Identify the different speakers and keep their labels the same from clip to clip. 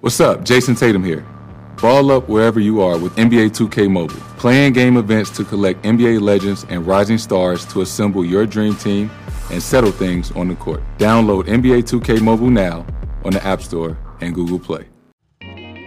Speaker 1: What's up? Jason Tatum here. Ball up wherever you are with NBA 2K Mobile. Playing game events to collect NBA legends and rising stars to assemble your dream team and settle things on the court. Download NBA 2K Mobile now on the App Store and Google Play.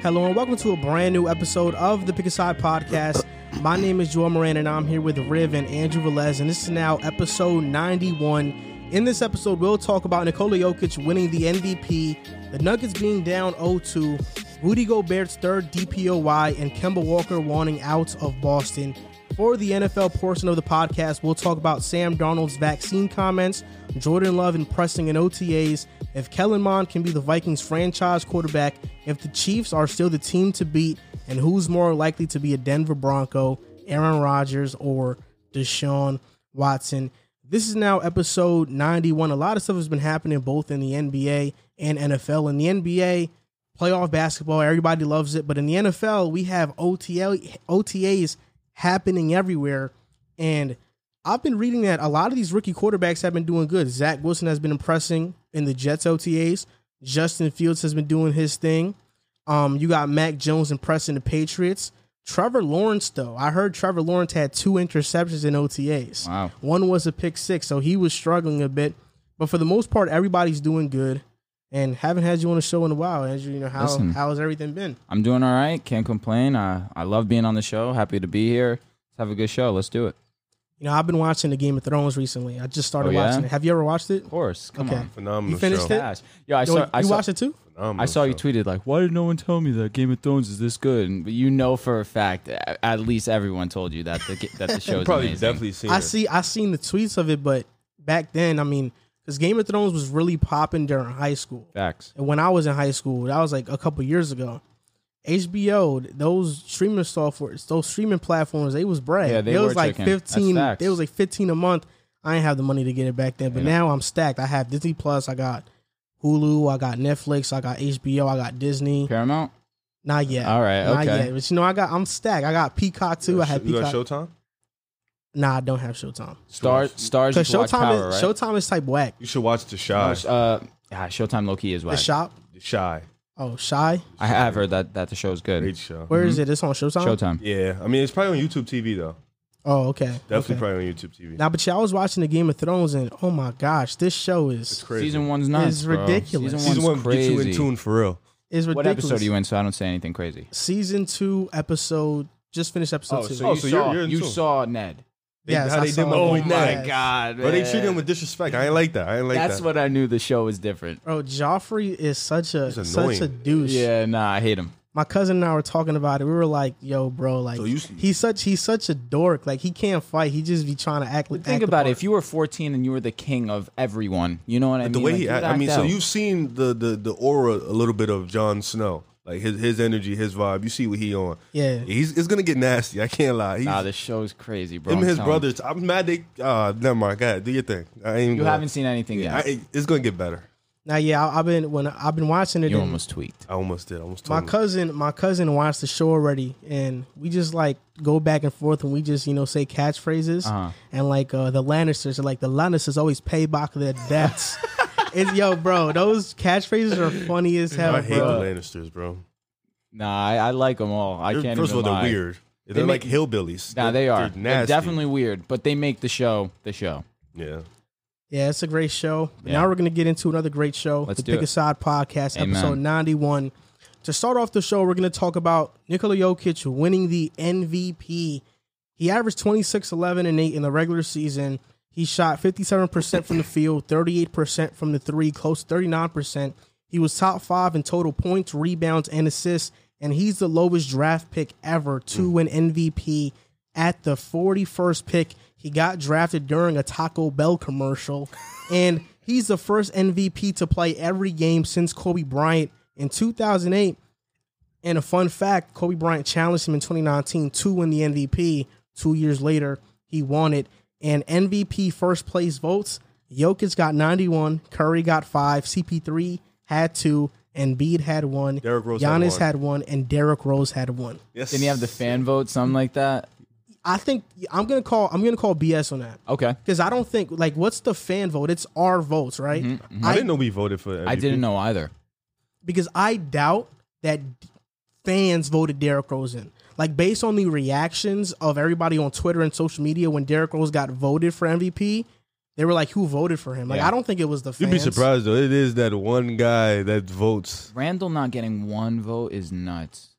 Speaker 2: Hello and welcome to a brand new episode of the Pick a Side Podcast. My name is Joel Moran and I'm here with Riv and Andrew Velez, and this is now episode 91. In this episode, we'll talk about Nikola Jokic winning the MVP, the Nuggets being down 0-2, Rudy Gobert's third DPOY, and Kemba Walker wanting out of Boston. For the NFL portion of the podcast, we'll talk about Sam Darnold's vaccine comments, Jordan Love impressing in OTAs, if Kellen Mond can be the Vikings franchise quarterback, if the Chiefs are still the team to beat, and who's more likely to be a Denver Bronco, Aaron Rodgers or Deshaun Watson. This is now episode 91. A lot of stuff has been happening both in the NBA and NFL. In the NBA, playoff basketball, everybody loves it. But in the NFL, we have OTL, OTAs happening everywhere. And I've been reading that a lot of these rookie quarterbacks have been doing good. Zach Wilson has been impressing in the Jets OTAs. Justin Fields has been doing his thing. Um, you got Mac Jones impressing the Patriots. Trevor Lawrence, though, I heard Trevor Lawrence had two interceptions in OTAs.
Speaker 3: Wow.
Speaker 2: One was a pick six, so he was struggling a bit. But for the most part, everybody's doing good. And haven't had you on the show in a while. As you know, how
Speaker 3: Listen.
Speaker 2: how has everything been?
Speaker 3: I'm doing all right. Can't complain. I, I love being on the show. Happy to be here. Let's have a good show. Let's do it.
Speaker 2: You know, I've been watching the Game of Thrones recently. I just started
Speaker 3: Oh, yeah?
Speaker 2: watching it. Have you ever watched it?
Speaker 3: Of course. Come
Speaker 2: Okay.
Speaker 3: on.
Speaker 4: Phenomenal
Speaker 2: You finished
Speaker 4: show.
Speaker 2: it?
Speaker 3: Gosh. Yo, I
Speaker 2: Yo,
Speaker 3: saw, I
Speaker 2: you
Speaker 3: saw,
Speaker 2: watched it too?
Speaker 4: Phenomenal
Speaker 3: I saw you
Speaker 4: show.
Speaker 3: tweeted, like, why did no one tell me that Game of Thrones is this good? And but you know for a fact, a- at least everyone told you that the, ge- that the show is
Speaker 4: Probably
Speaker 3: amazing.
Speaker 4: definitely seen.
Speaker 2: I
Speaker 4: it.
Speaker 2: see. I seen the tweets of it, but back then, I mean, because Game of Thrones was really popping during high school,
Speaker 3: Facts.
Speaker 2: and when I was in high school, that was like a couple years ago. HBO, those streaming softwares, those streaming platforms, they was bread.
Speaker 3: Yeah, they
Speaker 2: it
Speaker 3: were
Speaker 2: was like
Speaker 3: chicken. That's
Speaker 2: fifteen.
Speaker 3: facts.
Speaker 2: It was like fifteen a month. I didn't have the money to get it back then, but
Speaker 3: Yeah.
Speaker 2: now I'm stacked. I have Disney Plus. I got Hulu. I got Netflix. I got HBO. I got Disney.
Speaker 3: Paramount?
Speaker 2: Not yet.
Speaker 3: All right,
Speaker 2: Not
Speaker 3: okay.
Speaker 2: yet. But you know, I got. I'm stacked. I got Peacock too.
Speaker 4: You
Speaker 2: I
Speaker 4: got
Speaker 2: had
Speaker 4: Sho- you
Speaker 2: Peacock.
Speaker 4: got Showtime.
Speaker 2: nah, I don't have Showtime.
Speaker 3: Star,
Speaker 4: watch-
Speaker 3: stars
Speaker 2: Because
Speaker 3: just watch
Speaker 2: Showtime
Speaker 3: Power,
Speaker 2: is
Speaker 3: right?
Speaker 2: Showtime is type whack.
Speaker 4: You should watch The Shy.
Speaker 3: Watch, uh, yeah, Showtime Low-Key is
Speaker 2: The
Speaker 3: whack.
Speaker 2: shop.
Speaker 4: The Shy.
Speaker 2: Oh, shy.
Speaker 3: I have heard that, that the show is good.
Speaker 4: Great show.
Speaker 2: Where is it? It's on Showtime.
Speaker 3: Mm-hmm. Showtime.
Speaker 4: Yeah, I mean it's probably on YouTube TV though.
Speaker 2: Oh, okay.
Speaker 4: Definitely
Speaker 2: Okay.
Speaker 4: probably on YouTube TV.
Speaker 2: Now, but yeah, I was watching the Game of Thrones, and oh my gosh, this show
Speaker 4: It's
Speaker 2: is
Speaker 4: crazy.
Speaker 3: Season one's nuts,
Speaker 2: It's
Speaker 3: bro.
Speaker 2: ridiculous.
Speaker 3: Season one's
Speaker 4: Season one
Speaker 3: crazy.
Speaker 4: gets you in tune for real.
Speaker 2: is ridiculous.
Speaker 3: What episode are you in so I don't say anything crazy?
Speaker 2: Season two, episode just finished episode
Speaker 3: Oh,
Speaker 2: two.
Speaker 3: so
Speaker 4: Oh,
Speaker 3: you,
Speaker 4: so
Speaker 3: saw,
Speaker 4: you're- you're in
Speaker 3: you
Speaker 4: tune.
Speaker 3: saw Ned.
Speaker 4: They,
Speaker 2: Yes,
Speaker 4: how
Speaker 2: I
Speaker 4: they
Speaker 2: saw
Speaker 4: did my
Speaker 2: it.
Speaker 4: boy
Speaker 2: Oh
Speaker 4: Ned.
Speaker 2: my
Speaker 3: God,
Speaker 4: But they treated him with disrespect. I ain't like that. I ain't like
Speaker 3: That's
Speaker 4: that.
Speaker 3: what I knew the show was different.
Speaker 2: Bro, Joffrey is such a
Speaker 4: He's
Speaker 2: such a
Speaker 4: annoying.
Speaker 2: douche.
Speaker 3: Yeah, nah, I hate him.
Speaker 2: My cousin and I were talking about it. We were like, "Yo, bro, like
Speaker 4: So you-
Speaker 2: he's such he's such a dork. Like he can't fight. He just be trying to act.
Speaker 3: But
Speaker 2: like
Speaker 3: think about it. If you were 14 and you were the king of everyone, you know what I mean?
Speaker 4: But the way
Speaker 3: Like,
Speaker 4: he
Speaker 3: you
Speaker 4: act,
Speaker 3: would
Speaker 4: I
Speaker 3: act
Speaker 4: mean, so
Speaker 3: out.
Speaker 4: you've seen the the the aura a little bit of Jon Snow, like his his energy, his vibe. You see what he on.
Speaker 2: Yeah.
Speaker 4: he's it's gonna get nasty. I can't lie. He's,
Speaker 3: Nah, this show's crazy, bro.
Speaker 4: him
Speaker 3: I'm
Speaker 4: and his
Speaker 3: telling you.
Speaker 4: brothers. I'm mad they. Uh, never mind. God, do your thing. I ain't.
Speaker 3: You haven't seen anything yet.
Speaker 4: I, it's gonna get better.
Speaker 2: now, yeah, I, I've been when I- I've been watching it.
Speaker 3: you
Speaker 2: and-
Speaker 3: almost tweaked.
Speaker 4: I almost did. I almost
Speaker 2: my
Speaker 4: told him.
Speaker 2: cousin my cousin watched the show already and we just like go back and forth and we just you know say catchphrases
Speaker 3: Uh-huh.
Speaker 2: and like uh the lannisters are like the lannisters always pay back their debts it's yo bro those catchphrases are funny as hell
Speaker 4: I hate
Speaker 2: bro.
Speaker 4: the Lannisters, bro.
Speaker 3: Nah, I, I like them all. I
Speaker 4: They're-
Speaker 3: can't
Speaker 4: First
Speaker 3: even
Speaker 4: of all,
Speaker 3: lie.
Speaker 4: they're weird. They're like hillbillies.
Speaker 3: Nah, they are.
Speaker 4: They're
Speaker 3: They're
Speaker 4: nasty.
Speaker 3: definitely weird, but they make the show the show.
Speaker 4: Yeah.
Speaker 2: yeah it's a great show But
Speaker 3: Yeah.
Speaker 2: now we're gonna get into another great show
Speaker 3: Let's
Speaker 2: the
Speaker 3: do
Speaker 2: pick
Speaker 3: it.
Speaker 2: aside podcast
Speaker 3: Amen.
Speaker 2: episode 91 to start off the show we're gonna talk about nikola jokic winning the mvp He averaged 26, 11, and 8 in the regular season. He shot 57% from the field, 38% from the three, close to 39%. He was top five in total points, rebounds, and assists, and he's the lowest draft pick ever to win MVP at the 41st pick. He got drafted during a Taco Bell commercial, and he's the first MVP to play every game since Kobe Bryant in 2008. And a fun fact Kobe Bryant challenged him in 2019 to win the MVP. Two years later, he won it. And MVP first place votes Jokic got 91, Curry got five, CP3 had two, Embiid had one,
Speaker 4: Derrick Rose had
Speaker 2: Giannis
Speaker 4: one.
Speaker 2: had one, and Derrick Rose had one.
Speaker 4: Yes.
Speaker 3: Didn't he have the fan vote, something like that?
Speaker 2: I think I'm gonna call I'm gonna call BS on that
Speaker 3: Okay.
Speaker 2: because I don't think like what's the fan vote? It's our votes, right?
Speaker 4: Mm-hmm. I, didn't know we voted for. MVP.
Speaker 3: I didn't know either.
Speaker 2: because I doubt that fans voted Derrick Rose in. Like based on the reactions of everybody on Twitter and social media when Derrick Rose got voted for MVP, they were like, "Who voted for him?" Like
Speaker 3: Yeah.
Speaker 2: I don't think it was the fans.
Speaker 4: You'd be surprised though. It is that one guy that votes.
Speaker 3: Randall not getting one vote is nuts.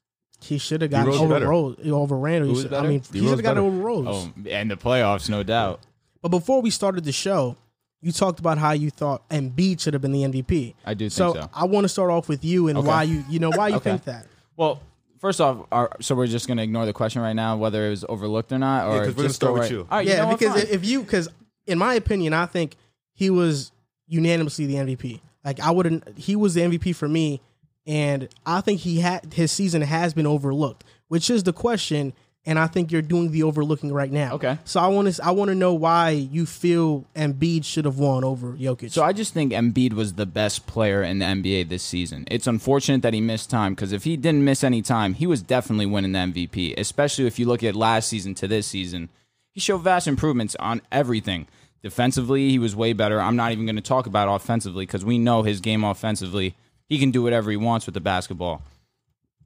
Speaker 2: He should have got
Speaker 4: Rose better.
Speaker 2: overruled over Randall. He
Speaker 3: Who was
Speaker 2: should- I
Speaker 3: better?
Speaker 2: mean,
Speaker 4: D.
Speaker 2: he should
Speaker 4: Rose
Speaker 2: have got
Speaker 4: better.
Speaker 2: over Rose.
Speaker 3: Oh, and the playoffs, no doubt.
Speaker 2: But before we started the show, you talked about how you thought Embiid should have been the MVP.
Speaker 3: I do think
Speaker 2: So,
Speaker 3: so.
Speaker 2: I want to start off with you and
Speaker 3: Okay.
Speaker 2: why you you know why you
Speaker 3: Okay.
Speaker 2: think that.
Speaker 3: Well, first off, our, so we're just gonna ignore the question right now, whether it was overlooked or not, or
Speaker 4: 'cause we're gonna
Speaker 3: just
Speaker 4: start
Speaker 3: go
Speaker 4: with
Speaker 3: right-
Speaker 4: you.
Speaker 3: All right, you
Speaker 2: yeah,
Speaker 3: know what,
Speaker 2: because
Speaker 3: fine.
Speaker 2: if you because in my opinion, I think he was unanimously the MVP. Like I wouldn't, he was the MVP for me, and I think he had his season has been overlooked, which is the question. And I think you're doing the overlooking right now.
Speaker 3: Okay.
Speaker 2: So I want to I want to know why you feel Embiid should have won over Jokic.
Speaker 3: So I just think Embiid was the best player in the NBA this season. It's unfortunate that he missed time because if he didn't miss any time, he was definitely winning the MVP. Especially if you look at last season to this season, he showed vast improvements on everything. Defensively, he was way better. I'm not even going to talk about offensively because we know his game offensively. He can do whatever he wants with the basketball.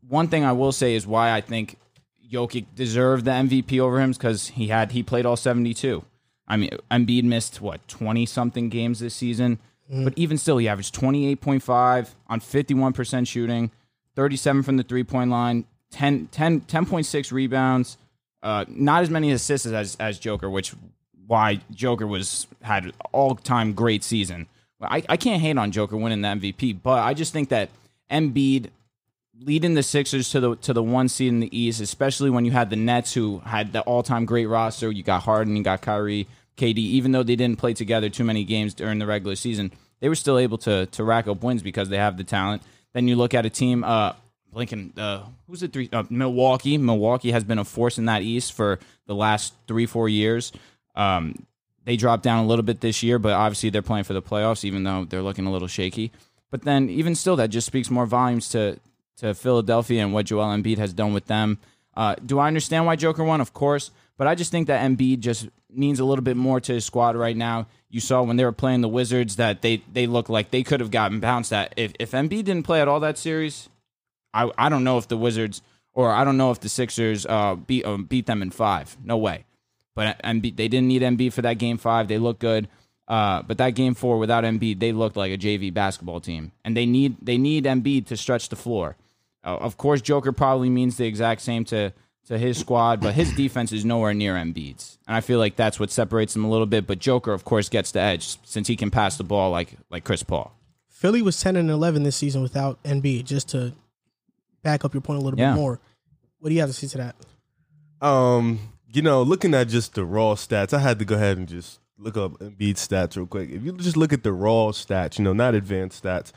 Speaker 3: One thing I will say is why I think Jokic deserved the MVP over him because he had he played all 72. I mean, Embiid missed what 20 something games this season, but even still, he averaged 28.5 on 51% shooting, 37 from the three point line, 10, 10 10.6 rebounds, uh, not as many assists as as Joker, which why Joker was had all time great season. I, I can't hate on Joker winning the MVP, but I just think that Embiid leading the Sixers to the to the one seed in the East, especially when you had the Nets who had the all time great roster. You got Harden, you got Kyrie, KD. Even though they didn't play together too many games during the regular season, they were still able to to rack up wins because they have the talent. Then you look at a team, uh, Lincoln, uh, who's the three? Uh, Milwaukee. Milwaukee has been a force in that East for the last three four years. Um, they dropped down a little bit this year, but obviously they're playing for the playoffs, even though they're looking a little shaky. But then, even still, that just speaks more volumes to to Philadelphia and what Joel Embiid has done with them. Uh, do I understand why Joker won? Of course, but I just think that Embiid just means a little bit more to his squad right now. You saw when they were playing the Wizards that they they looked like they could have gotten bounced at if if Embiid didn't play at all that series. I I don't know if the Wizards or I don't know if the Sixers uh, beat um, beat them in five. No way. But MB, they didn't need MB for that game five. They looked good. Uh, but that game four without MB, they looked like a JV basketball team, and they need they need MB to stretch the floor. Uh, of course, Joker probably means the exact same to to his squad, but his defense is nowhere near Embiid's, and I feel like that's what separates them a little bit. But Joker, of course, gets the edge since he can pass the ball like like Chris Paul.
Speaker 2: Philly was ten and eleven this season without Embiid. Just to back up your point a little
Speaker 3: Yeah.
Speaker 2: bit more, what do you have to say to that?
Speaker 4: Um, you know, looking at just the raw stats, I had to go ahead and just look up Embiid stats real quick. If you just look at the raw stats, you know, not advanced stats,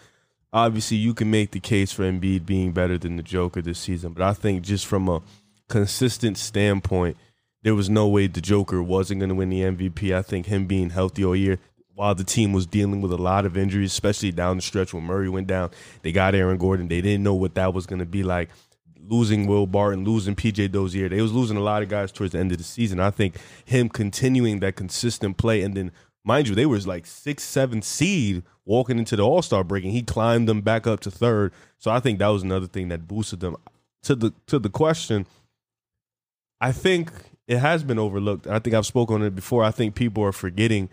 Speaker 4: obviously you can make the case for Embiid being better than the Joker this season. But I think just from a consistent standpoint, there was no way the Joker wasn't going to win the MVP. I think him being healthy all year while the team was dealing with a lot of injuries, especially down the stretch when Murray went down, they got Aaron Gordon. They didn't know what that was going to be like. Losing Will Barton, losing PJ Dozier, they was losing a lot of guys towards the end of the season. I think him continuing that consistent play, and then mind you, they was like six, seven seed walking into the All Star break, and he climbed them back up to third. So I think that was another thing that boosted them. To the to the question, I think it has been overlooked. I think I've spoken on it before. I think people are forgetting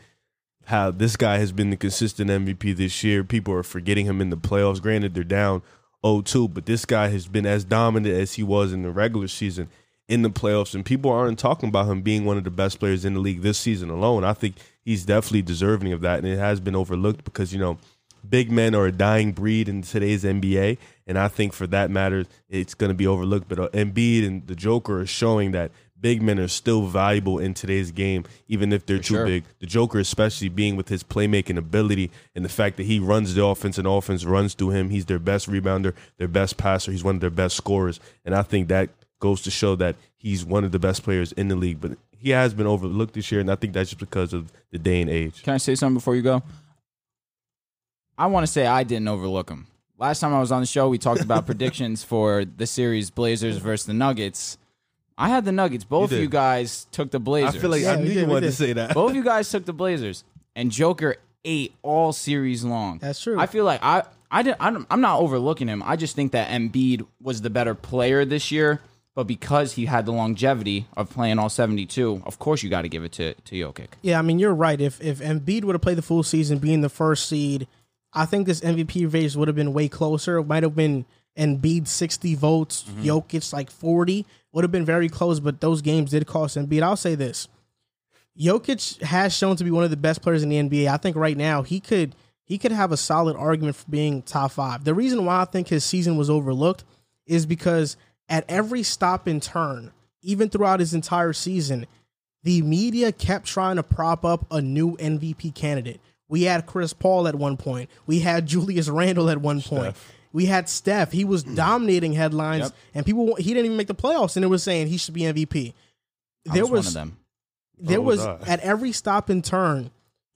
Speaker 4: how this guy has been the consistent MVP this year. People are forgetting him in the playoffs. Granted, they're down 0-2, but this guy has been as dominant as he was in the regular season in the playoffs, and people aren't talking about him being one of the best players in the league this season alone. I think he's definitely deserving of that, and it has been overlooked because you know big men are a dying breed in today's NBA, and I think for that matter, it's going to be overlooked. But uh, Embiid and the Joker are showing that big men are still valuable in today's game, even if they're too
Speaker 3: sure.
Speaker 4: big. The Joker, especially being with his playmaking ability and the fact that he runs the offense and offense runs through him, he's their best rebounder, their best passer, he's one of their best scorers, and I think that goes to show that he's one of the best players in the league. But he has been overlooked this year, and I think that's just because of the day and age.
Speaker 3: Can I say something before you go? I want to say I didn't overlook him. Last time I was on the show, we talked about predictions for the series Blazers versus the Nuggets. I had the Nuggets. Both
Speaker 4: did.
Speaker 3: you guys took the
Speaker 4: I
Speaker 3: Blazers.
Speaker 4: feel like
Speaker 2: Yeah,
Speaker 4: I
Speaker 2: we
Speaker 4: knew
Speaker 2: did,
Speaker 4: you
Speaker 2: we
Speaker 4: wanted to
Speaker 2: did.
Speaker 4: say that.
Speaker 3: both you guys took the Blazers, and Joker ate all series long.
Speaker 2: That's true.
Speaker 3: I feel like I I did, I don't, I'm not overlooking him. I just think that Embiid was the better player this year, but because he had the longevity of playing all 72, of course you got to give it to to Jokic.
Speaker 2: Yeah, I mean you're right. If if Embiid would have played the full season, being the first seed, I think this MVP race would have been way closer. It might have been Embiid 60 votes, Jokic like 40. Would have been very close, but those games did cost Embiid. I'll say this: Jokic has shown to be one of the best players in the NBA. I think right now he could he could have a solid argument for being top five. The reason why I think his season was overlooked is because at every stop and turn, even throughout his entire season, the media kept trying to prop up a new MVP candidate. We had Chris Paul at one point. We had Julius Randle at one point. We had Steph. He was dominating headlines, and people wa- he didn't even make the playoffs, and they were saying he should be MVP.
Speaker 3: I
Speaker 2: There
Speaker 3: was, one of
Speaker 2: was
Speaker 3: them.
Speaker 2: there
Speaker 4: Oh,
Speaker 2: was
Speaker 4: God.
Speaker 2: at every stop and turn,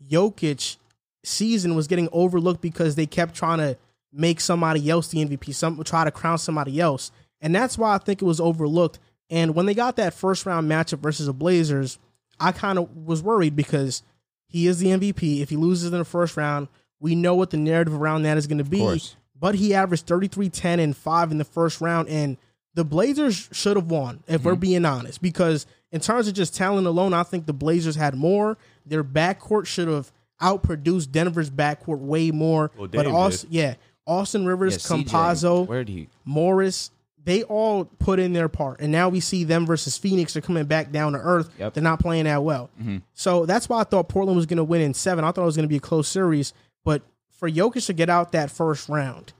Speaker 2: Jokic season was getting overlooked because they kept trying to make somebody else the MVP, some try to crown somebody else. And that's why I think it was overlooked. And when they got that first round matchup versus the Blazers, I kind of was worried because he is the MVP. If he loses in the first round, we know what the narrative around that is going to be.
Speaker 3: course.
Speaker 2: But he averaged 33, 10, and 5 in the first round. And the Blazers should have won, if
Speaker 3: Mm-hmm.
Speaker 2: we're being honest, because in terms of just talent alone, I think the Blazers had more. Their backcourt should have outproduced Denver's backcourt way more.
Speaker 4: Well,
Speaker 2: but
Speaker 4: Dame
Speaker 2: also, yeah, Austin Rivers,
Speaker 3: Yeah, CJ,
Speaker 2: Compazzo,
Speaker 3: Where did he?
Speaker 2: Morris, they all put in their part. And now we see them versus Phoenix. They're coming back down to earth.
Speaker 3: Yep.
Speaker 2: They're not playing that well. So that's why I thought Portland was going to win in seven. I thought it was going to be a close series. But for Jokic to get out that first round,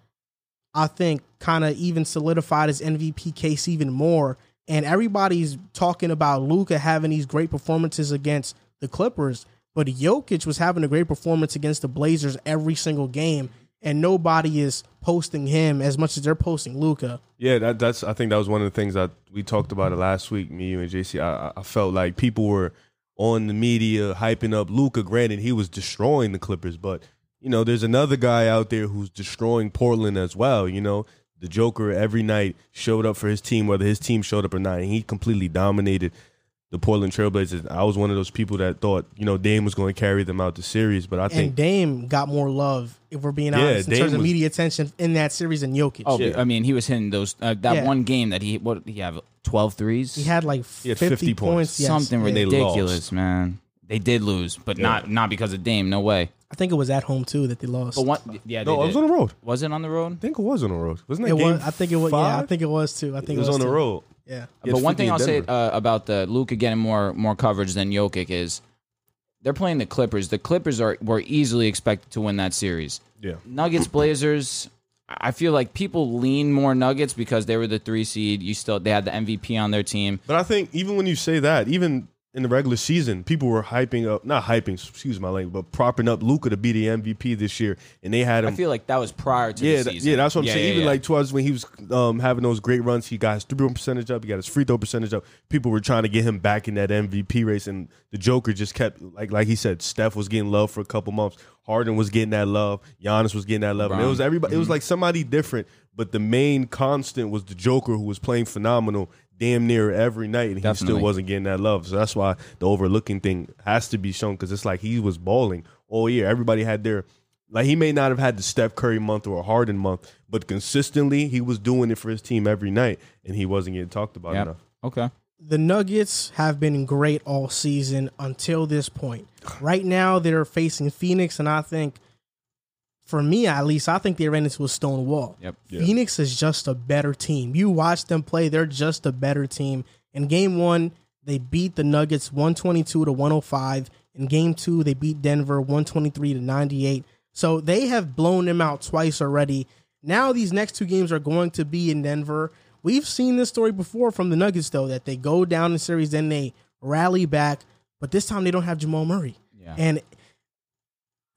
Speaker 2: I think kind of even solidified his MVP case even more. And everybody's talking about Luca having these great performances against the Clippers, but Jokic was having a great performance against the Blazers every single game, and nobody is posting him as much as they're posting Luca.
Speaker 4: Yeah, that, that's. I think that was one of the things that we talked about it last week. Me, you, and JC. I, I- I felt like people were on the media hyping up Luca. Granted, he was destroying the Clippers, but you know, there's another guy out there who's destroying Portland as well. You know, the Joker every night showed up for his team, whether his team showed up or not, and he completely dominated the Portland Trailblazers. I was one of those people that thought you know Dame was going to carry them out the series, but I
Speaker 2: And
Speaker 4: think
Speaker 2: Dame got more love, if we're being
Speaker 4: Yeah,
Speaker 2: honest, in
Speaker 4: Dame
Speaker 2: terms of
Speaker 4: was-
Speaker 2: media attention in that series than Jokic.
Speaker 3: Oh, I mean, he was hitting those uh, that
Speaker 2: Yeah.
Speaker 3: one game that he what did he have 12 threes.
Speaker 2: He had like
Speaker 4: had
Speaker 2: 50,
Speaker 4: 50
Speaker 2: points.
Speaker 4: points.
Speaker 2: yes.
Speaker 3: something
Speaker 4: they
Speaker 3: ridiculous,
Speaker 4: lost.
Speaker 3: man. They did lose, but not not because of Dame. No way.
Speaker 2: I think it was at home too that they lost.
Speaker 3: But one, yeah, they
Speaker 4: no, I was
Speaker 3: did.
Speaker 4: on the road.
Speaker 3: Was it on the road?
Speaker 4: I think it was on the road. Wasn't that
Speaker 2: it
Speaker 4: game
Speaker 2: was, I think it was. Yeah, I
Speaker 4: five?
Speaker 2: think it was too. I think
Speaker 4: it was, on the
Speaker 2: too.
Speaker 4: road.
Speaker 2: Yeah.
Speaker 4: Yeah,
Speaker 3: but
Speaker 4: it's
Speaker 3: one
Speaker 4: 50
Speaker 3: thing
Speaker 4: in
Speaker 3: I'll say
Speaker 4: Denver.
Speaker 3: uh, about the Luca getting more more coverage than Jokic is they're playing the Clippers. The Clippers are were easily expected to win that series.
Speaker 4: Yeah.
Speaker 3: Nuggets Blazers. I feel like people lean more Nuggets because they were the three seed. You still they had the MVP on their team.
Speaker 4: But I think even when you say that, even in the regular season, people were hyping up, not hyping, excuse my language, but propping up Luca to be the MVP this year, and they had him.
Speaker 3: I feel like that was prior to
Speaker 4: yeah,
Speaker 3: the
Speaker 4: that-
Speaker 3: season.
Speaker 4: yeah, that's what I'm saying.
Speaker 3: yeah,
Speaker 4: even
Speaker 3: yeah.
Speaker 4: like towards when he was um, having those great runs, he got his three point percentage up, he got his free throw percentage up. People were trying to get him back in that MVP race, and the Joker just kept like like he said, Steph was getting love for a couple months, Harden was getting that love, Giannis was getting that love, and it
Speaker 3: Brown.
Speaker 4: was everybody. It
Speaker 3: Mm-hmm.
Speaker 4: was like somebody different, but the main constant was the Joker who was playing phenomenal. Damn near every night, and he
Speaker 3: Definitely.
Speaker 4: still wasn't getting that love. So that's why the overlooking thing has to be shown because it's like he was balling all year. Everybody had their like he may not have had the Steph Curry month or a Harden month, but consistently he was doing it for his team every night, and he wasn't getting talked about
Speaker 3: Yep.
Speaker 4: enough.
Speaker 3: Okay.
Speaker 2: The Nuggets have been great all season until this point. Right now, they're facing Phoenix, and I think, for me at least, I think they ran into a stone wall.
Speaker 3: Yep.
Speaker 2: Phoenix is just a better team. You watch them play; they're just a better team. In Game One, they beat the Nuggets one twenty two to one hundred five. In Game Two, they beat Denver one twenty three to ninety eight. So they have blown them out twice already. Now these next two games are going to be in Denver. We've seen this story before from the Nuggets, though, that they go down in series, then they rally back, but this time they don't have Jamal Murray.
Speaker 3: Yeah.
Speaker 2: And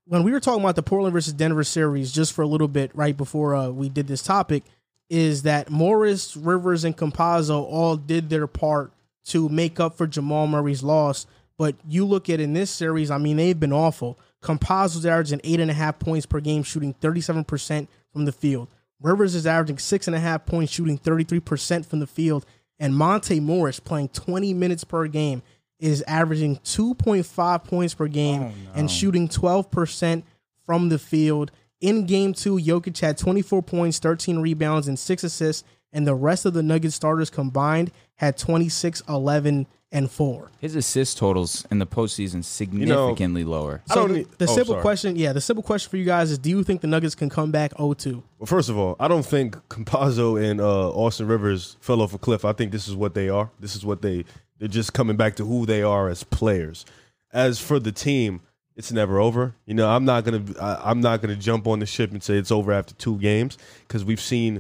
Speaker 2: when we were talking about the Portland versus Denver series just for a little bit right before uh, we did this topic, is that Morris, Rivers, and Compazzo all did their part to make up for Jamal Murray's loss. But you look at in this series, I mean, they've been awful. Compazzo's averaging eight and a half points per game, shooting 37% from the field. Rivers is averaging six and a half points, shooting 33% from the field. And Monte Morris, playing 20 minutes per game, is averaging
Speaker 4: Oh,
Speaker 2: 2.5 points per game and shooting 12% from the field. In game two, Jokic had 24 points, 13 rebounds, and six assists, and the rest of the Nuggets starters combined had 26, 11, and four.
Speaker 3: His assist totals in the postseason significantly lower.
Speaker 4: I
Speaker 2: So
Speaker 4: don't
Speaker 2: the,
Speaker 4: need-
Speaker 2: the
Speaker 4: oh,
Speaker 2: simple
Speaker 4: sorry.
Speaker 2: question, yeah, the simple question for you guys is: Do you think the Nuggets can come back 0-2?
Speaker 4: Well, first of all, I don't think Compazzo and uh, Austin Rivers fell off a cliff. I think this is what they are. This is what they they're just coming back to who they are as players. As for the team, it's never over. You know, I'm not gonna I, I'm not gonna jump on the ship and say it's over after two games because we've seen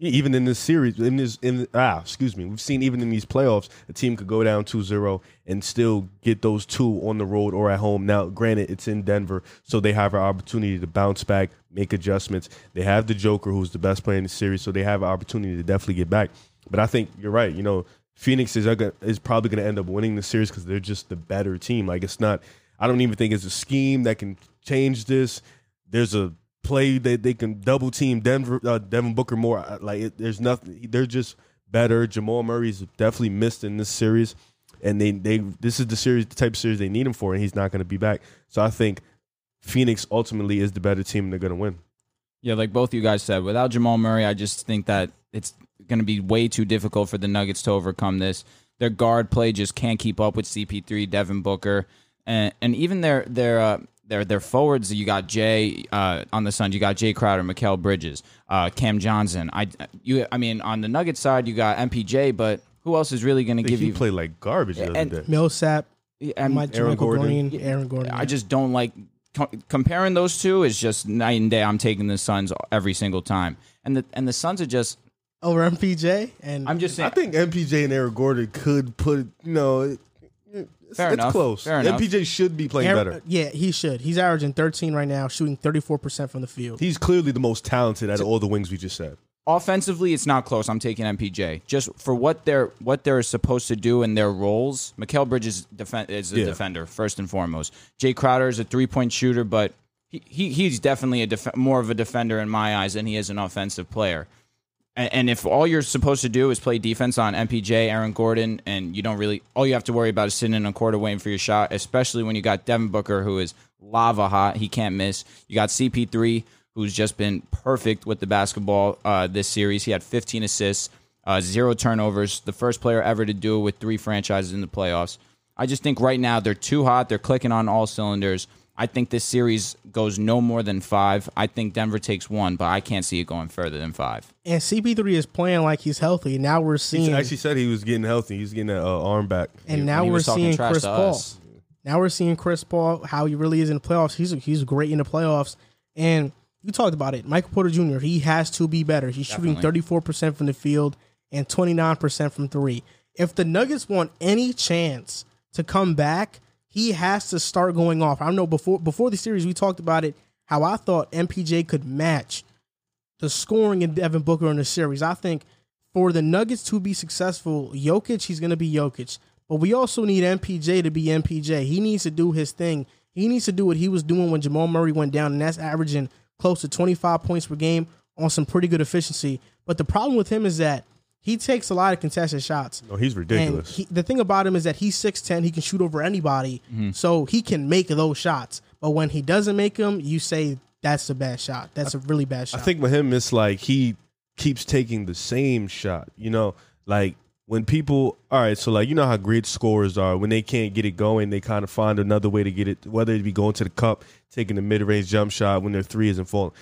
Speaker 4: e- even in this series in this in ah excuse me we've seen even in these playoffs a team could go down 2-0 and still get those two on the road or at home now granted it's in denver so they have an opportunity to bounce back make adjustments they have the joker who's the best player in the series so they have an opportunity to definitely get back but i think you're right you know phoenix is gonna- is probably going to end up winning the series because they're just the better team like it's not i don't even think it's a scheme that can change this there's a play that they can double team Denver, uh, Devin Booker more. Uh, Like it, there's nothing. They're just better. Jamal Murray's definitely missed in this series, and they they this is the series the type of series they need him for, and he's not going to be back. So I think Phoenix ultimately is the better team, and they're going to win.
Speaker 3: Yeah, like both you guys said, without Jamal Murray, I just think that it's going to be way too difficult for the Nuggets to overcome this. Their guard play just can't keep up with CP3, Devin Booker, and and even their their uh, their their forwards. You got Jay uh, on the Suns. You got Jay Crowder, Mikael Bridges, uh, Cam Johnson. I you I mean on the Nuggets side, you got MPJ, but who else is really going to
Speaker 4: Like,
Speaker 3: give
Speaker 4: he
Speaker 3: you?
Speaker 4: played like garbage the other
Speaker 3: and-
Speaker 4: day.
Speaker 2: Millsap,
Speaker 3: I mean,
Speaker 2: Mike
Speaker 4: Aaron
Speaker 2: Jermichael
Speaker 4: Gordon.
Speaker 2: Green, Aaron Gordon.
Speaker 3: I just don't like co- comparing those two. Is just night and day. I'm taking the Suns every single time, and the and the Suns are just.
Speaker 2: over MPJ, and
Speaker 3: I'm just saying.
Speaker 4: I think MPJ and Eric Gordon could put you know. It, it's,
Speaker 3: Fair
Speaker 4: it's
Speaker 3: enough.
Speaker 4: close.
Speaker 3: Fair enough.
Speaker 4: MPJ should be playing
Speaker 2: Aaron-
Speaker 4: better.
Speaker 2: yeah, he should. He's averaging 13 right now, shooting 34 percent from the field.
Speaker 4: He's clearly the most talented out of all the wings we just said.
Speaker 3: offensively it's not close i'm taking mpj just for what they're what they're supposed to do in their roles Mikael bridges defen- is a
Speaker 4: Yeah.
Speaker 3: defender first and foremost jay crowder is a three-point shooter but he, he he's definitely a def- more of a defender in my eyes than he is an offensive player and, and if all you're supposed to do is play defense on mpj aaron gordon and you don't really all you have to worry about is sitting in a quarter waiting for your shot especially when you got devin booker who is lava hot he can't miss you got cp3 who's just been perfect with the basketball uh, this series he had 15 assists uh, zero turnovers the first player ever to do it with three franchises in the playoffs i just think right now they're too hot they're clicking on all cylinders I think this series goes no more than five. I think Denver takes one, but I can't see it going further than five.
Speaker 2: And CP3 is playing like he's healthy. Now we're
Speaker 4: He
Speaker 2: seeing,
Speaker 4: actually said he was getting healthy. He's getting that uh, arm back.
Speaker 2: and now
Speaker 3: he
Speaker 2: we're
Speaker 3: was talking
Speaker 2: seeing
Speaker 3: trash
Speaker 2: Chris
Speaker 3: to
Speaker 2: Paul.
Speaker 3: us.
Speaker 2: Now we're seeing Chris Paul how he really is in the playoffs. He's he's great in the playoffs, and you talked about it. Michael Porter Jr. He has to be better. He's shooting 34 percent from the field and 29 percent from three. If the Nuggets want any chance to come back, he has to start going off. I know before before the series we talked about it how I thought MPJ could match the scoring in Devin Booker in the series. I think for the Nuggets to be successful, Jokic, he's going to be Jokic. But we also need MPJ to be MPJ. He needs to do his thing. He needs to do what he was doing when Jamal Murray went down, and that's averaging close to 25 points per game on some pretty good efficiency. But the problem with him is that he takes a lot of contested shots.
Speaker 4: No, Oh, he's
Speaker 2: And
Speaker 4: ridiculous.
Speaker 2: he, the thing about him is that he's 6'10, he can shoot over anybody, so he can make those shots. But when he doesn't make them, you say that's a bad shot. That's a really bad shot.
Speaker 4: I think with him, it's like he keeps taking the same shot. You know, like when people, all right, so like you know how great scorers are when they can't get it going, they kind of find another way to get it, whether it be going to the cup, taking the mid-range jump shot when their three isn't falling.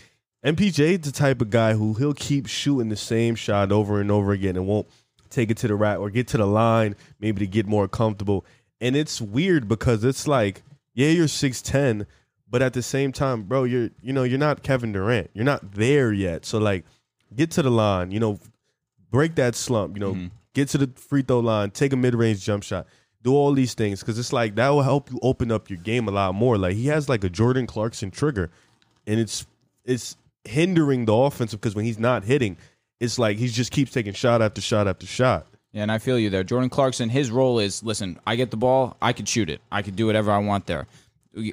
Speaker 4: MPJ is the type of guy who he'll keep shooting the same shot over and over again and won't take it to the rack or get to the line, maybe to get more comfortable. And it's weird because it's like, yeah, you're six ten, but at the same time, bro, you're you know you're not Kevin Durant, you're not there yet. So like, get to the line, you know, break that slump, you know,
Speaker 3: Mm-hmm.
Speaker 4: get to the free throw line, take a mid range jump shot, do all these things because it's like that will help you open up your game a lot more. Like he has like a Jordan Clarkson trigger, and it's it's hindering the offensive because when he's not hitting, it's like he just keeps taking shot after shot after shot.
Speaker 3: Yeah, and I feel you there. Jordan Clarkson, his role is listen, I get the ball, I could shoot it. I could do whatever I want there.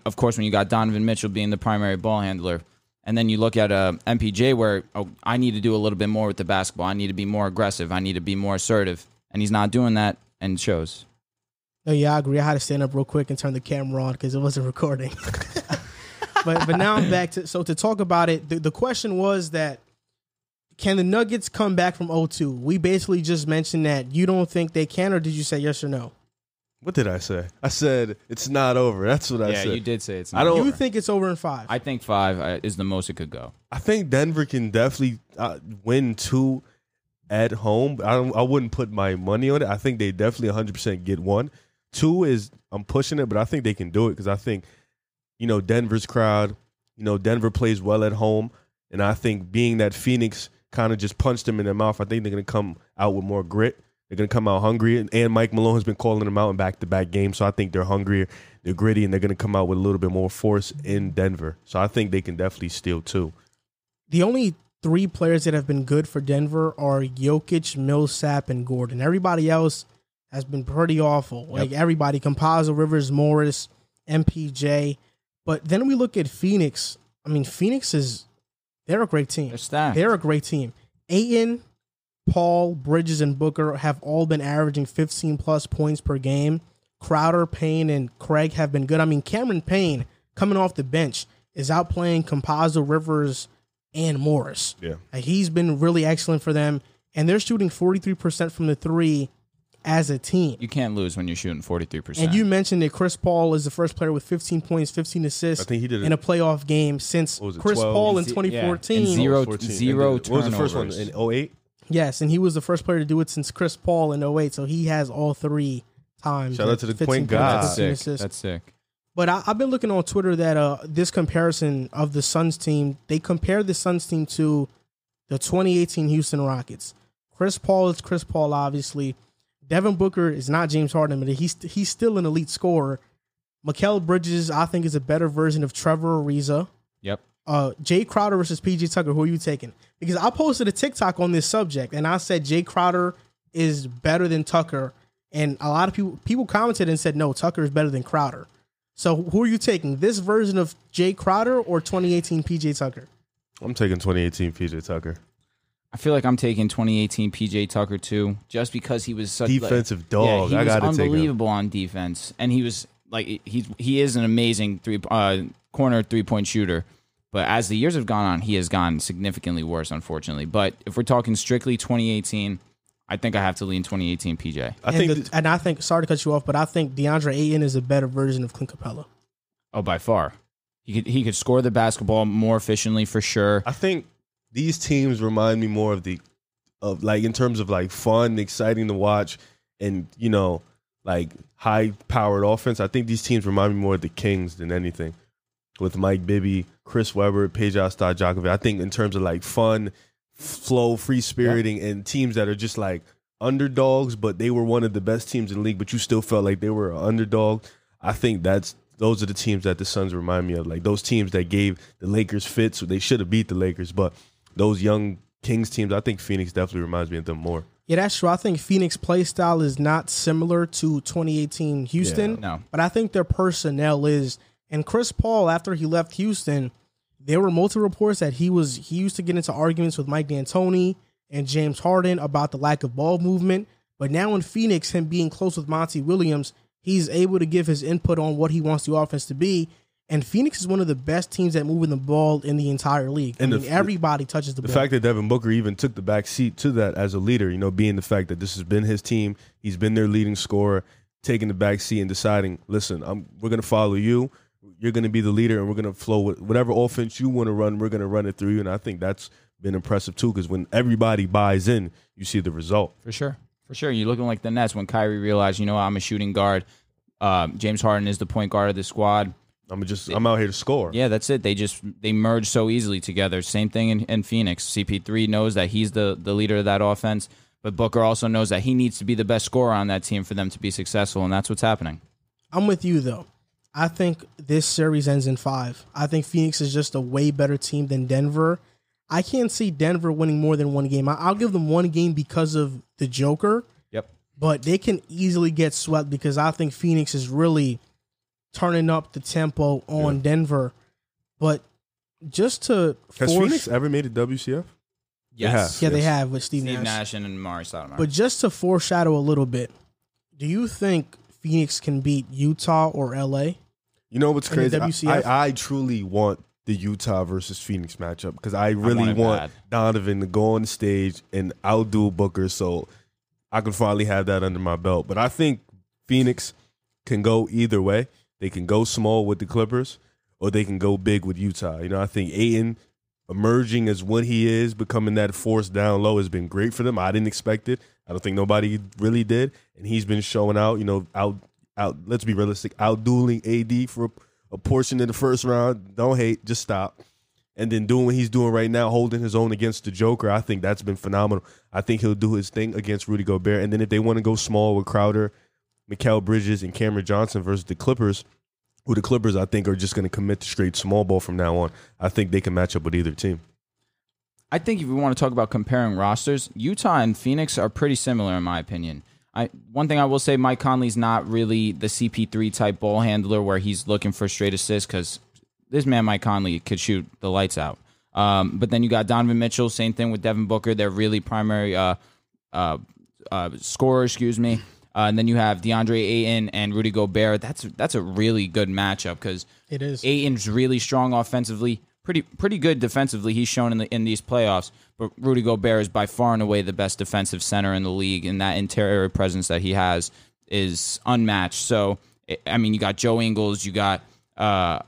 Speaker 3: Of course, when you got Donovan Mitchell being the primary ball handler, and then you look at uh, MPJ where oh, I need to do a little bit more with the basketball. I need to be more aggressive. I need to be more assertive. And he's not doing that and it shows.
Speaker 2: No, yeah, I agree. I had to stand up real quick and turn the camera on because it wasn't recording. but but now I'm back to so to talk about it. The, the question was that can the Nuggets come back from 0-2? We basically just mentioned that you don't think they can, or did you say yes or no?
Speaker 4: What did I say? I said it's not over. That's what I
Speaker 3: yeah,
Speaker 4: said.
Speaker 3: you did say it's. Not
Speaker 4: I don't-
Speaker 3: over.
Speaker 2: You think it's over in five?
Speaker 3: I think five uh, is the most it could go.
Speaker 4: I think Denver can definitely uh, win two at home. I don't, I wouldn't put my money on it. I think they definitely 100% get one. Two is I'm pushing it, but I think they can do it because I think you know Denver's crowd. You know Denver plays well at home, and I think being that Phoenix kind of just punched them in the mouth, I think they're gonna come out with more grit. They're gonna come out hungry, and, and Mike Malone has been calling them out in back-to-back games, so I think they're hungrier, they're gritty, and they're gonna come out with a little bit more force in Denver. So I think they can definitely steal two.
Speaker 2: the only three players that have been good for Denver are Jokic, Millsap, and Gordon. Everybody else has been pretty awful. Like everybody, Composo, Rivers, Morris, MPJ. But then we look at Phoenix. I mean, Phoenix is they're a great team.
Speaker 3: They're stacked.
Speaker 2: They're a great team. Aiton, Paul, Bridges, and Booker have all been averaging 15 plus points per game. Crowder, Payne, and Craig have been good. I mean, Cameron Payne coming off the bench is outplaying Composo, Rivers, and Morris.
Speaker 4: Yeah.
Speaker 2: Like, he's been really excellent for them, and they're shooting 43% from the three as a team.
Speaker 3: you can't lose when you're shooting 43.
Speaker 2: And
Speaker 3: percent
Speaker 2: you mentioned that Chris Paul is the first player with 15 points, 15 assists
Speaker 4: I think he did it-
Speaker 2: in a playoff game since
Speaker 4: What was it,
Speaker 2: Chris
Speaker 4: 12?
Speaker 2: Paul in
Speaker 3: Yeah.
Speaker 2: 2014.
Speaker 3: And zero-
Speaker 4: 14.
Speaker 3: zero
Speaker 4: What was the first one?
Speaker 3: turnovers.
Speaker 4: In 08?
Speaker 2: Yes, and he was the first player to do it since Chris Paul in 08, so he has all three times.
Speaker 4: Shout out to the
Speaker 2: 15
Speaker 4: point
Speaker 2: points,
Speaker 4: guard.
Speaker 2: 15
Speaker 3: That's sick.
Speaker 2: assists.
Speaker 3: That's sick.
Speaker 2: But I, I've been looking on Twitter that uh, this comparison of the Suns team, they compare the Suns team to the 2018 Houston Rockets. Chris Paul is Chris Paul, obviously. Devin Booker is not James Harden, but he's he's still an elite scorer. Mikel Bridges, I think, is a better version of Trevor Ariza.
Speaker 3: Yep.
Speaker 2: Uh, Jay Crowder versus PG Tucker. Who are you taking? Because I posted a TikTok on this subject, and I said Jay Crowder is better than Tucker, and a lot of people people commented and said no, Tucker is better than Crowder. So who are you taking? This version of Jay Crowder or 2018 PJ Tucker?
Speaker 4: I'm taking 2018 PJ Tucker.
Speaker 3: I feel like I'm taking 2018 PJ Tucker too, just because he was such like-
Speaker 4: Defensive dog.
Speaker 3: he
Speaker 4: I
Speaker 3: was
Speaker 4: gotta take him.
Speaker 3: unbelievable on defense, and he was like he's he is an amazing three uh, corner three point shooter. But as the years have gone on, he has gotten significantly worse, unfortunately. But if we're talking strictly 2018, I think I have to lean 2018 PJ.
Speaker 4: I
Speaker 2: and,
Speaker 4: think
Speaker 2: the-
Speaker 4: th-
Speaker 2: and I think sorry to cut you off, but I think DeAndre Ayton is a better version of Clint Capella.
Speaker 3: Oh, by far, he could he could score the basketball more efficiently for sure.
Speaker 4: I think these teams remind me more of the of like in terms of like fun, exciting to watch, and you know like high powered offense. I think these teams remind me more of the Kings than anything. With Mike Bibby, Chris Webber, Peja Stojakovic. I think in terms of like fun, flow, free spiriting, and teams that are just like underdogs, but they were one of the best teams in the league, but you still felt like they were an underdog. I think that's those are the teams that the Suns remind me of. Like those teams that gave the Lakers fits. They should have beat the Lakers, but those young Kings teams, I think Phoenix definitely reminds me of them more.
Speaker 2: Yeah, that's true. I think Phoenix play style is not similar to 2018 Houston.
Speaker 3: No.
Speaker 2: But I think their personnel is. And Chris Paul, after he left Houston, there were multiple reports that he was he used to get into arguments with Mike D'Antoni and James Harden about the lack of ball movement. But now in Phoenix, him being close with Monty Williams, he's able to give his input on what he wants the offense to be. And Phoenix is one of the best teams at moving the ball in the entire league. I
Speaker 4: And the
Speaker 2: mean,
Speaker 4: f-
Speaker 2: everybody touches the,
Speaker 4: The
Speaker 2: ball.
Speaker 4: fact that Devin Booker even took the back seat to that as a leader, you know, being the fact that this has been his team, he's been their leading scorer, taking the back seat and deciding, listen, I'm, we're going to follow you. You're going to be the leader, and we're going to flow with whatever offense you want to run. We're going to run it through you, and I think that's been impressive too. Because when everybody buys in, you see the result.
Speaker 3: For sure. For sure. You're looking like the Nets when Kyrie realized, you know what, I'm a shooting guard. Um, James Harden is the point guard of the squad.
Speaker 4: I'm just, I'm out here to score.
Speaker 3: Yeah, that's it. They just they merge so easily together. Same thing in, in Phoenix. CP3 knows that he's the the leader of that offense, but Booker also knows that he needs to be the best scorer on that team for them to be successful, and that's what's happening.
Speaker 2: I'm with you though. I think this series ends in five. I think Phoenix is just a way better team than Denver. I can't see Denver winning more than one game. I- I'll give them one game because of the Joker,
Speaker 3: Yep.
Speaker 2: but they can easily get swept because I think Phoenix is really turning up the tempo on Denver. But just to
Speaker 4: Has
Speaker 2: force,
Speaker 4: Phoenix ever made a WCF?
Speaker 3: Yes.
Speaker 2: yeah, they
Speaker 4: Yes.
Speaker 2: have with Steve,
Speaker 3: Steve
Speaker 2: Nash.
Speaker 3: Nash and Amari Stoudemire.
Speaker 2: But just to foreshadow a little bit, do you think Phoenix can beat Utah or LA?
Speaker 4: You know what's
Speaker 2: And the
Speaker 4: crazy? I,
Speaker 2: WCF?
Speaker 4: I, I truly want the Utah versus Phoenix matchup because I really
Speaker 3: it
Speaker 4: want
Speaker 3: bad.
Speaker 4: Donovan to go on stage and outdo Booker so I can finally have that under my belt. But I think Phoenix can go either way. They can go small with the Clippers or they can go big with Utah. You know, I think Aiton emerging as what he is, becoming that force down low has been great for them. I didn't expect it. I don't think nobody really did. And he's been showing out, you know, out out let's be realistic, out dueling AD for a, a portion of the first round. Don't hate, just stop. And then doing what he's doing right now, holding his own against the Joker, I think that's been phenomenal. I think he'll do his thing against Rudy Gobert. And then if they want to go small with Crowder, Mikael Bridges, and Cameron Johnson versus the Clippers, who the Clippers I think are just going to commit to straight small ball from now on. I think they can match up with either team.
Speaker 3: I think if we want to talk about comparing rosters, Utah and Phoenix are pretty similar in my opinion. I one thing I will say, Mike Conley's not really the CP3 type ball handler where he's looking for straight assists because this man Mike Conley could shoot the lights out. Um, but then you got Donovan Mitchell, same thing with Devin Booker. They're really primary uh, uh, uh, scorer, excuse me. Uh, and then you have DeAndre Ayton and Rudy Gobert. That's that's a really good matchup because
Speaker 2: It is.
Speaker 3: Aiton's really strong offensively, pretty pretty good defensively. He's shown in the in these playoffs, but Rudy Gobert is by far and away the best defensive center in the league, and that interior presence that he has is unmatched. So, I- I mean, you got Joe Ingles, you got uh, uh,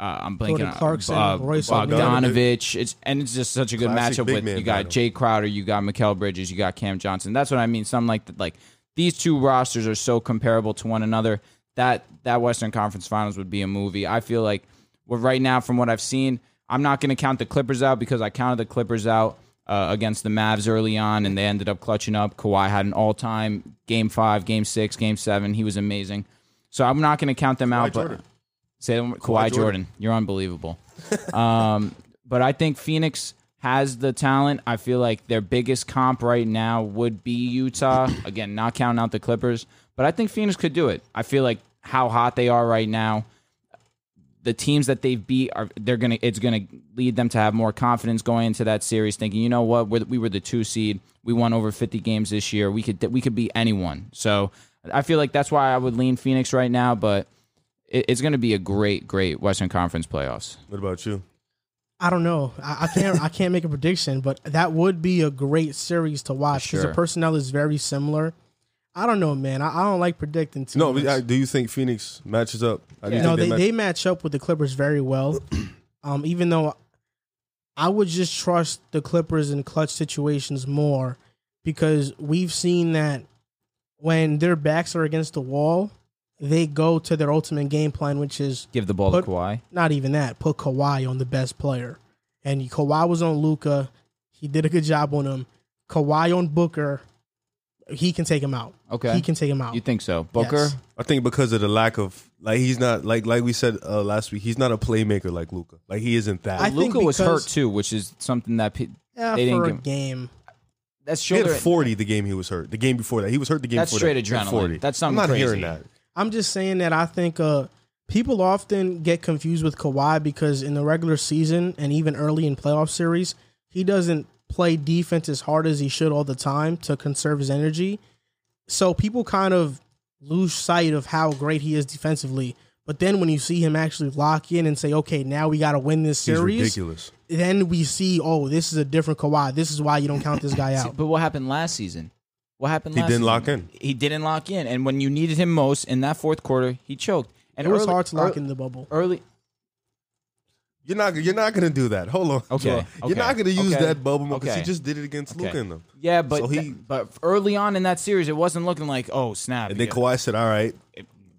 Speaker 3: I'm blanking
Speaker 2: Jordan
Speaker 3: on
Speaker 2: Clarkson,
Speaker 3: uh,
Speaker 2: Royce
Speaker 3: Bogdanovich. It's and it's just such a good
Speaker 4: Classic
Speaker 3: matchup
Speaker 4: big
Speaker 3: with
Speaker 4: man
Speaker 3: you got
Speaker 4: battle.
Speaker 3: Jay Crowder, you got Mikel Bridges, you got Cam Johnson. That's what I mean. Some like like these two rosters are so comparable to one another that that Western Conference Finals would be a movie. I feel like well, right now from what I've seen, I'm not going to count the Clippers out because I counted the Clippers out uh, against the Mavs early on, and they ended up clutching up. Kawhi had an all time game five, game six, game seven. He was amazing. So I'm not going to count them out.
Speaker 4: Jordan.
Speaker 3: But say them, Kawhi, Jordan.
Speaker 4: Jordan.
Speaker 3: you're unbelievable. um, but I think Phoenix has the talent. I feel like their biggest comp right now would be Utah. Again, not counting out the Clippers, but I think Phoenix could do it. I feel like how hot they are right now the teams that they've beat are they're gonna it's gonna lead them to have more confidence going into that series, thinking you know what we're, the- we were the two seed, we won over fifty games this year, we could we could beat anyone. So I feel like that's why I would lean Phoenix right now, but it, it's gonna be a great great Western Conference playoffs.
Speaker 4: What about you?
Speaker 2: I don't know. I, I can't. I can't make a prediction, but that would be a great series to watch because
Speaker 3: Sure.
Speaker 2: the personnel is very similar. I don't know, man. I, I don't like predicting. Too
Speaker 4: No,
Speaker 2: much.
Speaker 4: but, uh, do you think Phoenix matches up? I do
Speaker 2: no,
Speaker 4: think
Speaker 2: they,
Speaker 4: match-
Speaker 2: they match up with the Clippers very well. um, even though I would just trust the Clippers in clutch situations more because we've seen that when their backs are against the wall, they go to their ultimate game plan, which is
Speaker 3: Give the ball
Speaker 2: Put-
Speaker 3: to Kawhi.
Speaker 2: not even that, put Kawhi on the best player. And Kawhi was on Luca. He did a good job on him. Kawhi on Booker. He can take him out.
Speaker 3: Okay.
Speaker 2: He can take him out.
Speaker 3: You think so, Booker?
Speaker 2: Yes.
Speaker 4: I think because of the lack of like he's not like like we said uh, last week, he's not a playmaker like Luca. Like he isn't that.
Speaker 2: I think
Speaker 3: Luca was hurt
Speaker 2: because-
Speaker 3: too, which is something that pe-
Speaker 2: yeah,
Speaker 3: they didn't
Speaker 2: for a
Speaker 3: give him-
Speaker 2: game.
Speaker 3: that's
Speaker 4: he had
Speaker 3: shoulder.
Speaker 4: 40 the game he was hurt. The game before that, he was hurt the game
Speaker 3: That's
Speaker 4: before
Speaker 3: straight
Speaker 4: that. He had
Speaker 3: adrenaline.
Speaker 4: 40.
Speaker 3: That's something
Speaker 4: I'm not
Speaker 3: crazy.
Speaker 4: hearing that.
Speaker 2: I'm just saying that I think uh, people often get confused with Kawhi because in the regular season and even early in playoff series, he doesn't play defense as hard as he should all the time to conserve his energy. So people kind of lose sight of how great he is defensively. But then when you see him actually lock in and say, "Okay, now we got to win this
Speaker 4: He's
Speaker 2: series,"
Speaker 4: ridiculous.
Speaker 2: then we see, "Oh, this is a different Kawhi. This is why you don't count this guy out."
Speaker 3: But what happened last season? What happened?
Speaker 4: He
Speaker 3: last
Speaker 4: didn't
Speaker 3: season?
Speaker 4: lock in.
Speaker 3: He didn't lock in, and when you needed him most in that fourth quarter, he choked. And
Speaker 2: It was
Speaker 3: early-
Speaker 2: hard to lock
Speaker 3: ear-
Speaker 2: in the bubble.
Speaker 3: early.
Speaker 4: You're not you're not going to do that. Hold on.
Speaker 3: Okay,
Speaker 4: Hold on. You're
Speaker 3: okay,
Speaker 4: not going to use
Speaker 3: okay,
Speaker 4: that bubble because
Speaker 3: okay.
Speaker 4: he just did it against
Speaker 3: Okay.
Speaker 4: Luca in them.
Speaker 3: Yeah, but
Speaker 4: So he-
Speaker 3: th- but early on in that series, it wasn't looking like oh snap.
Speaker 4: And then
Speaker 3: yeah,
Speaker 4: Kawhi said, "All right,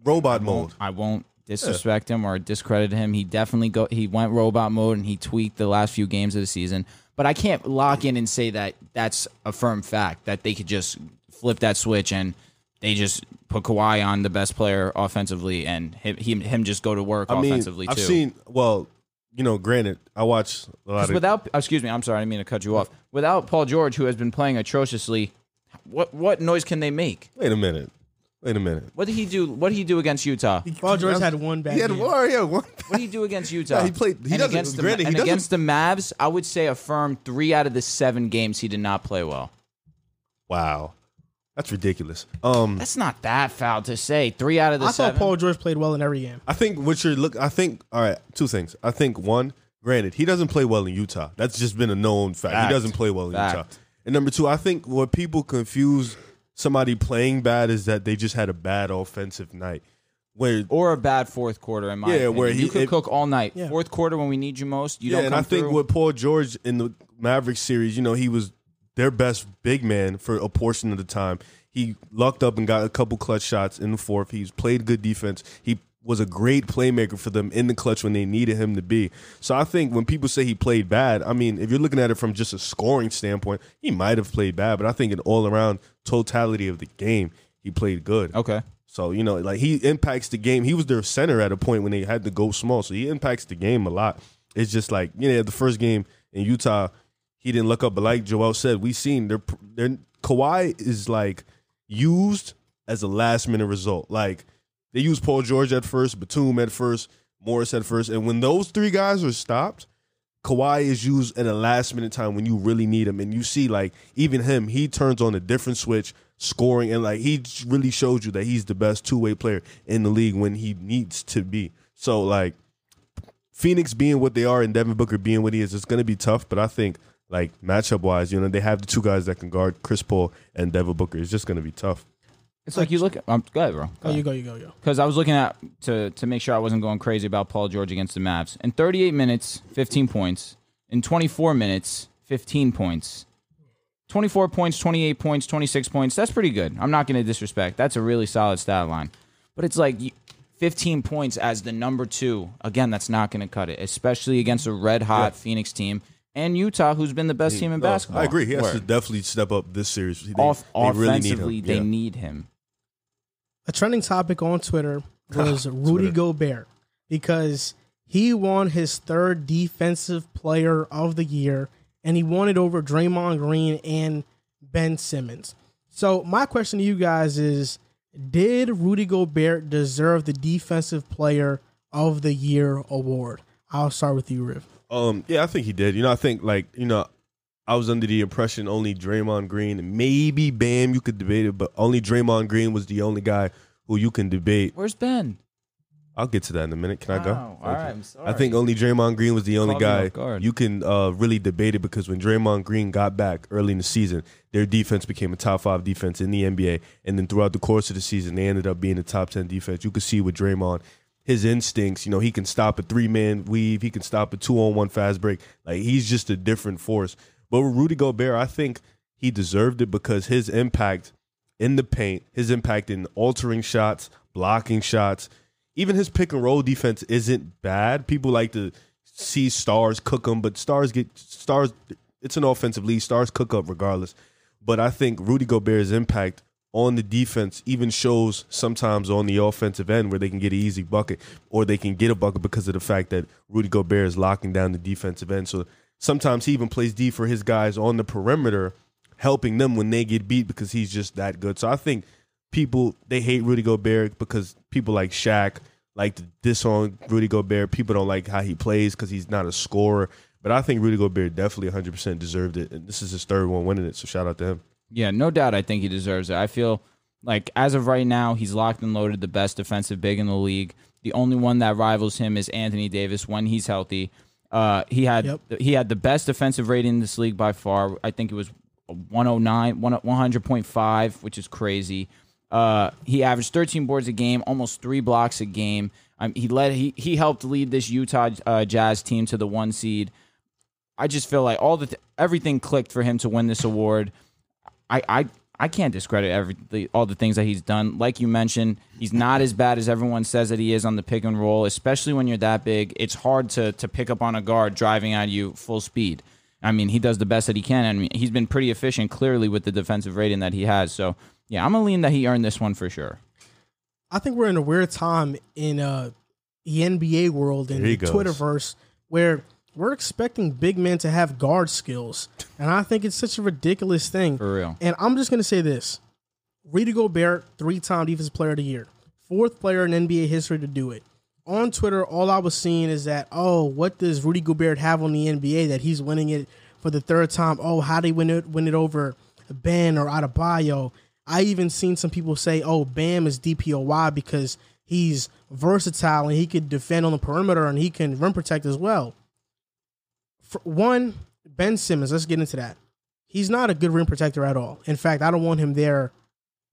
Speaker 4: robot
Speaker 3: I won't-
Speaker 4: mode."
Speaker 3: I won't disrespect him or discredit him. He definitely go. He went robot mode and he tweaked the last few games of the season. But I can't lock in and say that that's a firm fact that they could just flip that switch and they just put Kawhi on the best player offensively and him him, him just go to work
Speaker 4: I mean,
Speaker 3: offensively
Speaker 4: I've
Speaker 3: too.
Speaker 4: seen well, you know, granted, I watch a lot
Speaker 3: Because
Speaker 4: of
Speaker 3: without, excuse me, I'm sorry, I didn't mean to cut you off. Without Paul George, who has been playing atrociously, what what noise can they make?
Speaker 4: Wait a minute. Wait a minute.
Speaker 3: What did he do? What did he do against Utah? What
Speaker 2: Paul George had one bad
Speaker 4: He had
Speaker 2: game.
Speaker 4: one, yeah, one.
Speaker 3: did he do against Utah?
Speaker 4: he played-
Speaker 3: and
Speaker 4: he doesn't-
Speaker 3: against the,
Speaker 4: granted, he
Speaker 3: and
Speaker 4: doesn't-
Speaker 3: against the Mavs, I would say a firm three out of the seven games he did not play well.
Speaker 4: Wow. That's ridiculous. Um,
Speaker 3: That's not that foul to say. Three out of the
Speaker 2: I
Speaker 3: seven.
Speaker 2: thought Paul George played well in every game.
Speaker 4: I think what you're look. I think all right. Two things. I think one, granted, he doesn't play well in Utah. That's just been a known fact.
Speaker 3: Fact.
Speaker 4: He doesn't play well in
Speaker 3: Fact.
Speaker 4: Utah. And number two, I think what people confuse somebody playing bad is that they just had a bad offensive night. Where
Speaker 3: or a bad fourth quarter, in my
Speaker 4: Yeah,
Speaker 3: opinion.
Speaker 4: where
Speaker 3: you
Speaker 4: he-
Speaker 3: could
Speaker 4: it-
Speaker 3: cook all night.
Speaker 2: Yeah.
Speaker 3: Fourth quarter when we need you most, you
Speaker 4: yeah,
Speaker 3: don't
Speaker 4: and
Speaker 3: come
Speaker 4: I think
Speaker 3: through.
Speaker 4: with Paul George in the Mavericks series, you know, he was their best big man for a portion of the time. He lucked up and got a couple clutch shots in the fourth. He's played good defense. He was a great playmaker for them in the clutch when they needed him to be. So I think when people say he played bad, I mean, if you're looking at it from just a scoring standpoint, he might have played bad, but I think in all around totality of the game, he played good.
Speaker 3: okay.
Speaker 4: So you know, like he impacts the game. He was their center at a point when they had to go small, so he impacts the game a lot. It's just like you know, the first game in Utah, he didn't look up, but like Joel said, we seen their their Kawhi is like used as a last minute result. Like they used Paul George at first, Batum at first, Morris at first, and when those three guys are stopped, Kawhi is used at a last minute time when you really need him, and you see like even him, he turns on a different switch, scoring, and like he j- really shows you that he's the best two way player in the league when he needs to be. So like Phoenix being what they are and Devin Booker being what he is, it's gonna be tough, but I think like matchup wise, you know, they have the two guys that can guard Chris Paul and Devin Booker. It's just gonna be tough.
Speaker 3: It's like you look at. Um, go ahead, bro.
Speaker 2: Oh, you go, you go, you go.
Speaker 3: Because I was looking at to to make sure I wasn't going crazy about Paul George against the Mavs. In 38 minutes, 15 points. In 24 minutes, 15 points. 24 points, 28 points, 26 points. That's pretty good. I'm not going to disrespect. That's a really solid stat line. But it's like you- 15 points as the number two. Again, that's not going to cut it, especially against a red hot Phoenix team and Utah, who's been the best team in
Speaker 4: No,
Speaker 3: basketball.
Speaker 4: Oh, I agree. He has
Speaker 3: Word.
Speaker 4: to definitely step up this series. They,
Speaker 3: Off,
Speaker 4: they really need
Speaker 3: offensively,
Speaker 4: him.
Speaker 3: they
Speaker 4: Yeah.
Speaker 3: need him.
Speaker 2: a trending topic on Twitter was Rudy Gobert because he won his third defensive player of the year and he won it over Draymond Green and Ben Simmons. So my question to you guys is did Rudy Gobert deserve the defensive player of the year award? I'll start with you, Riv.
Speaker 4: Um, yeah, I think he did. You know, I think like you know, I was under the impression only Draymond Green, and maybe Bam. You could debate it, but only Draymond Green was the only guy who you can debate.
Speaker 3: Where's Ben?
Speaker 4: I'll get to that in a minute. Can I go?
Speaker 3: Wow, all right, I'm sorry.
Speaker 4: I think only Draymond Green was the only
Speaker 3: Caught me off
Speaker 4: guy
Speaker 3: guard.
Speaker 4: you can uh, really debate it because when Draymond Green got back early in the season, their defense became a top five defense in the NBA, and then throughout the course of the season, they ended up being a top ten defense. You could see with Draymond, his instincts. You know, he can stop a three man weave, he can stop a two on one fast break. Like he's just a different force. But with Rudy Gobert, I think he deserved it because his impact in the paint, his impact in altering shots, blocking shots, even his pick and roll defense isn't bad. People like to see stars cook them, but stars get stars. It's an offensive league. Stars cook up regardless. But I think Rudy Gobert's impact on the defense even shows sometimes on the offensive end where they can get an easy bucket or they can get a bucket because of the fact that Rudy Gobert is locking down the defensive end. So sometimes he even plays D for his guys on the perimeter helping them when they get beat because he's just that good. So I think people they hate Rudy Gobert because people like Shaq like to diss on Rudy Gobert. People don't like how he plays because he's not a scorer. But I think Rudy Gobert definitely 100% deserved it, and this is his third one winning it. So shout out to him.
Speaker 3: Yeah, no doubt. I think he deserves it. I feel like as of right now, he's locked and loaded, the best defensive big in the league. The only one that rivals him is Anthony Davis when he's healthy. Uh, he had
Speaker 2: Yep.
Speaker 3: he had the best defensive rating in this league by far. I think it was 109, 100.5, which is crazy. Uh, he averaged 13 boards a game, almost three blocks a game. Um, he led he he helped lead this Utah uh, Jazz team to the one seed. I just feel like all the th- everything clicked for him to win this award. I I I can't discredit every the, all the things that he's done. Like you mentioned, he's not as bad as everyone says that he is on the pick and roll, especially when you're that big. It's hard to to pick up on a guard driving at you full speed. I mean, he does the best that he can, and he's been pretty efficient clearly with the defensive rating that he has. So yeah, I'm gonna lean that he earned this one for sure.
Speaker 2: I think we're in a weird time in uh, the NBA world and
Speaker 4: Here he
Speaker 2: the
Speaker 4: goes.
Speaker 2: Twitterverse where we're expecting big men to have guard skills, and I think it's such a ridiculous thing.
Speaker 3: For real.
Speaker 2: And I'm just gonna say this: Rudy Gobert, three-time Defensive Player of the Year, fourth player in NBA history to do it. On Twitter, all I was seeing is that, oh, what does Rudy Gobert have on the NBA that he's winning it for the third time? Oh, how they win it, win it over Ben or Adebayo? I even seen some people say, "Oh, Bam is DPOY because he's versatile and he could defend on the perimeter and he can rim protect as well." For one, Ben Simmons. Let's get into that. He's not a good rim protector at all. In fact, I don't want him there,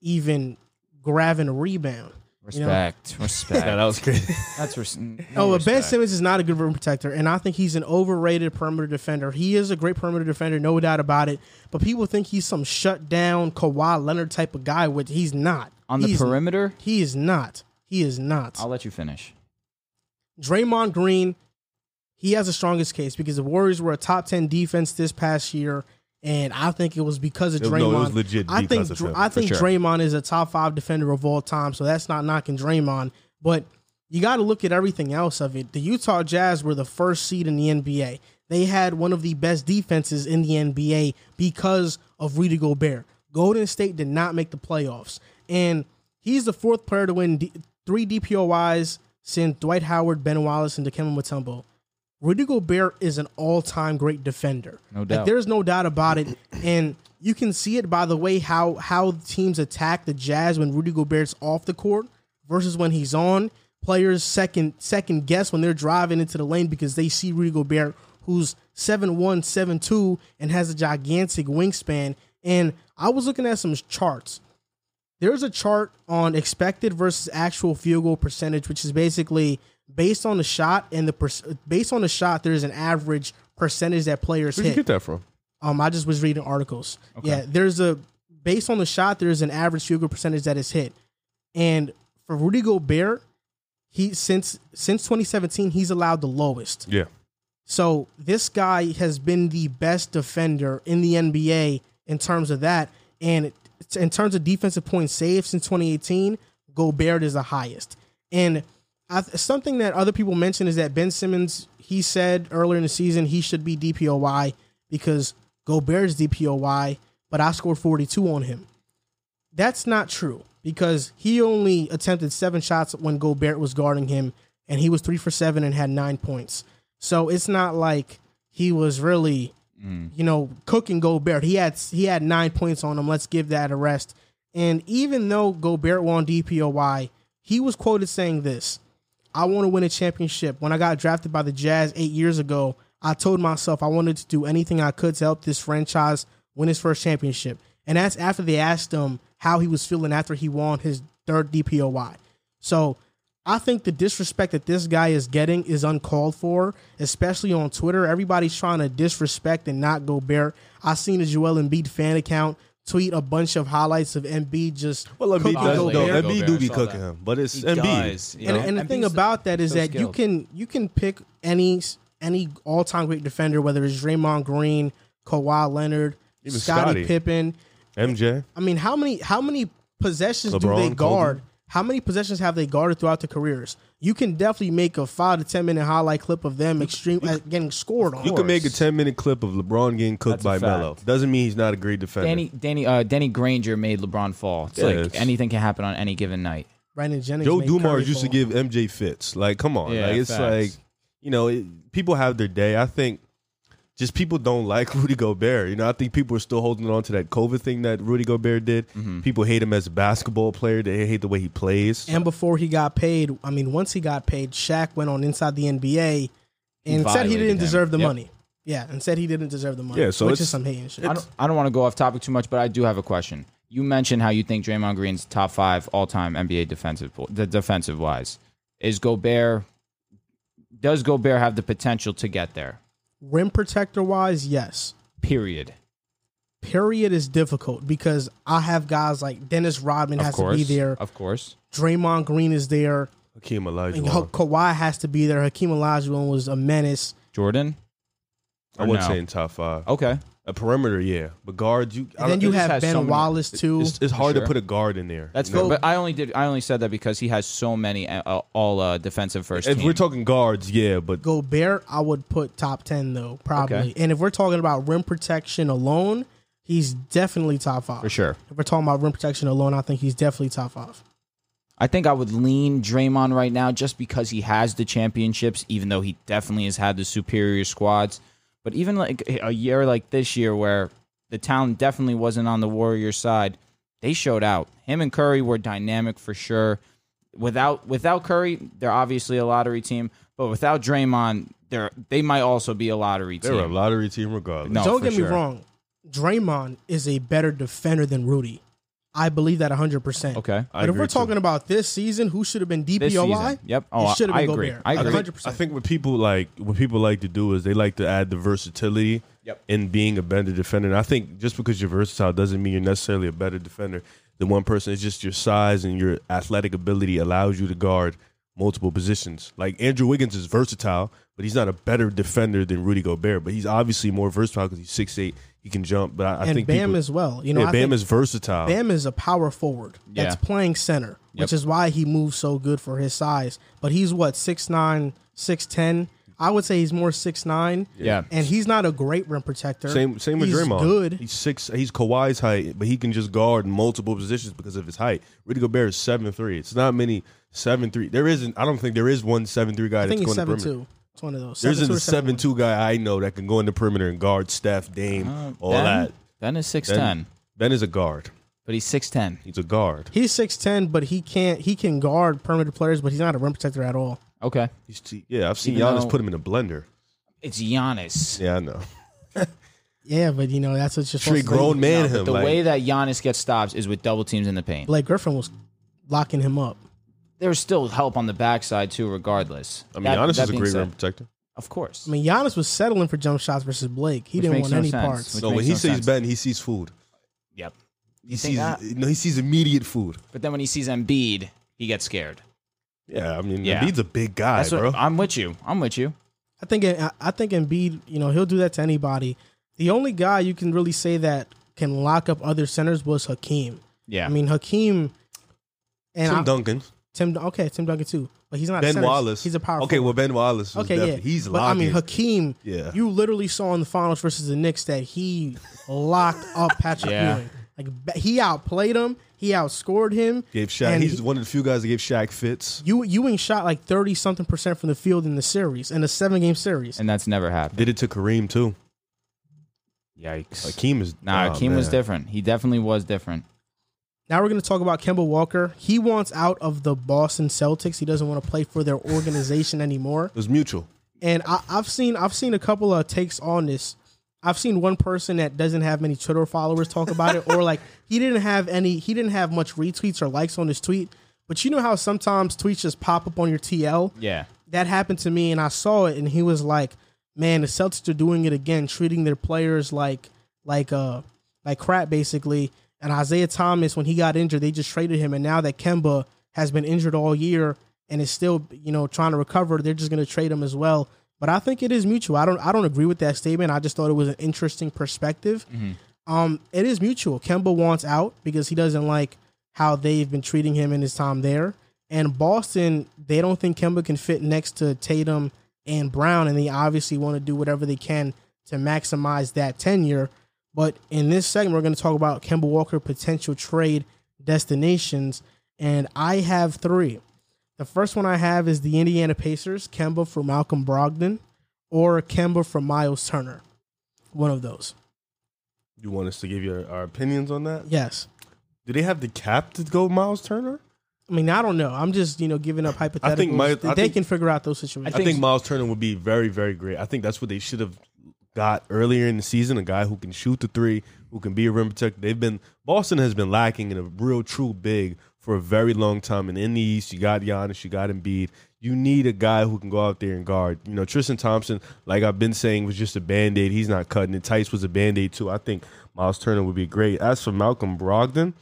Speaker 2: even grabbing a rebound. you know?
Speaker 3: Respect, respect.
Speaker 4: Yeah, that was crazy.
Speaker 3: That's res- no
Speaker 2: Oh, but Ben
Speaker 3: respect.
Speaker 2: Simmons is not a good rim protector, and I think he's an overrated perimeter defender. He is a great perimeter defender, no doubt about it. But people think he's some shut down Kawhi Leonard type of guy, which he's not.
Speaker 3: on the
Speaker 2: He's-
Speaker 3: perimeter.
Speaker 2: he is not. He is not.
Speaker 3: I'll let you finish.
Speaker 2: Draymond Green, he has the strongest case because the Warriors were a top ten defense this past year, and I think it was because of
Speaker 4: It was-
Speaker 2: Draymond.
Speaker 4: no, it was legit
Speaker 2: I think
Speaker 4: because of
Speaker 2: Dr-
Speaker 4: him,
Speaker 2: I
Speaker 4: for
Speaker 2: think
Speaker 3: sure.
Speaker 2: Draymond is a top five defender of all time, so that's not knocking Draymond, but you got to look at everything else of it. The Utah Jazz were the first seed in the NBA. They had one of the best defenses in the NBA because of Rudy Gobert. Golden State did not make the playoffs, and he's the fourth player to win D- three DPOIs since Dwight Howard, Ben Wallace, and Dikembe Mutombo. Rudy Gobert is an all-time great defender.
Speaker 3: No
Speaker 2: Like,
Speaker 3: doubt.
Speaker 2: there's no doubt about it, and you can see it by the way how how teams attack the Jazz when Rudy Gobert's off the court versus when he's on. Players second second guess when they're driving into the lane because they see Rudy Gobert, who's 7'1", 7'2", and has a gigantic wingspan. And I was looking at some charts there's a chart on expected versus actual field goal percentage, which is basically based on the shot and the per- based on the shot. There's an average percentage that players
Speaker 4: Where'd you
Speaker 2: hit.
Speaker 4: get that from?
Speaker 2: Um, I just was reading articles. Yeah, there's a based on the shot. There's an average field goal percentage that is hit, and for Rudy Gobert, he since since 2017 he's allowed the lowest.
Speaker 4: Yeah.
Speaker 2: So this guy has been the best defender in the NBA in terms of that, and in terms of defensive points saved since 2018, Gobert is the highest. And I, something that other people mentioned is that Ben Simmons, he said earlier in the season he should be DPOY because Gobert's DPOY, but I scored 42 on him. That's not true because he only attempted seven shots when Gobert was guarding him, and he was three for seven and had nine points. So it's not like he was really, you know, cooking Gobert. He had he had nine points on him. Let's give that a rest. And even though Gobert won DPOY, he was quoted saying this. I want to win a championship. When I got drafted by the Jazz eight years ago, I told myself I wanted to do anything I could to help this franchise win his first championship. And that's after they asked him how he was feeling after he won his third DPOY. So I think the disrespect that this guy is getting is uncalled for, especially on Twitter. Everybody's trying to disrespect and not go bare. I seen a Joel Embiid fan account tweet a bunch of highlights of Embiid just
Speaker 4: Well, Embiid
Speaker 2: cooking
Speaker 3: does,
Speaker 4: does,
Speaker 3: though.
Speaker 4: though.
Speaker 2: Gobert.
Speaker 3: Gobert.
Speaker 4: Embiid do
Speaker 3: I
Speaker 4: be
Speaker 3: saw
Speaker 4: cooking
Speaker 3: that.
Speaker 4: him, but it's
Speaker 5: He
Speaker 4: Embiid.
Speaker 5: does, you
Speaker 2: and,
Speaker 5: know?
Speaker 2: and the thing
Speaker 3: Embiid's
Speaker 2: about that is
Speaker 3: so
Speaker 2: that you
Speaker 3: skilled.
Speaker 2: can you can pick any any all time great defender, whether it's Draymond Green, Kawhi Leonard,
Speaker 4: Even
Speaker 2: Scottie
Speaker 4: Scottie.
Speaker 2: Pippen.
Speaker 4: MJ.
Speaker 2: I mean, how many how many possessions do
Speaker 4: LeBron,
Speaker 2: they
Speaker 4: Kobe.
Speaker 2: guard? How many possessions have they guarded throughout their careers? You can definitely make a five to ten minute highlight clip of them extreme uh, getting scored on.
Speaker 4: You can make a 10 minute clip of LeBron getting cooked
Speaker 3: That's a
Speaker 4: by
Speaker 3: fact.
Speaker 4: Melo. Doesn't mean he's not a great defender.
Speaker 3: Danny, Danny, uh, Danny Granger made LeBron fall. It's
Speaker 4: Yeah,
Speaker 3: like
Speaker 4: it's-
Speaker 3: anything can happen on any given night.
Speaker 2: Brandon Jennings,
Speaker 4: Joe
Speaker 2: made
Speaker 4: Dumars
Speaker 2: Curry
Speaker 4: used to
Speaker 2: fall.
Speaker 4: give MJ fits. Like, come on.
Speaker 3: Yeah,
Speaker 4: like, it's
Speaker 3: facts.
Speaker 4: like, you know, it, people have their day. I think just people don't like Rudy Gobert. You know, I think people are still holding on to that COVID thing that Rudy Gobert did. People hate him as a basketball player. They hate the way he plays.
Speaker 2: Mm-hmm. And before he got paid, I mean, once he got paid, Shaq went on Inside the NBA and said he
Speaker 3: Violated
Speaker 2: didn't
Speaker 3: him.
Speaker 2: deserve the
Speaker 3: Yep.
Speaker 2: money. Yeah, and said he didn't deserve the money.
Speaker 4: Yeah, so
Speaker 2: which
Speaker 4: it's-
Speaker 2: is some hating shit.
Speaker 3: I don't, I don't want to go off topic too much, but I do have a question. You mentioned how you think Draymond Green's top five all time NBA defensive the defensive wise is Gobert. Does Gobert have the potential to get there?
Speaker 2: Rim protector wise, yes.
Speaker 3: Period.
Speaker 2: Period is difficult because I have guys like Dennis Rodman
Speaker 3: Of
Speaker 2: has to
Speaker 3: course,
Speaker 2: be there.
Speaker 3: Of course.
Speaker 2: Draymond Green is there.
Speaker 4: Hakeem Olajuwon.
Speaker 2: And Ka- Kawhi has to be there. Hakeem Olajuwon was a menace.
Speaker 3: Jordan.
Speaker 4: I
Speaker 3: Or
Speaker 4: wouldn't
Speaker 3: no?
Speaker 4: say in top five.
Speaker 3: Okay.
Speaker 4: A perimeter, yeah. But guards, you. I
Speaker 2: And then
Speaker 4: don't-
Speaker 2: you
Speaker 4: it just
Speaker 2: have
Speaker 3: has so
Speaker 2: Ben
Speaker 3: many-
Speaker 2: Wallace too.
Speaker 4: It's, it's hard
Speaker 3: sure.
Speaker 4: to put a guard in there.
Speaker 3: That's
Speaker 4: you know?
Speaker 3: fair. But I only did. I only said that because he has so many uh, all uh, defensive first.
Speaker 4: If
Speaker 3: team.
Speaker 4: we're talking guards, yeah, but
Speaker 2: Gobert, I would put top ten though, probably.
Speaker 3: Okay.
Speaker 2: And if we're talking about rim protection alone, he's definitely top five
Speaker 3: for sure,
Speaker 2: If we're talking about rim protection alone, I think he's definitely top five.
Speaker 3: I think I would lean Draymond right now just because he has the championships, even though he definitely has had the superior squads. But even like a year like this year, where the talent definitely wasn't on the Warriors side, they showed out. Him and Curry were dynamic for sure. Without without Curry, they're obviously a lottery team, but without Draymond, they're they might also be a lottery
Speaker 4: They're
Speaker 3: team.
Speaker 4: a lottery team regardless.
Speaker 3: No,
Speaker 2: Don't
Speaker 3: Oh, for
Speaker 2: get me
Speaker 3: sure.
Speaker 2: wrong. Draymond is a better defender than Rudy. I believe that 100%.
Speaker 3: Okay.
Speaker 4: I
Speaker 2: But if
Speaker 4: agree,
Speaker 2: we're
Speaker 4: too.
Speaker 2: talking about this season, who should have been
Speaker 3: This
Speaker 2: DPOY?
Speaker 3: season. Yep. Oh, I,
Speaker 2: it should have
Speaker 3: I
Speaker 2: been
Speaker 3: agree.
Speaker 2: Gobert.
Speaker 3: I
Speaker 4: I
Speaker 3: agree.
Speaker 4: think,
Speaker 2: 100%.
Speaker 4: I think what people like what people like to do is they like to add the versatility
Speaker 3: Yep.
Speaker 4: in being a better defender. And I think just because you're versatile doesn't mean you're necessarily a better defender than one person. It's just your size and your athletic ability allows you to guard multiple positions. Like Andrew Wiggins is versatile, but he's not a better defender than Rudy Gobert. But he's obviously more versatile because he's six eight, he can jump. But I, I
Speaker 2: and
Speaker 4: think
Speaker 2: Bam
Speaker 4: people,
Speaker 2: as well. You know,
Speaker 4: yeah,
Speaker 2: I
Speaker 4: Bam
Speaker 2: think
Speaker 4: is versatile.
Speaker 2: Bam is a power forward that's
Speaker 3: Yeah.
Speaker 2: playing center, which is why he moves so good for his size. But he's what six nine, six ten. I would say he's more six nine.
Speaker 3: Yeah.
Speaker 2: and he's not a great rim protector.
Speaker 4: Same same with
Speaker 2: he's
Speaker 4: Draymond.
Speaker 2: Good.
Speaker 4: He's six. He's Kawhi's height, but he can just guard multiple positions because of his height. Rudy Gobert is seven three. It's not many seven three. There isn't. I don't think there is one seven three guy
Speaker 2: I think
Speaker 4: that's
Speaker 2: he's
Speaker 4: going to
Speaker 2: seven
Speaker 4: perimeter.
Speaker 2: two. It's one of those.
Speaker 4: There
Speaker 2: 7'2"
Speaker 4: isn't
Speaker 2: or
Speaker 4: a seven two guy I know that can go in the perimeter and guard Steph, Dame, all
Speaker 3: Uh, ben,
Speaker 4: that.
Speaker 3: Ben is six
Speaker 4: Ben,
Speaker 3: ten,
Speaker 4: Ben is a guard.
Speaker 3: but he's six ten.
Speaker 4: He's a guard.
Speaker 2: He's six ten, but he can't. He can guard perimeter players, but he's not a rim protector at all.
Speaker 3: Okay.
Speaker 4: He's t- yeah, I've seen
Speaker 3: Even
Speaker 4: Giannis
Speaker 3: though-
Speaker 4: put him in a blender.
Speaker 3: It's Giannis.
Speaker 4: Yeah, I know.
Speaker 2: Yeah, but you know that's what you're supposed
Speaker 4: Straight
Speaker 2: to do.
Speaker 4: grown man
Speaker 3: But
Speaker 4: him.
Speaker 3: the
Speaker 4: like,
Speaker 3: way that Giannis gets stops is with double teams in the paint.
Speaker 2: Blake Griffin was locking him up.
Speaker 3: There's still help on the backside too, regardless.
Speaker 4: I mean,
Speaker 3: That-
Speaker 4: Giannis
Speaker 3: that
Speaker 4: is a
Speaker 3: being
Speaker 4: great
Speaker 3: said-
Speaker 4: rim protector.
Speaker 3: Of course.
Speaker 2: I mean, Giannis was settling for jump shots versus Blake. He
Speaker 3: Which
Speaker 2: didn't
Speaker 3: makes
Speaker 2: want
Speaker 3: no
Speaker 2: any
Speaker 3: sense.
Speaker 2: parts.
Speaker 3: Which
Speaker 4: No, when
Speaker 3: makes
Speaker 4: he
Speaker 3: no
Speaker 4: sees
Speaker 3: sense.
Speaker 4: Ben, he sees food.
Speaker 3: yep.
Speaker 4: He
Speaker 3: think
Speaker 4: sees
Speaker 3: that?
Speaker 4: no, he sees immediate food.
Speaker 3: But then when he sees Embiid, he gets scared.
Speaker 4: Yeah, I mean,
Speaker 3: Yeah.
Speaker 4: Embiid's a big guy,
Speaker 3: That's
Speaker 4: bro.
Speaker 3: what I'm with you. I'm with you.
Speaker 2: I think I I think Embiid, you know, he'll do that to anybody. The only guy you can really say that can lock up other centers was Hakeem.
Speaker 3: Yeah.
Speaker 2: I mean, Hakeem and
Speaker 4: Tim
Speaker 2: I-
Speaker 4: Duncan,
Speaker 2: Tim Dun- okay, Tim Duncan too, but he's not a
Speaker 4: Ben
Speaker 2: center.
Speaker 4: Wallace.
Speaker 2: He's a power.
Speaker 4: Okay,
Speaker 2: forward.
Speaker 4: well Ben Wallace. Was
Speaker 2: okay,
Speaker 4: okay,
Speaker 2: yeah,
Speaker 4: He's
Speaker 2: but I
Speaker 4: locking.
Speaker 2: mean, Hakeem.
Speaker 4: Yeah.
Speaker 2: you literally saw in the finals versus the Knicks that he locked up Patrick
Speaker 3: Yeah.
Speaker 2: Ewing. Like ba- he outplayed him, he outscored him.
Speaker 4: gave Shaq.
Speaker 2: and
Speaker 4: He's
Speaker 2: he-
Speaker 4: one of the few guys that gave Shaq fits.
Speaker 2: Ew- Ewing shot like thirty something percent from the field in the series in a seven game series.
Speaker 3: And that's never happened.
Speaker 4: Did it to Kareem too.
Speaker 3: Yikes.
Speaker 4: Hakeem is
Speaker 3: nah,
Speaker 4: oh,
Speaker 3: Akeem was
Speaker 4: man.
Speaker 3: different. He definitely was different.
Speaker 2: Now we're going to talk about Kemba Walker. He wants out of the Boston Celtics. He doesn't want to play for their organization anymore.
Speaker 4: It was mutual.
Speaker 2: And I, I've seen I've seen a couple of takes on this. I've seen one person that doesn't have many Twitter followers talk about it, or like he didn't have any, he didn't have much retweets or likes on his tweet. But you know how sometimes tweets just pop up on your TL.
Speaker 3: Yeah.
Speaker 2: That happened to me, and I saw it, and he was like, "Man, the Celtics are doing it again, treating their players like like uh like crap, basically." And Isaiah Thomas, when he got injured, they just traded him, and now that Kemba has been injured all year and is still you know trying to recover, they're just going to trade him as well. But I think it is mutual. I don't I don't agree with that statement. I just thought it was an interesting perspective. Um, it is mutual. Kemba wants out because he doesn't like how they've been treating him in his time there. And Boston, they don't think Kemba can fit next to Tatum and Brown, and they obviously want to do whatever they can to maximize that tenure. But in this segment, we're going to talk about Kemba Walker potential trade destinations, and I have three. The first one I have is the Indiana Pacers, Kemba for Malcolm Brogdon, or Kemba for Miles Turner. One of those.
Speaker 4: You want us to give you our opinions on that?
Speaker 2: Yes.
Speaker 4: Do they have the cap to go Miles Turner?
Speaker 2: I mean, I don't know. I'm just you know giving up hypotheticals.
Speaker 4: my- I
Speaker 2: they
Speaker 4: think-
Speaker 2: can figure out those
Speaker 4: I
Speaker 2: situations.
Speaker 4: think, Miles Turner would be very, very great. I think that's what they should have got earlier in the season. A guy who can shoot the three, who can be a rim protector. They've been Boston has been lacking in a real true big for a very long time. And in the East, you got Giannis, you got Embiid. You need a guy who can go out there and guard. You know, Tristan Thompson, like I've been saying, was just a band aid. He's not cutting it. Tice was a band aid too. I think Miles Turner would be great. As for Malcolm Brogdon,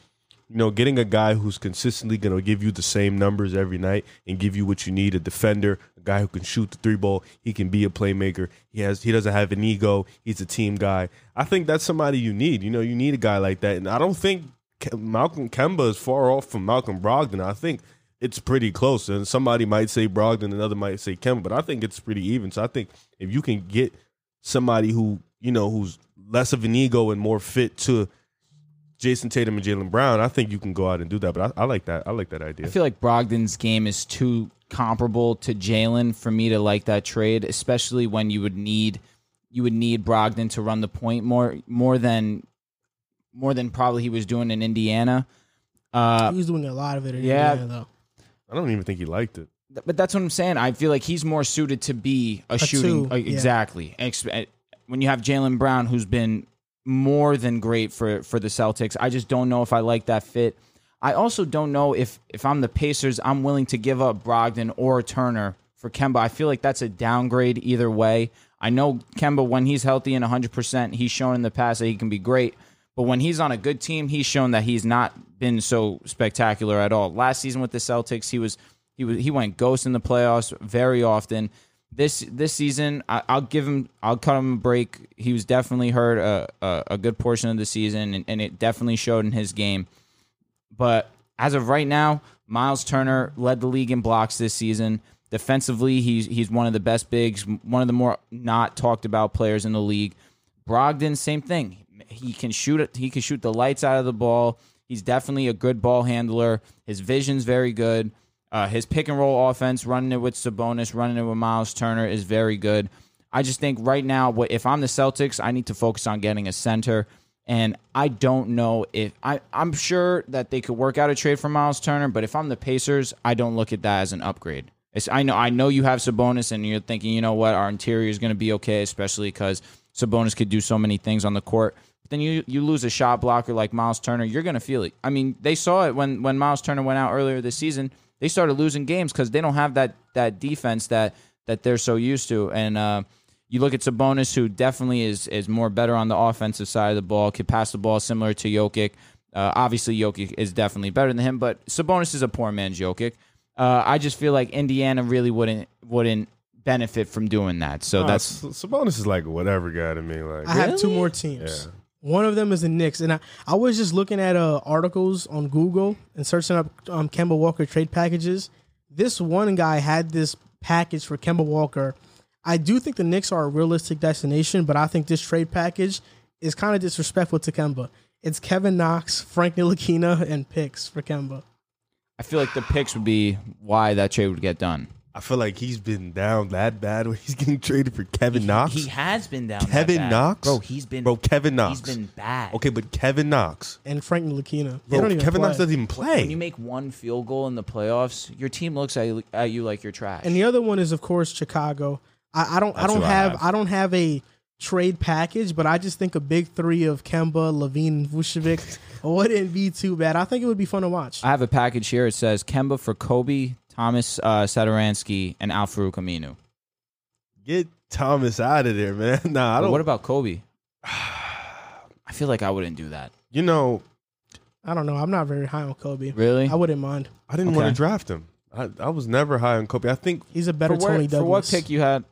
Speaker 4: you know, getting a guy who's consistently going to give you the same numbers every night and give you what you need—a defender, a guy who can shoot the three ball, he can be a playmaker. He has—he doesn't have an ego. He's a team guy. I think that's somebody you need. You know, you need a guy like that, and I don't think Ke- Malcolm Kemba is far off from Malcolm Brogdon. I think it's pretty close, and somebody might say Brogdon, another might say Kemba, but I think it's pretty even. So I think if you can get somebody who you know who's less of an ego and more fit to Jason Tatum and Jalen Brown, I think you can go out and do that. But I, I like that. I like that idea.
Speaker 3: I feel like Brogdon's game is too comparable to Jalen for me to like that trade, especially when you would need you would need Brogdon to run the point more more than more than probably he was doing in Indiana. Uh,
Speaker 2: he was doing a lot of it. In
Speaker 3: yeah.
Speaker 2: Indiana, though.
Speaker 4: I don't even think he liked it.
Speaker 3: th- but that's what I'm saying. I feel like he's more suited to be a, shooting
Speaker 2: two,
Speaker 3: uh,
Speaker 2: yeah.
Speaker 3: exactly. Ex- uh, When you have Jalen Brown, who's been more than great for for the Celtics, I just don't know if I like that fit. I also don't know if if I'm the Pacers, I'm willing to give up Brogdon or Turner for Kemba. I feel like that's a downgrade either way. I know Kemba when he's healthy and 100%, he's shown in the past that he can be great. But when he's on a good team, he's shown that he's not been so spectacular at all. Last season with the Celtics, he was he was he went ghost in the playoffs very often. This this season, I, I'll give him I'll cut him a break. He was definitely hurt a, a, a good portion of the season, and, and it definitely showed in his game. But as of right now, Miles Turner led the league in blocks this season. Defensively, he's he's one of the best bigs, one of the more not talked about players in the league. Brogdon, same thing. He can shoot it. He can shoot the lights out of the ball. He's definitely a good ball handler. His vision's very good. Uh, his pick and roll offense, running it with Sabonis, running it with Miles Turner, is very good. I just think right now, what if I'm the Celtics, I need to focus on getting a center. And I don't know if I, I'm sure that they could work out a trade for Miles Turner, but if I'm the Pacers, I don't look at that as an upgrade. It's, I know I know you have Sabonis, and you're thinking, you know what, our interior is going to be okay, especially because Sabonis could do so many things on the court. But then you you lose a shot blocker like Miles Turner, you're going to feel it. I mean, they saw it when when Miles Turner went out earlier this season. They started losing games because they don't have that that defense that that they're so used to. And uh, you look at Sabonis, who definitely is is more better on the offensive side of the ball, could pass the ball similar to Jokic. Uh, obviously, Jokic is definitely better than him, but Sabonis is a poor man's Jokic. Uh, I just feel like Indiana really wouldn't wouldn't benefit from doing that. So
Speaker 4: Nah,
Speaker 3: that's
Speaker 4: S- Sabonis is like a whatever guy to me. Like
Speaker 2: I have two more teams.
Speaker 4: Yeah.
Speaker 2: One of them is the Knicks, and I, I was just looking at uh, articles on Google and searching up um, Kemba Walker trade packages. This one guy had this package for Kemba Walker. I do think the Knicks are a realistic destination, but I think this trade package is kind of disrespectful to Kemba. It's Kevin Knox, Frank Ntilikina, and picks for Kemba.
Speaker 3: I feel like the picks would be why that trade would get done.
Speaker 4: I feel like he's been down that bad when he's getting traded for Kevin Knox.
Speaker 3: He has been down. that
Speaker 4: Kevin
Speaker 3: bad.
Speaker 4: Knox?
Speaker 3: bro. He's been
Speaker 4: Bro, Kevin Knox.
Speaker 3: He's been bad.
Speaker 4: okay, but Kevin Knox.
Speaker 2: And Frank Ntilikina. They
Speaker 4: Bro,
Speaker 2: don't even
Speaker 4: Kevin
Speaker 2: play.
Speaker 4: Knox doesn't even play.
Speaker 3: When you make one field goal in the playoffs, your team looks at, at you like you're trash.
Speaker 2: And the other one is of course Chicago. I, I don't I
Speaker 3: That's
Speaker 2: don't
Speaker 3: who I
Speaker 2: have,
Speaker 3: have.
Speaker 2: I don't have a trade package, but I just think a big three of Kemba, Levine, and Vucevic oh, wouldn't be too bad. I think it would be fun to watch.
Speaker 3: I have a package here. It says Kemba for Kobe, Thomas uh, Sadaransky, and Al Farouk Aminu.
Speaker 4: Get Thomas out of there, man. Nah, I
Speaker 3: But
Speaker 4: don't.
Speaker 3: what about Kobe? I feel like I wouldn't do that.
Speaker 4: you know,
Speaker 2: I don't know. I'm not very high on Kobe.
Speaker 3: Really?
Speaker 2: I wouldn't mind.
Speaker 4: I didn't
Speaker 3: Okay.
Speaker 4: want to draft him. I, I was never high on Kobe. I think
Speaker 2: He's a better
Speaker 3: for, where-
Speaker 2: Tony
Speaker 3: for what
Speaker 2: Douglas.
Speaker 3: pick you had?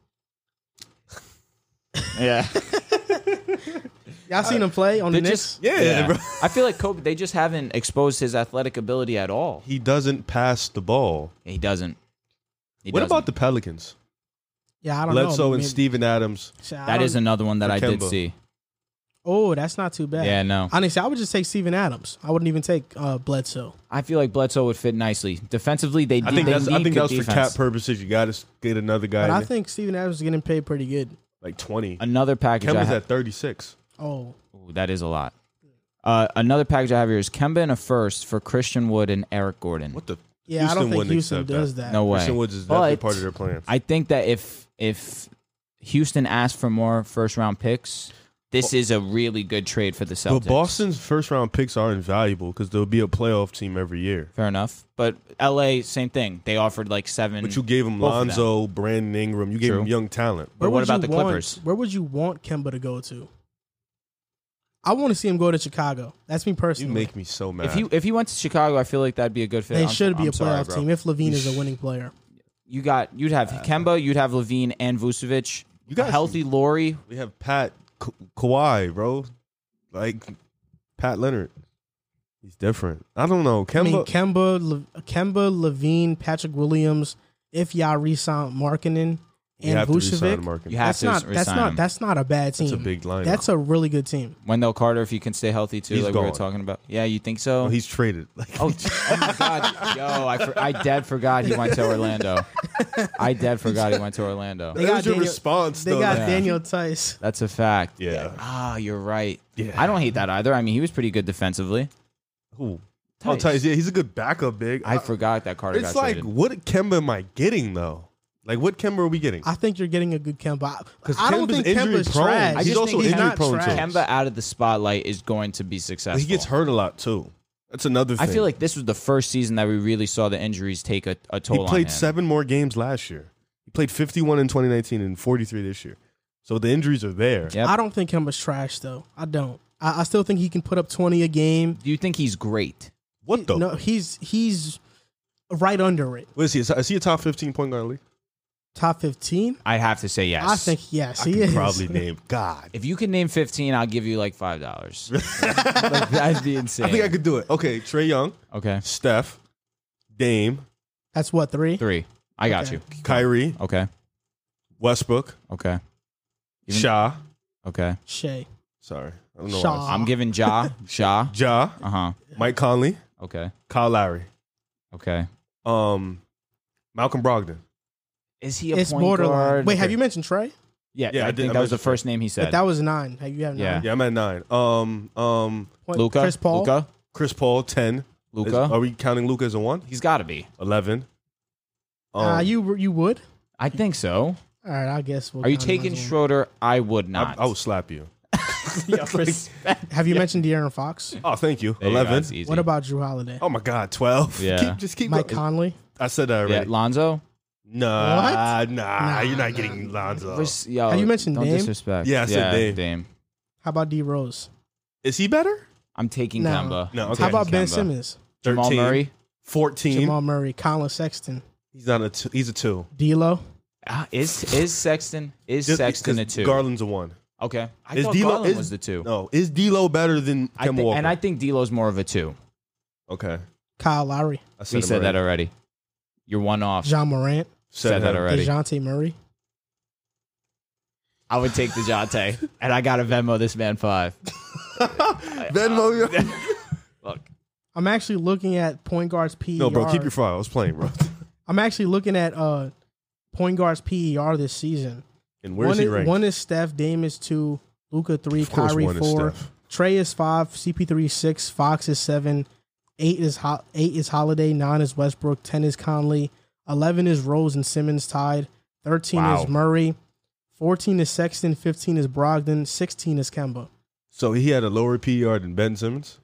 Speaker 3: yeah.
Speaker 2: Y'all
Speaker 3: Uh,
Speaker 2: seen him play on the
Speaker 3: They
Speaker 2: Knicks?
Speaker 3: just,
Speaker 4: Yeah, bro.
Speaker 3: I feel like Kobe, they just haven't exposed his athletic ability at all.
Speaker 4: he doesn't pass the ball.
Speaker 3: He doesn't. He
Speaker 4: what about
Speaker 3: doesn't.
Speaker 4: the Pelicans?
Speaker 2: yeah, I don't know.
Speaker 4: Bledsoe and
Speaker 2: Maybe-
Speaker 4: Steven Adams.
Speaker 2: So I
Speaker 3: That
Speaker 2: don't-
Speaker 3: is another one that
Speaker 4: For
Speaker 3: I did
Speaker 4: Kemba.
Speaker 3: see.
Speaker 2: Oh, that's not too bad.
Speaker 3: Yeah, no.
Speaker 2: Honestly, I would just take Steven Adams. I wouldn't even take uh, Bledsoe.
Speaker 3: I feel like Bledsoe would fit nicely. Defensively, they
Speaker 4: I
Speaker 3: did-
Speaker 4: think
Speaker 3: they
Speaker 4: that's I
Speaker 3: need
Speaker 4: think that was
Speaker 3: good
Speaker 4: for
Speaker 3: defense.
Speaker 4: cap purposes. You got to get another guy,
Speaker 2: But I
Speaker 4: in there,
Speaker 2: think Steven Adams is getting paid pretty good.
Speaker 4: like twenty.
Speaker 3: Another package. I
Speaker 4: Kemba's
Speaker 3: ha-
Speaker 4: at thirty six.
Speaker 2: Oh,
Speaker 3: Ooh, that is a lot. Uh, another package I have here is Kemba and a first for Christian Wood and Eric Gordon.
Speaker 4: What the?
Speaker 2: yeah. I don't think
Speaker 4: wouldn't
Speaker 2: Houston
Speaker 4: accept
Speaker 2: does that.
Speaker 3: No way.
Speaker 4: Houston Woods is definitely
Speaker 3: But
Speaker 4: part of their plan.
Speaker 3: I think that if if Houston asked for more first round picks, this is a really good trade for the Celtics.
Speaker 4: But Boston's first round picks are invaluable because there'll be a playoff team every year.
Speaker 3: fair enough. But L.A. same thing. They offered like seven.
Speaker 4: But you gave him
Speaker 3: Both of them.
Speaker 4: Lonzo, Brandon Ingram. You gave
Speaker 3: True.
Speaker 4: him young talent.
Speaker 3: But what
Speaker 2: would
Speaker 3: about
Speaker 2: you
Speaker 3: the
Speaker 2: want-
Speaker 3: Clippers?
Speaker 2: Where would you want Kemba to go to? I want to see him go to Chicago. That's me
Speaker 4: You
Speaker 2: personally.
Speaker 4: make me so mad.
Speaker 3: if he if he went to Chicago, I feel like that'd be a good fit.
Speaker 2: they
Speaker 3: I'm-
Speaker 2: should be
Speaker 3: I'm
Speaker 2: a
Speaker 3: sorry,
Speaker 2: playoff
Speaker 3: bro.
Speaker 2: team if Levine is a winning player.
Speaker 3: You got you'd have Kemba, you'd have Levine and Vucevic. You
Speaker 4: Uh, You
Speaker 3: got
Speaker 4: got-
Speaker 3: healthy Lori.
Speaker 4: we have Pat Ka- Kawhi, bro. Like Pat Leonard. He's different. I don't know. Kemba.
Speaker 2: I mean, Kemba, Le- Kemba, Levine, Patrick Williams. If y'all resign Markkinen
Speaker 4: You
Speaker 2: and
Speaker 4: have to resign
Speaker 2: Vucevic.
Speaker 4: Markin.
Speaker 3: You have
Speaker 2: That's
Speaker 3: to
Speaker 2: not.
Speaker 3: resign
Speaker 2: That's not.
Speaker 3: him.
Speaker 2: That's not a bad team.
Speaker 4: a big lineup.
Speaker 2: That's a really good team.
Speaker 3: Wendell Carter, if he can stay healthy too,
Speaker 4: He's
Speaker 3: like we were
Speaker 4: gone.
Speaker 3: talking about. Yeah, you think so?
Speaker 4: He's traded. Like,
Speaker 3: Oh, t- oh my God. Yo, I, for- I dead forgot he went to Orlando. I dead forgot he went to Orlando.
Speaker 2: They
Speaker 4: That
Speaker 2: got
Speaker 4: was your
Speaker 2: Daniel-
Speaker 4: response,
Speaker 2: They
Speaker 4: though.
Speaker 2: got
Speaker 4: Yeah.
Speaker 2: Daniel Tice.
Speaker 3: That's a fact.
Speaker 4: Yeah.
Speaker 3: Ah, you're right.
Speaker 4: Yeah.
Speaker 3: I don't hate that either. I mean, he was pretty good defensively.
Speaker 4: Who?
Speaker 3: Tice.
Speaker 4: Oh, Tice. Yeah, he's a good backup big.
Speaker 3: I
Speaker 4: Uh,
Speaker 3: forgot that Carter
Speaker 4: It's
Speaker 3: got
Speaker 4: like,
Speaker 3: traded.
Speaker 4: what Kemba am I getting though? Like, what Kemba are we getting?
Speaker 2: I think you're getting a good Kemba.
Speaker 4: Because
Speaker 2: I don't
Speaker 4: Kemba's
Speaker 2: think Kemba's
Speaker 4: injury-prone.
Speaker 2: trash.
Speaker 3: I
Speaker 4: He's
Speaker 3: just
Speaker 4: also
Speaker 3: think he's
Speaker 4: injury
Speaker 2: not
Speaker 4: prone too.
Speaker 2: trash.
Speaker 3: Kemba out of the spotlight is going to be successful.
Speaker 4: He gets hurt a lot too. That's another
Speaker 3: I
Speaker 4: thing.
Speaker 3: feel like this was the first season that we really saw the injuries take a, a
Speaker 4: he
Speaker 3: toll on
Speaker 4: played
Speaker 3: him.
Speaker 4: seven more games last year. He played 51 in 2019 and 43 this year. So the injuries are there.
Speaker 3: Yep.
Speaker 2: I don't think Kemba's trash though. I don't. I, I still think he can put up 20 a game.
Speaker 3: Do you think he's great?
Speaker 4: What though?
Speaker 2: No, he's he's right under it.
Speaker 4: What is he? Is- Is he a top 15 point guard in the league?
Speaker 2: Top 15.
Speaker 3: I have to say yes.
Speaker 2: I think yes,
Speaker 4: I
Speaker 2: he
Speaker 4: could
Speaker 2: is.
Speaker 4: probably name God.
Speaker 3: if you can name 15, I'll give you like $5. like, that'd be insane.
Speaker 4: I think I could do it. Okay, Trey Young,
Speaker 3: Okay.
Speaker 4: Steph, Dame,
Speaker 2: That's what three.
Speaker 3: Three. I got
Speaker 2: Okay.
Speaker 3: you.
Speaker 4: Kyrie,
Speaker 3: Okay.
Speaker 4: Westbrook,
Speaker 3: Okay. Even-
Speaker 4: Shaw.
Speaker 3: Okay.
Speaker 2: Shay.
Speaker 4: Sorry, I don't know.
Speaker 2: Shaw.
Speaker 4: Why
Speaker 3: I'm giving Ja. Ja.
Speaker 4: I said- ja,
Speaker 3: Uh huh.
Speaker 4: Mike Conley,
Speaker 3: Okay.
Speaker 4: Kyle Lowry,
Speaker 3: Okay.
Speaker 4: um, Malcolm Brogdon.
Speaker 3: Is he a
Speaker 2: It's
Speaker 3: point
Speaker 2: borderline.
Speaker 3: guard?
Speaker 2: Wait, have you mentioned Trey?
Speaker 3: Yeah,
Speaker 4: Yeah,
Speaker 3: I,
Speaker 4: I did-
Speaker 3: think
Speaker 4: I
Speaker 3: that was the
Speaker 4: mentioned-
Speaker 3: first name he
Speaker 2: But
Speaker 3: said.
Speaker 2: that was nine. Have you have nine?
Speaker 3: Yeah.
Speaker 4: Yeah, I'm at nine. Um, um,
Speaker 2: What,
Speaker 3: Luca.
Speaker 2: Chris Paul.
Speaker 3: Luca.
Speaker 4: Chris Paul, ten. Is-
Speaker 3: Luca.
Speaker 4: are we counting Luca as a one?
Speaker 3: He's got to be.
Speaker 4: Eleven.
Speaker 3: Oh.
Speaker 4: Um,
Speaker 2: uh, you you would.
Speaker 3: I think so.
Speaker 2: All right, I guess. We'll
Speaker 3: Are you
Speaker 2: count him
Speaker 3: taking
Speaker 2: as one.
Speaker 3: Schroeder? I would
Speaker 4: I,
Speaker 3: not.
Speaker 4: I would slap you.
Speaker 3: Yeah, respect.
Speaker 2: Have you mentioned De'Aaron Fox?
Speaker 4: Oh, thank you.
Speaker 3: There you go,
Speaker 4: Eleven.
Speaker 3: that's easy.
Speaker 2: What about Drew Holiday?
Speaker 4: Oh my God, twelve.
Speaker 3: Yeah.
Speaker 4: Keep, just keep.
Speaker 2: Mike
Speaker 4: going.
Speaker 2: Conley.
Speaker 4: I said that
Speaker 3: yeah,
Speaker 4: already.
Speaker 3: Lonzo?
Speaker 4: Nah, nah,
Speaker 2: Nah,
Speaker 4: you're not
Speaker 2: nah.
Speaker 4: getting Lonzo.
Speaker 3: Res- yo,
Speaker 2: Have you mentioned
Speaker 3: don't
Speaker 2: Dame?
Speaker 3: disrespect.
Speaker 4: Uh, Yeah, I said Dame.
Speaker 2: How about D Rose?
Speaker 4: Is he better?
Speaker 3: I'm taking
Speaker 2: No.
Speaker 3: Kemba.
Speaker 4: No,
Speaker 3: I'm
Speaker 4: okay.
Speaker 2: How
Speaker 3: taking
Speaker 2: about Ben
Speaker 3: Kemba.
Speaker 2: Simmons?
Speaker 3: Jamal
Speaker 4: 13,
Speaker 3: Murray?
Speaker 4: 14.
Speaker 2: Jamal Murray, Colin Sexton,
Speaker 4: He's not a. Two, he's a two.
Speaker 2: D'Lo.
Speaker 3: Ah, is is Sexton is
Speaker 4: Just
Speaker 3: Sexton a
Speaker 4: because
Speaker 3: two?
Speaker 4: Garland's a one.
Speaker 3: okay, I
Speaker 4: Is
Speaker 3: thought
Speaker 4: D'Lo-
Speaker 3: Garland
Speaker 4: is-
Speaker 3: was the two.
Speaker 4: No, is D'Lo better than Kemba
Speaker 3: I thi-
Speaker 4: Walker?
Speaker 3: and I think D'Lo's more of a two.
Speaker 4: okay,
Speaker 2: Kyle Lowry,
Speaker 4: I
Speaker 3: we
Speaker 4: him
Speaker 3: said that already. You're one off.
Speaker 2: John Morant,
Speaker 3: said that
Speaker 4: him.
Speaker 3: already.
Speaker 2: DeJounte Murray.
Speaker 3: I would take Dejounte, and I got to Venmo this man five.
Speaker 4: Venmo. you-
Speaker 3: Look,
Speaker 2: I'm actually looking at point guards PER.
Speaker 4: no, bro, keep your file. I was playing, bro.
Speaker 2: I'm actually looking at uh, point guards PER this season.
Speaker 4: And where's
Speaker 2: one
Speaker 4: he
Speaker 2: is,
Speaker 4: ranked?
Speaker 2: One is Steph, Dame is two, Luca three,
Speaker 4: Of course
Speaker 2: Kyrie
Speaker 4: one is
Speaker 2: four,
Speaker 4: Steph.
Speaker 2: Trey is five, CP three six, Fox is seven, eight is Ho- eight is Holiday, nine is Westbrook, ten is Conley, eleven is Rose and Simmons tied, thirteen
Speaker 4: Wow.
Speaker 2: is Murray, fourteen is Sexton, fifteen is Brogdon, sixteen is Kemba.
Speaker 4: So he had a lower PER than Ben Simmons.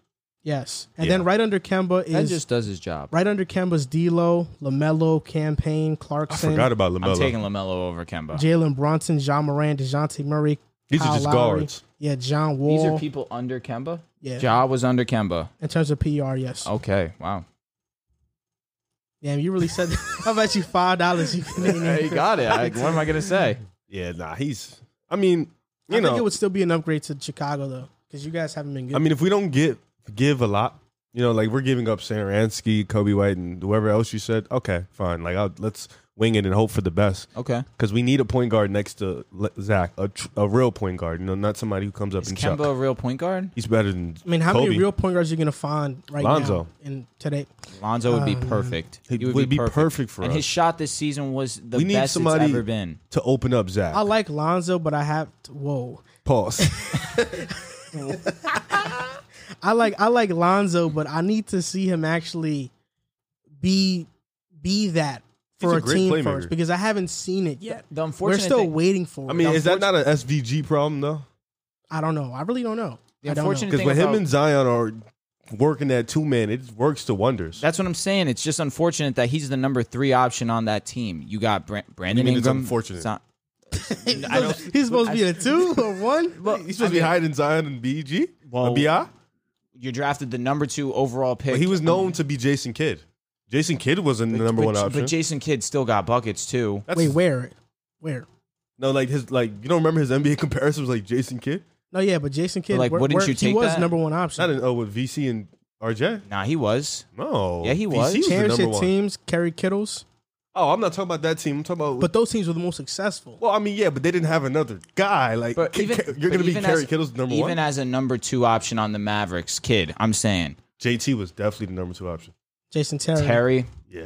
Speaker 2: Yes, and
Speaker 4: Yeah.
Speaker 2: then right under Kemba
Speaker 3: that
Speaker 2: is
Speaker 3: just does his job.
Speaker 2: right under Kemba's D'Lo, Lamelo, Campaign,
Speaker 4: I
Speaker 2: Clarkson,
Speaker 4: forgot about
Speaker 3: I'm
Speaker 4: Lamelo.
Speaker 3: taking Lamelo over Kemba.
Speaker 2: Jalen Bronson, John Moran, Dejounte Murray.
Speaker 4: These are
Speaker 2: Kyle
Speaker 4: just
Speaker 2: Lowry.
Speaker 4: guards.
Speaker 2: Yeah, John Wall.
Speaker 3: These are people under Kemba.
Speaker 2: Yeah.
Speaker 3: Ja was under Kemba.
Speaker 2: In terms of PR, yes.
Speaker 4: Oh.
Speaker 3: Okay, wow.
Speaker 2: Damn, you really said. How about you five dollars? You can name it.
Speaker 3: got it. I, what am I gonna say?
Speaker 4: Yeah, nah, he's. I mean, you
Speaker 2: I
Speaker 4: know,
Speaker 2: think it would still be an upgrade to Chicago though, because you guys haven't been good.
Speaker 4: I mean, if we don't get give a lot, you know, like we're giving up Saransky, Kobe White, and whoever else you said. Okay, fine. Like I'll, let's wing it and hope for the best
Speaker 3: Okay.
Speaker 4: because we need a point guard next to Le- Zach, a, tr- a real point guard. You know, not somebody who comes up
Speaker 3: Is
Speaker 4: and
Speaker 3: Kemba a
Speaker 4: chuck.
Speaker 3: real point guard?
Speaker 4: He's better than.
Speaker 2: I mean, how
Speaker 4: Kobe.
Speaker 2: many real point guards are you gonna find right
Speaker 4: Lonzo.
Speaker 2: now in today?
Speaker 3: Lonzo would be
Speaker 2: Um,
Speaker 3: perfect.
Speaker 4: He would be perfect for
Speaker 3: and
Speaker 4: us.
Speaker 3: his shot this season was the
Speaker 4: We need
Speaker 3: best
Speaker 4: somebody-
Speaker 3: it's ever been.
Speaker 4: to open up Zach?
Speaker 2: I like Lonzo, but I have to, whoa.
Speaker 4: Pause.
Speaker 2: I like I like Lonzo, but I need to see him actually be be that
Speaker 4: He's
Speaker 2: for
Speaker 4: a
Speaker 2: a,
Speaker 4: great
Speaker 2: team
Speaker 4: playmaker.
Speaker 2: first because I haven't seen it yet.
Speaker 3: The
Speaker 2: We're
Speaker 3: unfortunate
Speaker 2: still
Speaker 3: thing,
Speaker 2: waiting for it.
Speaker 4: I mean, is that not an SVG problem though?
Speaker 2: I don't know. I really don't know.
Speaker 3: The
Speaker 2: I don't know.
Speaker 3: unfortunate-
Speaker 4: Because
Speaker 3: thing
Speaker 4: when him
Speaker 3: about-
Speaker 4: and Zion are working that two man, it works to wonders.
Speaker 3: That's what I'm saying. It's just unfortunate that he's the number three option on that team. You got Bran- Brandon
Speaker 4: mean it's
Speaker 3: Ingram.
Speaker 4: unfortunate?
Speaker 3: It's not-
Speaker 2: He's supposed to be a two or one.
Speaker 3: Well,
Speaker 4: He's supposed
Speaker 3: I
Speaker 4: to be
Speaker 3: mean,
Speaker 4: hiding Zion and BG.
Speaker 3: Well-
Speaker 4: Well, BI.
Speaker 3: You drafted the number two overall pick.
Speaker 4: But he was known to be Jason Kidd. Jason Kidd wasn't the number
Speaker 3: but,
Speaker 4: one option.
Speaker 3: But Jason Kidd still got buckets too.
Speaker 4: That's-
Speaker 2: Wait, where? Where?
Speaker 4: No, like his like you don't remember his NBA comparisons like Jason Kidd?
Speaker 2: No, yeah, but Jason Kidd.
Speaker 3: like,
Speaker 2: where-
Speaker 3: wouldn't
Speaker 2: where-
Speaker 3: you
Speaker 2: He
Speaker 3: take
Speaker 2: was
Speaker 3: that?
Speaker 2: number one
Speaker 4: Not
Speaker 2: option.
Speaker 4: in oh with VC and RJ.
Speaker 3: Nah, he was.
Speaker 4: No.
Speaker 3: Yeah, he was.
Speaker 4: VC was the number
Speaker 2: Championship
Speaker 4: one.
Speaker 2: teams, Kerry Kittles.
Speaker 4: Oh, I'm not talking about that team. I'm talking about.
Speaker 2: But those teams were the most successful.
Speaker 4: well, I mean, yeah, but they didn't have another guy. Like,
Speaker 3: But
Speaker 4: K-
Speaker 3: even,
Speaker 4: K- you're
Speaker 3: but
Speaker 4: going to be
Speaker 3: even
Speaker 4: Kerry
Speaker 3: as-
Speaker 4: Kittle's number
Speaker 3: even
Speaker 4: one.
Speaker 3: as a number two option on the Mavericks, kid. I'm saying
Speaker 4: JT was definitely the number two option.
Speaker 2: Jason Terry.
Speaker 3: Terry.
Speaker 4: Yeah.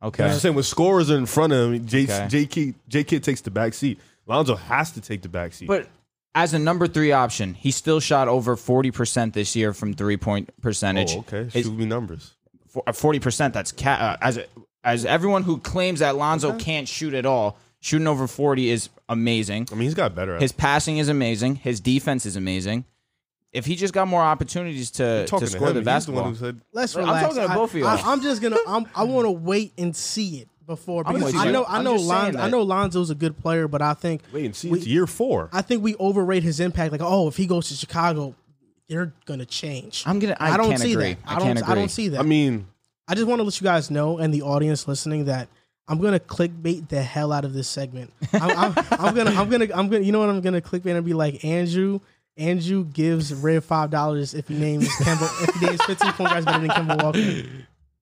Speaker 4: I'm
Speaker 3: Okay,
Speaker 4: just saying, when scorers are in front of him, J,
Speaker 3: Okay.
Speaker 4: J, Kidd, J Kidd takes the back seat. Lonzo has to take the back seat.
Speaker 3: but as a number three option, he still shot over forty percent this year from three point percentage.
Speaker 4: oh, okay.
Speaker 3: It's-
Speaker 4: Shoot me numbers.
Speaker 3: uh, forty percent. That's ca- uh, as as everyone who claims that Lonzo can't shoot at all, shooting over forty is amazing.
Speaker 4: I mean, he's got better at
Speaker 3: His passing is amazing. His defense is amazing. If he just got more opportunities to,
Speaker 4: it. Talking
Speaker 3: to
Speaker 4: to
Speaker 3: score
Speaker 4: him,
Speaker 3: the
Speaker 4: he's
Speaker 3: basketball,
Speaker 4: one who said,
Speaker 2: Let's
Speaker 3: I'm
Speaker 2: relax.
Speaker 3: talking to
Speaker 2: I-
Speaker 3: both of you.
Speaker 2: I, am just gonna. I'm, I want to wait and see it before
Speaker 3: I'm
Speaker 2: because
Speaker 3: with
Speaker 2: I
Speaker 3: you.
Speaker 2: know I
Speaker 3: I'm
Speaker 2: know
Speaker 3: just saying
Speaker 2: Lon, I
Speaker 3: that-
Speaker 2: know Lonzo's a good player, but I think
Speaker 4: wait and see,
Speaker 2: we-
Speaker 4: it's year four.
Speaker 2: I think we overrate his impact. Like, oh, if he goes to Chicago, you're gonna change.
Speaker 3: I'm gonna- I
Speaker 2: don't
Speaker 3: can't
Speaker 2: see
Speaker 3: agree.
Speaker 2: that.
Speaker 3: I
Speaker 2: don't.
Speaker 3: can't
Speaker 2: I
Speaker 3: agree.
Speaker 2: don't see that.
Speaker 4: I mean,
Speaker 2: I just want to let you guys know and the audience listening that I'm gonna clickbait the hell out of this segment. I'm, I'm, I'm gonna, I'm gonna, I'm gonna. You know what? I'm gonna clickbait and be like, Andrew, Andrew gives Red five dollars if he names Kemba, if he names 15 point guys better than Kemba Walker.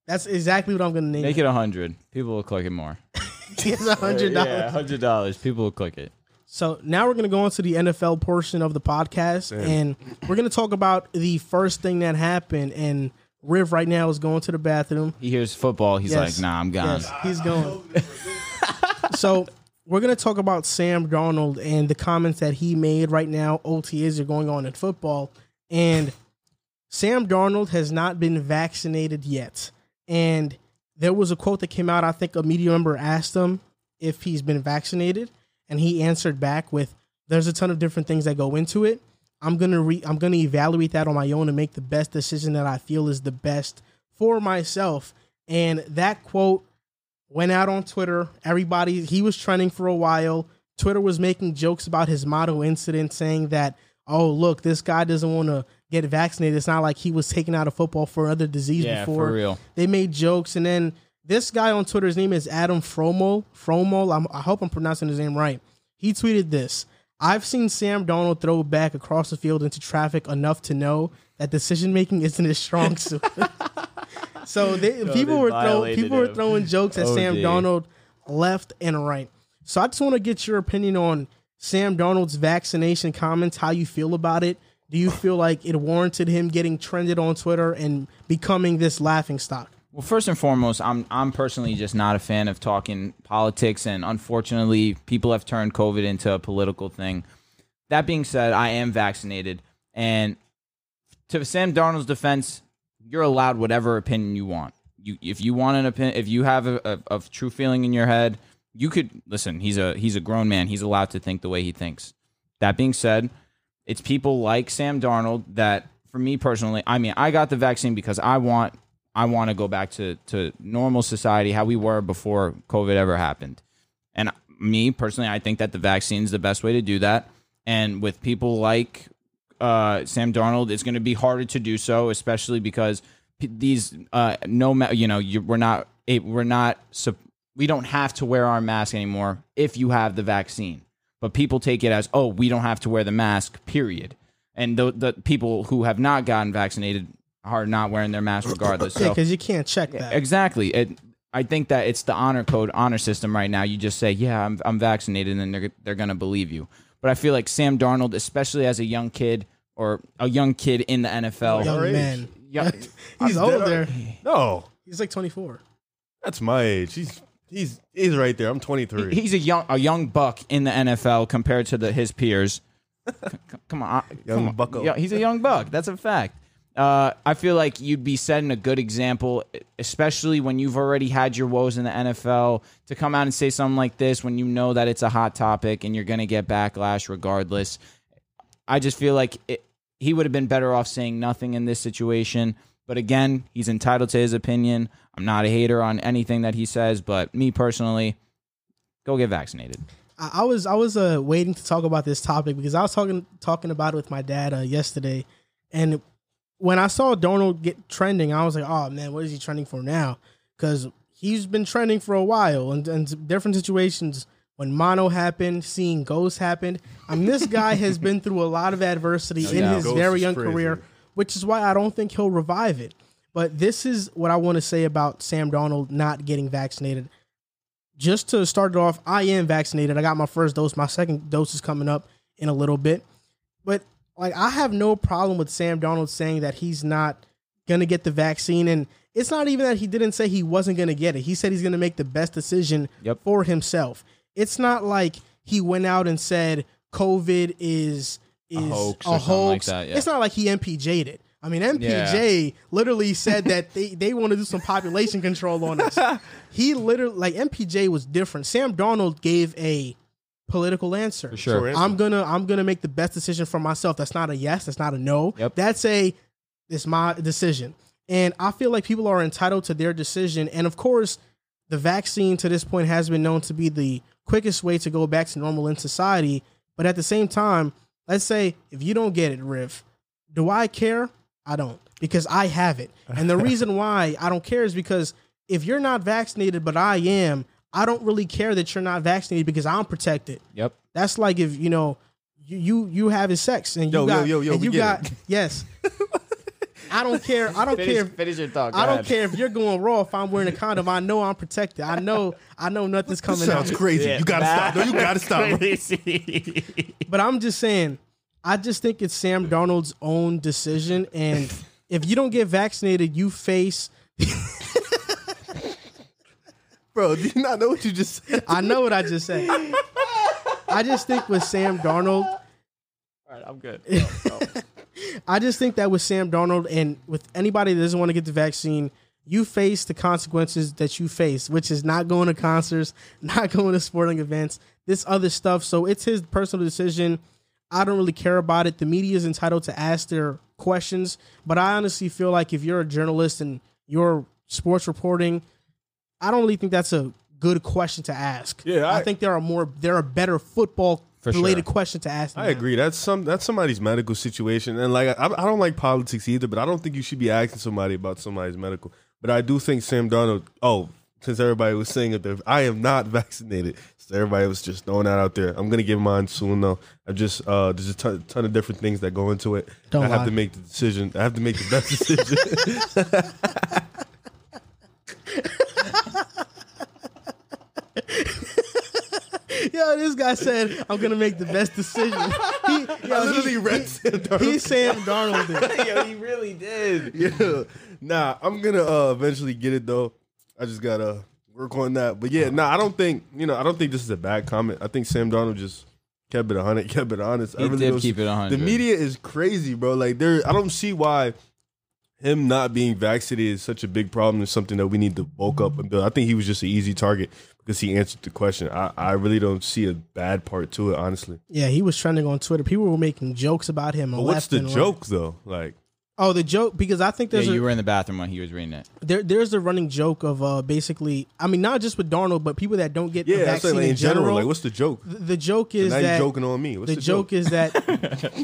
Speaker 2: That's exactly what I'm gonna name.
Speaker 3: make
Speaker 2: it.
Speaker 3: it hundred. People will click it more.
Speaker 2: He has hundred dollars.
Speaker 3: hundred dollars. People will click it.
Speaker 2: So now we're going to go on to the NFL portion of the podcast, and we're going to talk about the first thing that happened. And Riv right now is going to the bathroom.
Speaker 3: He hears football. He's
Speaker 2: Yes.
Speaker 3: like, Nah, I'm gone.
Speaker 2: Yes, he's going. so we're going to talk about Sam Darnold and the comments that he made right now. OTAs are going on in football, and Sam Darnold has not been vaccinated yet. And there was a quote that came out. I think a media member asked him if he's been vaccinated, and he answered back with, "There's a ton of different things that go into it. I'm gonna re- I'm gonna evaluate that on my own and make the best decision that I feel is the best for myself." And that quote went out on Twitter. Everybody, he was trending for a while. Twitter was making jokes about his motto incident, saying that, oh, look, this guy doesn't want to get vaccinated. It's not like he was taken out of football for another disease
Speaker 3: Yeah,
Speaker 2: before.
Speaker 3: for real.
Speaker 2: They made jokes. And then this guy on Twitter, his name is Adam Fromo. Fromo, I'm, I hope I'm pronouncing his name right. He tweeted this I've seen Sam Donald throw back across the field into traffic enough to know that decision making isn't his strong suit. So they, people were
Speaker 3: they
Speaker 2: throwing
Speaker 3: violated
Speaker 2: people were
Speaker 3: him.
Speaker 2: throwing jokes at
Speaker 3: Oh,
Speaker 2: Sam
Speaker 3: dear.
Speaker 2: Donald left and right. So I just want to get your opinion on Sam Donald's vaccination comments. How you feel about it? Do you feel like it warranted him getting trended on Twitter and becoming this laughing stock?
Speaker 3: Well, first and foremost, I'm I'm personally just not a fan of talking politics, and unfortunately, people have turned COVID into a political thing. That being said, I am vaccinated, and to Sam Darnold's defense, you're allowed whatever opinion you want. You if you want an opinion, if you have a, a, a true feeling in your head, you could listen. He's a he's a grown man. He's allowed to think the way he thinks. That being said, it's people like Sam Darnold that, for me personally, I mean, I got the vaccine because I want I want to go back to to normal society, how we were before COVID ever happened. And me personally, I think that the vaccine is the best way to do that. And with people like uh, Sam Darnold, it's going to be harder to do so, especially because p- these uh, no, ma- you know, you, we're not, it, we're not, sup- we don't have to wear our mask anymore if you have the vaccine. But people take it as, oh, we don't have to wear the mask, period. And the, the people who have not gotten vaccinated are not wearing their mask regardless. So
Speaker 2: Because you can't check that.
Speaker 3: Exactly. It, I think that it's the honor code, honor system right now. You just say, "Yeah, I'm, I'm vaccinated," and they're they're gonna believe you. But I feel like Sam Darnold, especially as a young kid or a young kid in the NFL,
Speaker 2: Young
Speaker 4: age.
Speaker 2: man,
Speaker 3: yeah,
Speaker 2: he's
Speaker 4: dead
Speaker 2: older.
Speaker 4: no,
Speaker 2: He's like 24.
Speaker 4: that's my age. He's he's he's right there. I'm 23.
Speaker 3: he's a young a young buck in the NFL compared to the his peers. C- c- come on, I-
Speaker 4: Young
Speaker 3: come on.
Speaker 4: bucko.
Speaker 3: Yeah, he's a young buck. That's a fact. Uh, I feel like you'd be setting a good example, especially when you've already had your woes in the NFL. To come out and say something like this when you know that it's a hot topic and you're going to get backlash regardless, I just feel like it, he would have been better off saying nothing in this situation. But again, he's entitled to his opinion. I'm not a hater on anything that he says, but me personally, go get vaccinated.
Speaker 2: I, I was I was uh, waiting to talk about this topic because I was talking talking about it with my dad uh, yesterday, and when I saw Donald get trending, I was like, oh man, what is he trending for now? Because he's been trending for a while and, and different situations. When mono happened, seeing ghosts happened. I mean, this guy has been through a lot of adversity in
Speaker 3: doubt.
Speaker 2: his
Speaker 4: Oh, Ghost
Speaker 2: very
Speaker 4: is
Speaker 2: young
Speaker 4: crazy.
Speaker 2: career, which is why I don't think he'll revive it. But this is what I want to say about Sam Donald not getting vaccinated. just to start it off, I am vaccinated. I got my first dose. My second dose is coming up in a little bit. But like I have no problem with Sam Donald saying that he's not gonna get the vaccine. And it's not even that he didn't say he wasn't gonna get it. He said he's gonna make the best decision
Speaker 3: Yep.
Speaker 2: for himself. It's not like he went out and said COVID is is a
Speaker 3: hoax
Speaker 2: hoax.
Speaker 3: or something like that, yeah.
Speaker 2: It's not like he MPJ'd it. I mean, MPJ literally said that they, they want to do some population control on us. He literally, like, MPJ was different. Sam Donald gave a political answer. For
Speaker 3: Sure.
Speaker 4: Sure.
Speaker 2: I'm gonna I'm gonna make the best decision for myself. That's not a yes. That's not a no.
Speaker 3: Yep.
Speaker 2: That's a it's my decision. And I feel like people are entitled to their decision. And of course, the vaccine to this point has been known to be the quickest way to go back to normal in society. But at the same time, let's say if you don't get it, Riff, do I care? I don't because I have it. And the reason why I don't care is because if you're not vaccinated, but I am, I don't really care that you're not vaccinated because I'm protected.
Speaker 3: Yep.
Speaker 2: That's like if you know you you, you having sex and you
Speaker 4: Yo, yo,
Speaker 2: got
Speaker 4: yo, yo,
Speaker 2: and
Speaker 4: we
Speaker 2: you
Speaker 4: get
Speaker 2: got
Speaker 4: it.
Speaker 2: yes. I don't care. I don't care. if-
Speaker 3: your thought.
Speaker 2: I don't care if you're going raw. If I'm wearing a condom, I know I'm protected. I know. I know nothing's
Speaker 4: This
Speaker 2: coming out.
Speaker 4: sounds crazy. You gotta stop. No, you gotta stop.
Speaker 2: But I'm just saying. I just think it's Sam Darnold's own decision, and if you don't get vaccinated, you face.
Speaker 4: Bro, do you not know what you just said?
Speaker 2: I know what I just said. I just think with Sam Darnold,
Speaker 3: All right, I'm good.
Speaker 2: I just think that with Sam Darnold and with anybody that doesn't want to get the vaccine, you face the consequences that you face, which is not going to concerts, not going to sporting events, this other stuff. So it's his personal decision. I don't really care about it. The media is entitled to ask their questions, but I honestly feel like if you're a journalist and you're sports reporting, I don't really think that's a good question to ask.
Speaker 4: Yeah,
Speaker 2: I,
Speaker 4: I-
Speaker 2: think there are more, there are better football related questions to ask.
Speaker 4: I
Speaker 2: now.
Speaker 4: agree. That's some that's somebody's medical situation, and like I, I don't like politics either, but I don't think you should be asking somebody about somebody's medical. But I do think Sam Donald. Oh, since everybody was saying that they're- I am not vaccinated, so everybody was just throwing that out there. I'm gonna get mine soon though. I just uh, there's a ton, ton of different things that go into it.
Speaker 2: Don't
Speaker 4: I have
Speaker 2: lie.
Speaker 4: to make the decision. I have to make the best decision.
Speaker 2: Yo, this guy said, I'm gonna make the best decision. He, yo,
Speaker 4: literally read Sam Darnold.
Speaker 2: he, he Sam Darnold did.
Speaker 3: Yo, he really did.
Speaker 4: yeah. Nah, I'm gonna uh, eventually get it though. I just gotta work on that. But yeah, nah, I don't think you know. I don't think this is a bad comment. I think Sam Donald just kept it hundred, kept it honest. I
Speaker 3: He did
Speaker 4: don't-
Speaker 3: keep it 100.
Speaker 4: The media is crazy, bro. Like there, I don't see why him not being vaccinated is such a big problem. Is something that we need to bulk up and build. I think he was just an easy target because he answered the question. I, I really don't see a bad part to it, honestly.
Speaker 2: Yeah, he was trending on Twitter. People were making jokes about him.
Speaker 4: But what's
Speaker 2: left
Speaker 4: the
Speaker 2: and right.
Speaker 4: joke though? Like,
Speaker 2: Oh, the joke because I think
Speaker 3: Yeah,
Speaker 2: there's a,
Speaker 3: you were in the bathroom when he was reading it.
Speaker 2: there, there's a running joke of uh, basically, I mean, not just with Darnold, but people that don't get the
Speaker 4: yeah, I
Speaker 2: vaccine
Speaker 4: say, like,
Speaker 2: in,
Speaker 4: in general,
Speaker 2: general.
Speaker 4: like what's the joke?
Speaker 2: the, the joke is
Speaker 4: Now
Speaker 2: that
Speaker 4: you're joking on me. What's
Speaker 2: the,
Speaker 4: the,
Speaker 2: joke, is that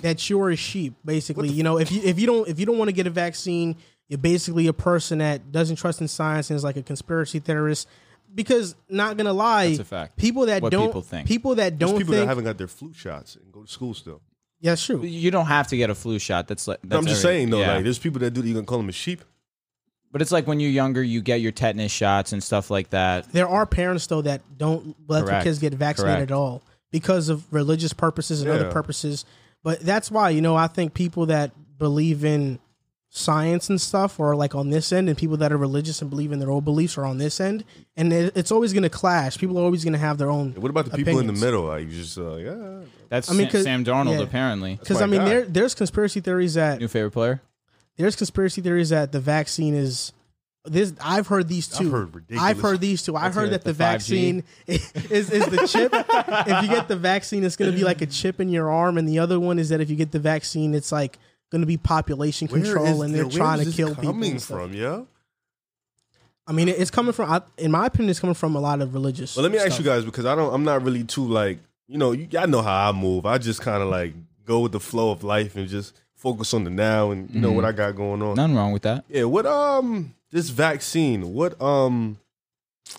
Speaker 2: that you're a sheep basically you know if you if you don't if you don't want to get a vaccine you're basically a person that doesn't trust in science and is like a conspiracy theorist because not gonna lie
Speaker 3: That's a fact.
Speaker 2: people that
Speaker 3: What
Speaker 2: don't
Speaker 3: people think.
Speaker 2: people that
Speaker 4: There's
Speaker 2: don't
Speaker 4: people that
Speaker 2: think
Speaker 4: haven't got their flu shots and go to school still.
Speaker 2: yeah sure
Speaker 3: You don't have to get a flu shot. That's like that's
Speaker 4: I'm just
Speaker 3: every-
Speaker 4: saying though,
Speaker 3: yeah.
Speaker 4: like there's people that do. You gonna call them a sheep?
Speaker 3: but it's like when you're younger, you get your tetanus shots and stuff like that.
Speaker 2: there are parents though that don't let their
Speaker 3: Correct.
Speaker 2: kids get vaccinated
Speaker 3: Correct.
Speaker 2: at all because of religious purposes and other
Speaker 4: Yeah.
Speaker 2: purposes. But that's why you know I think people that believe in science and stuff are like on this end, and people that are religious and believe in their own beliefs are on this end, and it, it's always going to clash. People are always going to have their own.
Speaker 4: What about the people in
Speaker 2: Opinions.
Speaker 4: the middle? Like you just uh, yeah.
Speaker 3: That's
Speaker 2: I mean,
Speaker 3: Sa-
Speaker 2: 'cause-
Speaker 3: Sam Darnold
Speaker 2: yeah.
Speaker 3: apparently
Speaker 2: Because
Speaker 4: my
Speaker 2: I mean,
Speaker 4: God.
Speaker 2: there, there's conspiracy theories that
Speaker 3: new favorite player.
Speaker 2: there's conspiracy theories that the vaccine is this I've heard these two.
Speaker 4: I've heard ridiculous-
Speaker 2: I've heard these two. I heard
Speaker 3: hear
Speaker 2: that
Speaker 3: it,
Speaker 2: the,
Speaker 3: the 5G.
Speaker 2: vaccine is is the chip. if you get the vaccine, it's going to be like a chip in your arm, and the other one is that if you get the vaccine, it's like going to be population control, and they're
Speaker 4: where
Speaker 2: trying
Speaker 4: is
Speaker 2: to
Speaker 4: this
Speaker 2: kill people.
Speaker 4: Coming
Speaker 2: and stuff.
Speaker 4: from yeah.
Speaker 2: I mean, it- it's coming from. I- In my opinion, it's coming from a lot of religious.
Speaker 4: Well, let me ask you
Speaker 2: stuff.
Speaker 4: guys because I don't. I'm not really too like you know. You, I know how I move. I just kind of like go with the flow of life and just focus on the now and you know what I
Speaker 2: Mm-hmm.
Speaker 4: got going on.
Speaker 3: Nothing wrong with that.
Speaker 4: Yeah. What um this vaccine? What um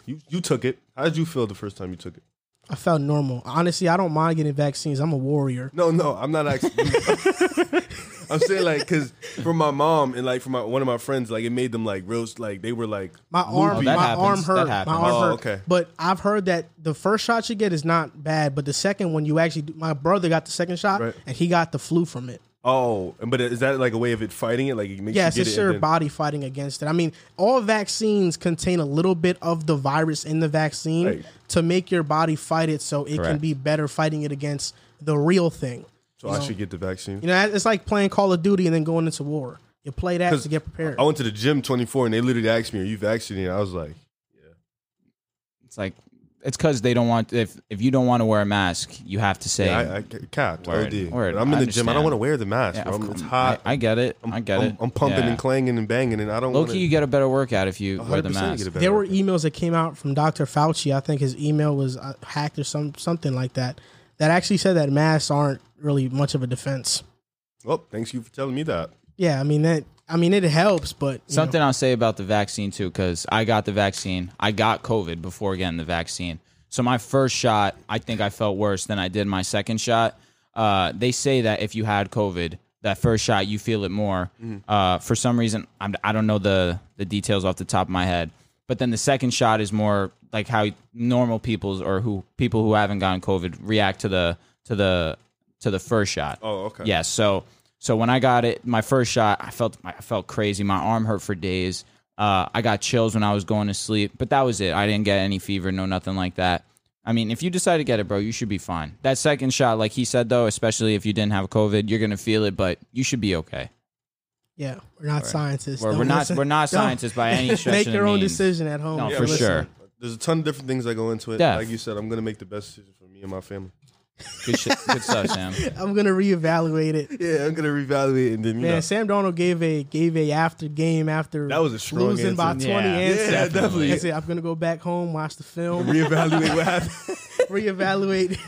Speaker 4: you you took it? How did you feel the first time you took it?
Speaker 2: I felt normal. Honestly, I don't mind getting vaccines. I'm a warrior.
Speaker 4: No, no, I'm not asking. I'm saying like because for my mom and like for my one of my friends, like it made them like real like they were like
Speaker 2: My arm,
Speaker 3: that
Speaker 2: my
Speaker 3: happens.
Speaker 2: arm
Speaker 3: That
Speaker 2: hurt. My
Speaker 3: happens.
Speaker 2: arm
Speaker 4: Oh,
Speaker 2: hurt.
Speaker 4: okay.
Speaker 2: But I've heard that the first shot you get is not bad, but the second one you actually. Do, my brother got the second shot,
Speaker 4: Right.
Speaker 2: and he got the flu from it.
Speaker 4: oh, but is that like a way of it fighting it? Like it makes
Speaker 2: Yes,
Speaker 4: you get
Speaker 2: it's
Speaker 4: it. and
Speaker 2: your
Speaker 4: then-
Speaker 2: body fighting against it. I mean, all vaccines contain a little bit of the virus in the vaccine
Speaker 4: Right.
Speaker 2: to make your body fight it, so it can
Speaker 3: Correct.
Speaker 2: be better fighting it against the real thing.
Speaker 4: so I should get the vaccine.
Speaker 2: You know, it's like playing Call of Duty and then going into war. You play that to get prepared.
Speaker 4: I went to the gym 24 and they literally asked me, "Are you vaccinated?" I was like,
Speaker 3: It's like it's because they don't want if if you don't want to wear a mask, you have to say.
Speaker 4: "I, I ca- capped.
Speaker 3: Word,
Speaker 4: OD.
Speaker 3: word.
Speaker 4: But I'm in
Speaker 3: I
Speaker 4: the gym. I don't
Speaker 3: understand.
Speaker 4: want to wear the mask.
Speaker 3: Yeah,
Speaker 4: bro.
Speaker 3: of
Speaker 4: I'm-
Speaker 3: cour-
Speaker 4: It's hot.
Speaker 3: I, I get it. i get
Speaker 4: I'm,
Speaker 3: it.
Speaker 4: I'm pumping
Speaker 3: Yeah.
Speaker 4: and clanging and banging, and I don't.
Speaker 3: Low
Speaker 4: wanna-
Speaker 3: key, you get a better workout if you wear the
Speaker 4: 100%
Speaker 3: mask.
Speaker 4: get a better
Speaker 2: there were e-
Speaker 4: workout.
Speaker 2: emails that came out from Dr. Fauci. I think his email was uh, hacked or some something like that. That actually said that masks aren't really much of a defense.
Speaker 4: Oh, thanks you for telling me that.
Speaker 2: Yeah, I mean that. I mean it helps, but you know.
Speaker 3: Something I'll say about the vaccine too, because I got the vaccine. I got COVID before getting the vaccine. So my first shot, I think I felt worse than I did my second shot. Uh, they say that if you had COVID, that first shot you feel it more.
Speaker 2: Mm-hmm.
Speaker 3: Uh, for some reason, I'm, I don't know the the details off the top of my head. But then the second shot is more like how normal people's or who people who haven't gotten COVID react to the to the to the first shot.
Speaker 4: Oh, okay.
Speaker 3: Yes. So so when I got it, my first shot, I felt I felt crazy. My arm hurt for days. Uh, I got chills when I was going to sleep, but that was it. I didn't get any fever, no nothing like that. I mean, if you decide to get it, bro, you should be fine. That second shot, like he said though, especially if you didn't have COVID, you're gonna feel it, but you should be okay.
Speaker 2: yeah, we're not scientists.
Speaker 3: We're,
Speaker 2: Don't
Speaker 3: we're not
Speaker 2: listen-
Speaker 3: we're not
Speaker 2: don't-
Speaker 3: scientists by any stretch
Speaker 2: Make
Speaker 3: of the
Speaker 2: your own
Speaker 3: means.
Speaker 2: decision at home.
Speaker 3: No,
Speaker 2: Yeah,
Speaker 3: for
Speaker 2: listen.
Speaker 3: sure.
Speaker 4: There's a ton of different things that go into it.
Speaker 3: Def.
Speaker 4: Like you said, I'm gonna make the best decision for me and my family.
Speaker 3: Good, shit, good stuff, Sam.
Speaker 2: I'm gonna reevaluate it.
Speaker 4: Yeah, I'm gonna reevaluate and then you
Speaker 2: Man,
Speaker 4: know.
Speaker 2: Sam Donald gave a gave a after game after
Speaker 4: That was a strong
Speaker 2: losing by
Speaker 4: answer.
Speaker 2: twenty
Speaker 3: Yeah.
Speaker 2: answer.
Speaker 4: Yeah, definitely.
Speaker 2: He said, I'm gonna go back home, watch the film,
Speaker 4: Reevaluate what happened.
Speaker 2: reevaluate,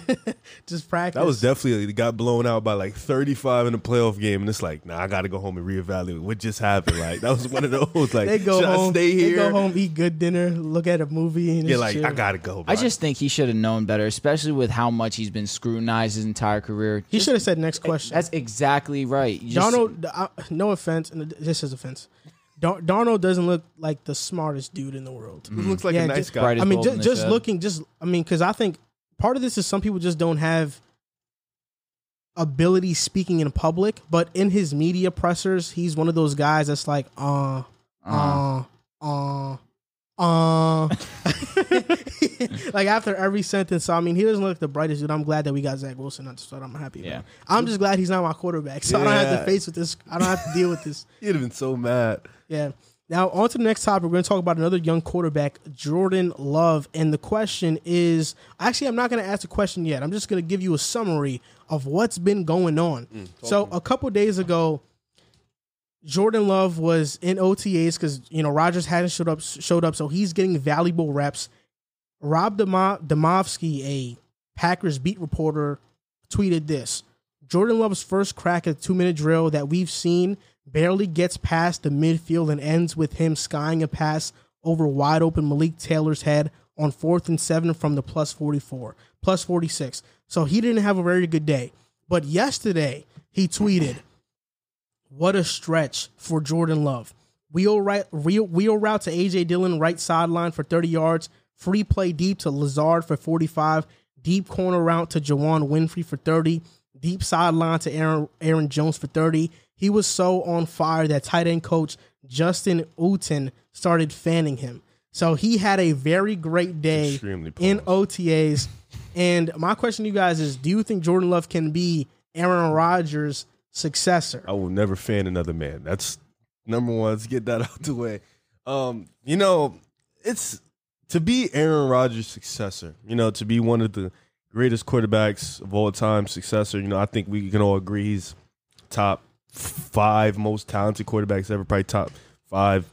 Speaker 2: just practice.
Speaker 4: That was definitely got blown out by like 35 in a playoff game, and it's like, nah, I gotta go home and reevaluate what just happened. Like that was one of those. Like,
Speaker 2: They go
Speaker 4: should
Speaker 2: home.
Speaker 4: I stay here?
Speaker 2: They go home, eat good dinner, look at a movie, and
Speaker 4: Yeah,
Speaker 2: just
Speaker 4: like
Speaker 2: chill.
Speaker 4: I gotta go.
Speaker 3: I
Speaker 4: bro.
Speaker 3: just think he should have known better, especially with how much he's been scrutinized his entire career.
Speaker 2: He
Speaker 3: Just-
Speaker 2: should have said next question.
Speaker 3: That's exactly right. You just-
Speaker 2: Donald, I, no offense, and this is offense. Don, Donald doesn't look like the smartest dude in the world.
Speaker 4: He looks like
Speaker 2: Mm-hmm. Yeah,
Speaker 4: a nice
Speaker 2: just-
Speaker 4: guy.
Speaker 3: Right.
Speaker 2: I mean,
Speaker 3: Gold in
Speaker 2: just,
Speaker 3: the
Speaker 2: just
Speaker 3: shed.
Speaker 2: looking, just I mean, because I think part of this is some people just don't have ability speaking in public, but in his media pressers, he's one of those guys that's like, uh, uh, uh, uh. like after every sentence, so I mean, he doesn't look the brightest dude. I'm glad that we got Zach Wilson. That's what I'm happy about.
Speaker 3: Yeah.
Speaker 2: I'm just glad he's not my quarterback, so I don't have to
Speaker 4: Yeah.
Speaker 2: face with this. I don't have to deal with this.
Speaker 4: He'd have been so mad.
Speaker 2: Yeah. Now on to the next topic. We're going to talk about another young quarterback, Jordan Love, and the question is actually I'm not going to ask a question yet. I'm just going to give you a summary of what's been going on. so a couple days ago, Jordan Love was in OTAs because you know Rogers hadn't showed up, showed up, so he's getting valuable reps. Rob Demo- Demovsky, a Packers beat reporter, tweeted this: Jordan Love's first crack at the two-minute drill that we've seen barely gets past the midfield and ends with him skying a pass over wide open Malik Taylor's head on fourth and seven from the plus 44, plus 46. So he didn't have a very good day. But yesterday he tweeted. What a stretch for Jordan Love. Wheel, right, wheel, wheel route to AJ Dillon, right sideline for 30 yards. Free play deep to Lazard for 45. Deep corner route to Jawan Winfrey for 30. Deep sideline to Aaron, Aaron Jones for 30. He was so on fire that tight end coach Justin Uten started fanning him. So he had a very great day
Speaker 4: Extremely
Speaker 2: in
Speaker 4: polished.
Speaker 2: OTAs. And my question to you guys is do you think Jordan Love can be Aaron Rodgers' successor?
Speaker 4: I will never fan another man. That's number one. Let's get that out the way. Um, you know, it's to be Aaron Rodgers' successor. You know, to be one of the greatest quarterbacks of all time, successor. You know, I think we can all agree he's top five most talented quarterbacks ever. Probably top five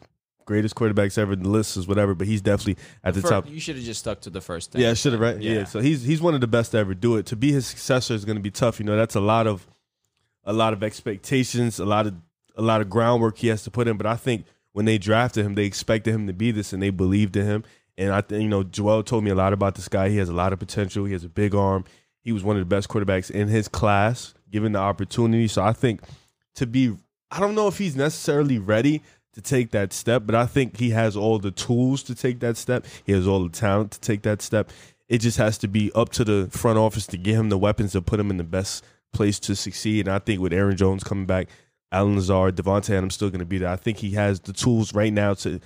Speaker 4: greatest quarterbacks ever. The list is whatever, but he's definitely at the
Speaker 3: Fir-
Speaker 4: top.
Speaker 3: you should have just stuck to the first thing.
Speaker 4: Yeah, I should have right. Yeah.
Speaker 3: Yeah.
Speaker 4: So he's he's one of the best to ever do it. To be his successor is going to be tough. You know, that's a lot of a lot of expectations, a lot of a lot of groundwork he has to put in. But I think when they drafted him, they expected him to be this, and they believed in him. And I think you know, Joel told me a lot about this guy. He has a lot of potential. He has a big arm. He was one of the best quarterbacks in his class, given the opportunity. So I think to be. I don't know if he's necessarily ready to take that step, but I think he has all the tools to take that step. He has all the talent to take that step. It just has to be up to the front office to get him the weapons to put him in the best place to succeed. And I think with Aaron Jones coming back, Alan Lazard, Devontae Adams still going to be there. I think he has the tools right now to,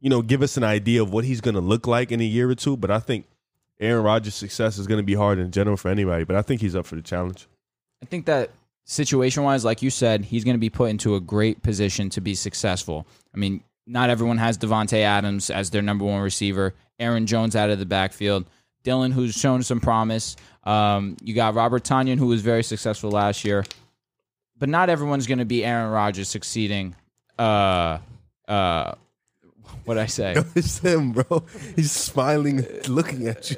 Speaker 4: you know, give us an idea of what he's going to look like in a year or two. But I think Aaron Rodgers' success is going to be hard in general for anybody. But I think he's up for the challenge.
Speaker 3: I think that situation wise, like you said, he's going to be put into a great position to be successful. I mean, not everyone has Devonte Adams as their number one receiver. Aaron Jones out of the backfield. Dylan, who's shown some promise. Um, you got Robert Tanyan, who was very successful last year. But not everyone's going to be Aaron Rodgers succeeding. Uh, uh, what I say?
Speaker 4: It's him, bro. He's smiling, looking at you.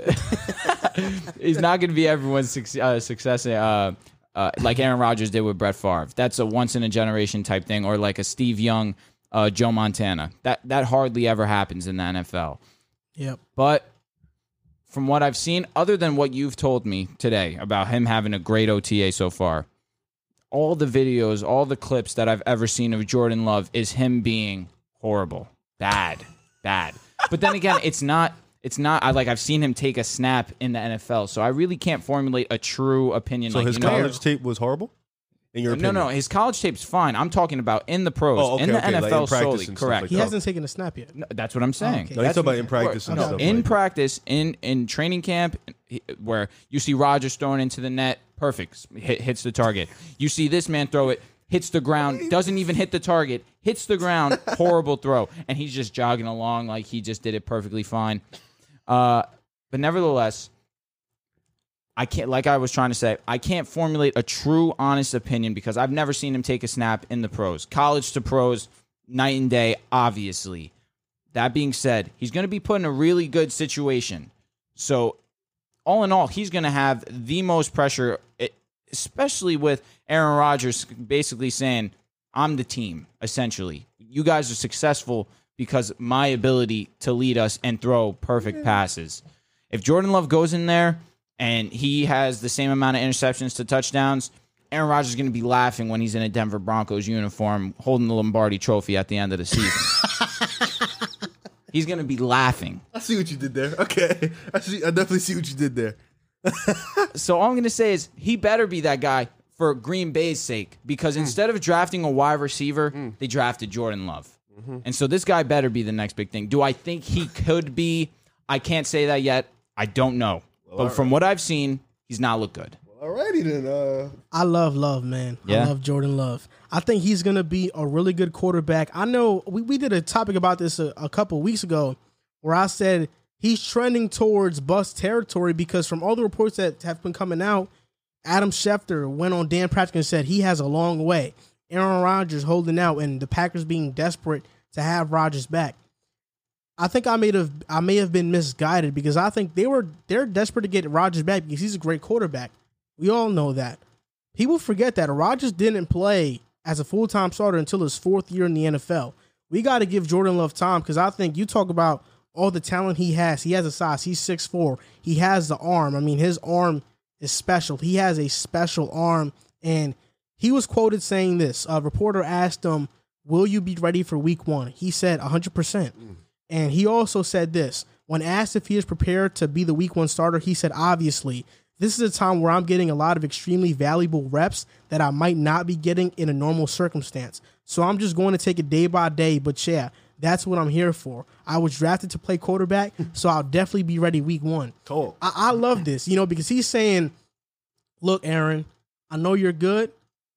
Speaker 3: He's not going to be everyone's suc- uh, success. Uh, uh, like Aaron Rodgers did with Brett Favre. That's a once in a generation type thing, or like a Steve Young, uh, Joe Montana. That that hardly ever happens in the NFL.
Speaker 2: Yep.
Speaker 3: But from what I've seen, other than what you've told me today about him having a great OTA so far, all the videos, all the clips that I've ever seen of Jordan Love is him being horrible, bad, bad. But then again, it's not. It's not. I like. I've seen him take a snap in the NFL, so I really can't formulate a true opinion.
Speaker 4: So
Speaker 3: like,
Speaker 4: his
Speaker 3: you know-
Speaker 4: college tape was horrible. In your opinion,
Speaker 3: no, no, his college tape's fine. I'm talking about in the pros,
Speaker 4: Oh, okay,
Speaker 3: in the
Speaker 4: okay, like in
Speaker 3: NFL
Speaker 4: practice
Speaker 3: solely.
Speaker 4: and stuff
Speaker 3: Correct.
Speaker 4: like
Speaker 2: He
Speaker 4: Yeah.
Speaker 2: hasn't taken a snap yet.
Speaker 3: No, that's what I'm saying.
Speaker 2: okay.
Speaker 4: No, he's
Speaker 3: That's
Speaker 4: talking about
Speaker 2: what-
Speaker 4: in practice and
Speaker 2: no,
Speaker 4: stuff.
Speaker 3: in
Speaker 4: like that.
Speaker 3: practice, in in training camp, he- where you see Rogers throwing into the net, perfect, hit, hits the target. You see this man throw it, hits the ground, doesn't even hit the target, hits the ground, horrible throw, and he's just jogging along like he just did it perfectly fine. Uh, but nevertheless, I can't. Like I was trying to say, I can't formulate a true, honest opinion because I've never seen him take a snap in the pros, college to pros, night and day. Obviously, that being said, he's going to be put in a really good situation. So, all in all, he's going to have the most pressure, e- especially with Aaron Rodgers basically saying, I'm the team, essentially. You guys are successful because my ability to lead us and throw perfect passes. If Jordan Love goes in there and he has the same amount of interceptions to touchdowns, Aaron Rodgers is going to be laughing when he's in a Denver Broncos uniform holding the Lombardi trophy at the end of the season. He's gonna be laughing.
Speaker 4: I see what you did there. Okay, I see. I definitely see what you did there.
Speaker 3: So all I'm gonna say is he better be that guy for Green Bay's sake, because instead of drafting a wide receiver, they drafted Jordan Love, and so this guy better be the next big thing. Do I think he could be? I can't say that yet. I don't know, but from what I've seen, he's not looked good.
Speaker 4: Alrighty then. Uh,
Speaker 2: I love Love, man. I
Speaker 3: Yeah.
Speaker 2: love Jordan Love. I think he's going to be a really good quarterback. I know we, we did a topic about this a, a couple weeks ago where I said he's trending towards bust territory because from all the reports that have been coming out, Adam Schefter went on Dan Patrick and said he has a long way. Aaron Rodgers holding out and the Packers being desperate to have Rodgers back. I think I may have I may have been misguided because I think they were they're desperate to get Rodgers back because he's a great quarterback. We all know that. People forget that Rodgers didn't play as a full time starter until his fourth year in the NFL. We got to give Jordan Love time because I think you talk about all the talent he has. He has a size. He's 6'4. He has the arm. I mean, his arm is special. He has a special arm. And he was quoted saying this a reporter asked him, Will you be ready for week one? He said 100%. And he also said this when asked if he is prepared to be the week one starter, he said, obviously, this is a time where I'm getting a lot of extremely valuable reps that I might not be getting in a normal circumstance. So I'm just going to take it day by day. But yeah, that's what I'm here for. I was drafted to play quarterback, so I'll definitely be ready week one.
Speaker 4: Cool.
Speaker 2: I, I love this, you know, because he's saying, look, Aaron, I know you're good,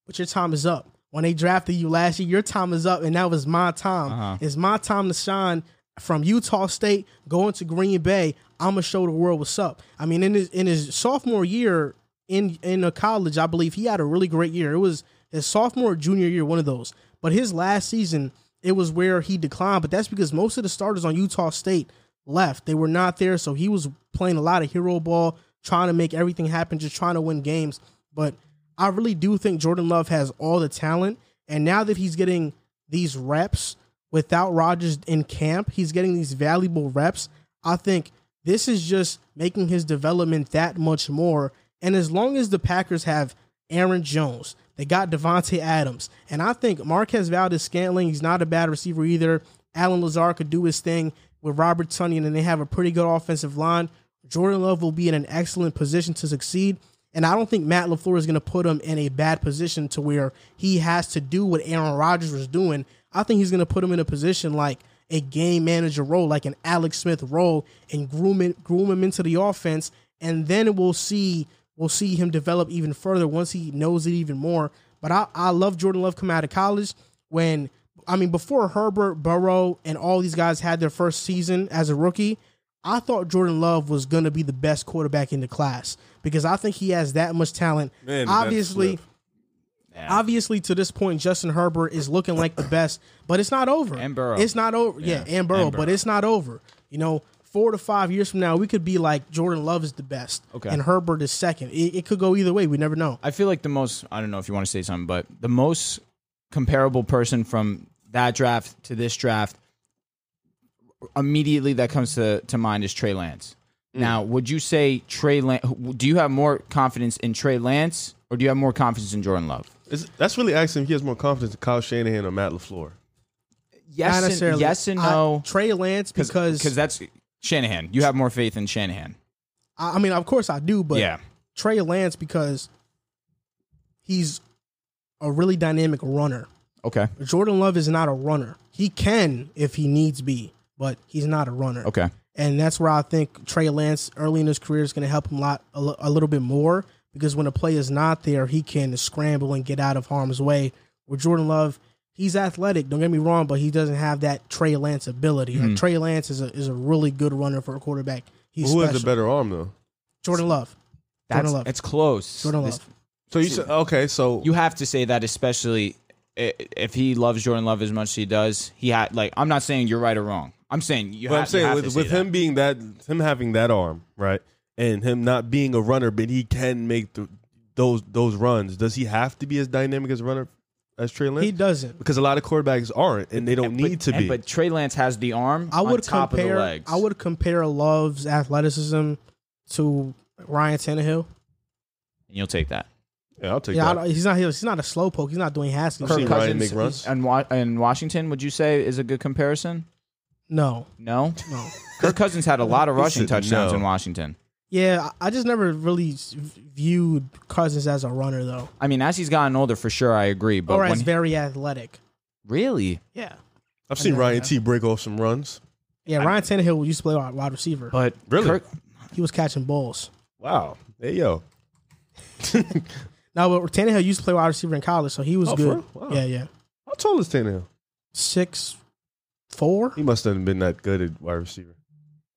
Speaker 2: but your time is up. When they drafted you last year, your time is up, and that was my time. It's my time to shine from Utah State going to Green Bay. I'm gonna show the world what's up. I mean, in his in his sophomore year in in a college, I believe he had a really great year. It was his sophomore or junior year, one of those. But his last season, it was where he declined. But that's because most of the starters on Utah State left. They were not there, so he was playing a lot of hero ball, trying to make everything happen, just trying to win games. But I really do think Jordan Love has all the talent. And now that he's getting these reps without Rodgers in camp, he's getting these valuable reps. I think this is just making his development that much more. And as long as the Packers have Aaron Jones. They got Devontae Adams. And I think Marquez Valdez Scantling is not a bad receiver either. Alan Lazar could do his thing with Robert Tunyon, and they have a pretty good offensive line. Jordan Love will be in an excellent position to succeed. And I don't think Matt LaFleur is going to put him in a bad position to where he has to do what Aaron Rodgers was doing. I think he's going to put him in a position like a game manager role, like an Alex Smith role, and groom him, groom him into the offense. And then we'll see we'll see him develop even further once he knows it even more. But I, I love Jordan Love coming out of college when I mean before Herbert, Burrow, and all these guys had their first season as a rookie, I thought Jordan Love was gonna be the best quarterback in the class because I think he has that much talent.
Speaker 4: Man, that's
Speaker 2: obviously,
Speaker 4: slick.
Speaker 2: obviously to this point, Justin Herbert is looking like the best, but it's not over.
Speaker 3: And Burrow.
Speaker 2: It's not over. Yeah, and, Burrow,
Speaker 3: and Burrow.
Speaker 2: but it's not over. You know, four to five years from now, we could be like Jordan Love is the best,
Speaker 3: Okay.
Speaker 2: and Herbert is second. It, it could go either way. We never know.
Speaker 3: I feel like the most I don't know if you want to say something, but the most comparable person from that draft to this draft immediately that comes to, to mind is Trey Lance. Now, would you say Trey Lance do you have more confidence in Trey Lance or do you have more confidence in Jordan Love?
Speaker 4: It's- that's really asking if he has more confidence in Kyle Shanahan or Matt LaFleur.
Speaker 3: Yes
Speaker 2: not necessarily.
Speaker 3: and, yes and
Speaker 2: I-
Speaker 3: no.
Speaker 2: Trey Lance because
Speaker 3: Cuz that's Shanahan. You have more faith in Shanahan.
Speaker 2: I, I mean, of course I do, but
Speaker 3: yeah.
Speaker 2: Trey Lance because he's a really dynamic runner.
Speaker 3: Okay.
Speaker 2: Jordan Love is not a runner. He can if he needs be, but he's not a runner.
Speaker 3: Okay.
Speaker 2: And that's where I think Trey Lance early in his career is going to help him a lot a, li- a little bit more because when a play is not there, he can scramble and get out of harm's way. With Jordan Love, he's athletic. Don't get me wrong, but he doesn't have that Trey Lance ability.
Speaker 3: Hmm.
Speaker 2: Like, Trey Lance is a is a really good runner for a quarterback. He's
Speaker 4: Who has
Speaker 2: special.
Speaker 4: the better arm though?
Speaker 2: Jordan Love.
Speaker 3: That's
Speaker 2: Jordan Love.
Speaker 3: it's close.
Speaker 2: Jordan
Speaker 3: This-
Speaker 2: Love.
Speaker 4: So you said okay, so
Speaker 3: you have to say that especially i- if he loves Jordan Love as much as he does. He had like I'm not saying you're right or wrong. I'm saying you.
Speaker 4: but
Speaker 3: have,
Speaker 4: I'm
Speaker 3: you
Speaker 4: saying
Speaker 3: have to
Speaker 4: with,
Speaker 3: say
Speaker 4: with
Speaker 3: that.
Speaker 4: him being that him having that arm, right? And him not being a runner, but he can make th- those those runs. Does he have to be as dynamic as a runner as Trey Lance?
Speaker 2: He doesn't.
Speaker 4: because a lot of quarterbacks aren't and they don't
Speaker 3: But-
Speaker 4: need to
Speaker 3: and-
Speaker 4: be.
Speaker 3: But Trey Lance has the arm.
Speaker 2: I would
Speaker 3: on top
Speaker 2: compare.
Speaker 3: Of the legs.
Speaker 2: I would compare Love's athleticism to Ryan Tannehill.
Speaker 3: And you'll take that.
Speaker 4: yeah, I'll take
Speaker 2: yeah, I
Speaker 4: that.
Speaker 2: don't, he's not. He's not a slowpoke. He's not doing Haskins.
Speaker 4: I've seen
Speaker 3: Kirk
Speaker 4: Ryan
Speaker 3: Cousins
Speaker 4: make runs.
Speaker 3: and, Wa- and Washington. Would you say is a good comparison?
Speaker 2: No,
Speaker 3: No.
Speaker 2: no.
Speaker 3: Kirk Cousins had a lot of rushing
Speaker 4: said
Speaker 3: touchdowns
Speaker 4: no.
Speaker 3: in Washington.
Speaker 2: Yeah, I I just never really s- viewed Cousins as a runner though,
Speaker 3: I mean, as he's gotten older, for sure, I agree. But
Speaker 2: or
Speaker 3: when
Speaker 2: as very athletic.
Speaker 3: really,
Speaker 2: Yeah,
Speaker 4: I've seen Ryan T break off some runs.
Speaker 2: yeah. Ryan Tannehill used to play wide wide receiver.
Speaker 3: but
Speaker 4: Really?
Speaker 3: Kirk,
Speaker 2: He was catching balls.
Speaker 4: Wow. Hey yo.
Speaker 2: No, but Tannehill used to play wide receiver in college, so he was
Speaker 4: Oh, for
Speaker 2: good.
Speaker 4: real? Wow.
Speaker 2: Yeah, yeah.
Speaker 4: How tall is Tannehill?
Speaker 2: Six, four,
Speaker 4: He must have been that good at wide receiver.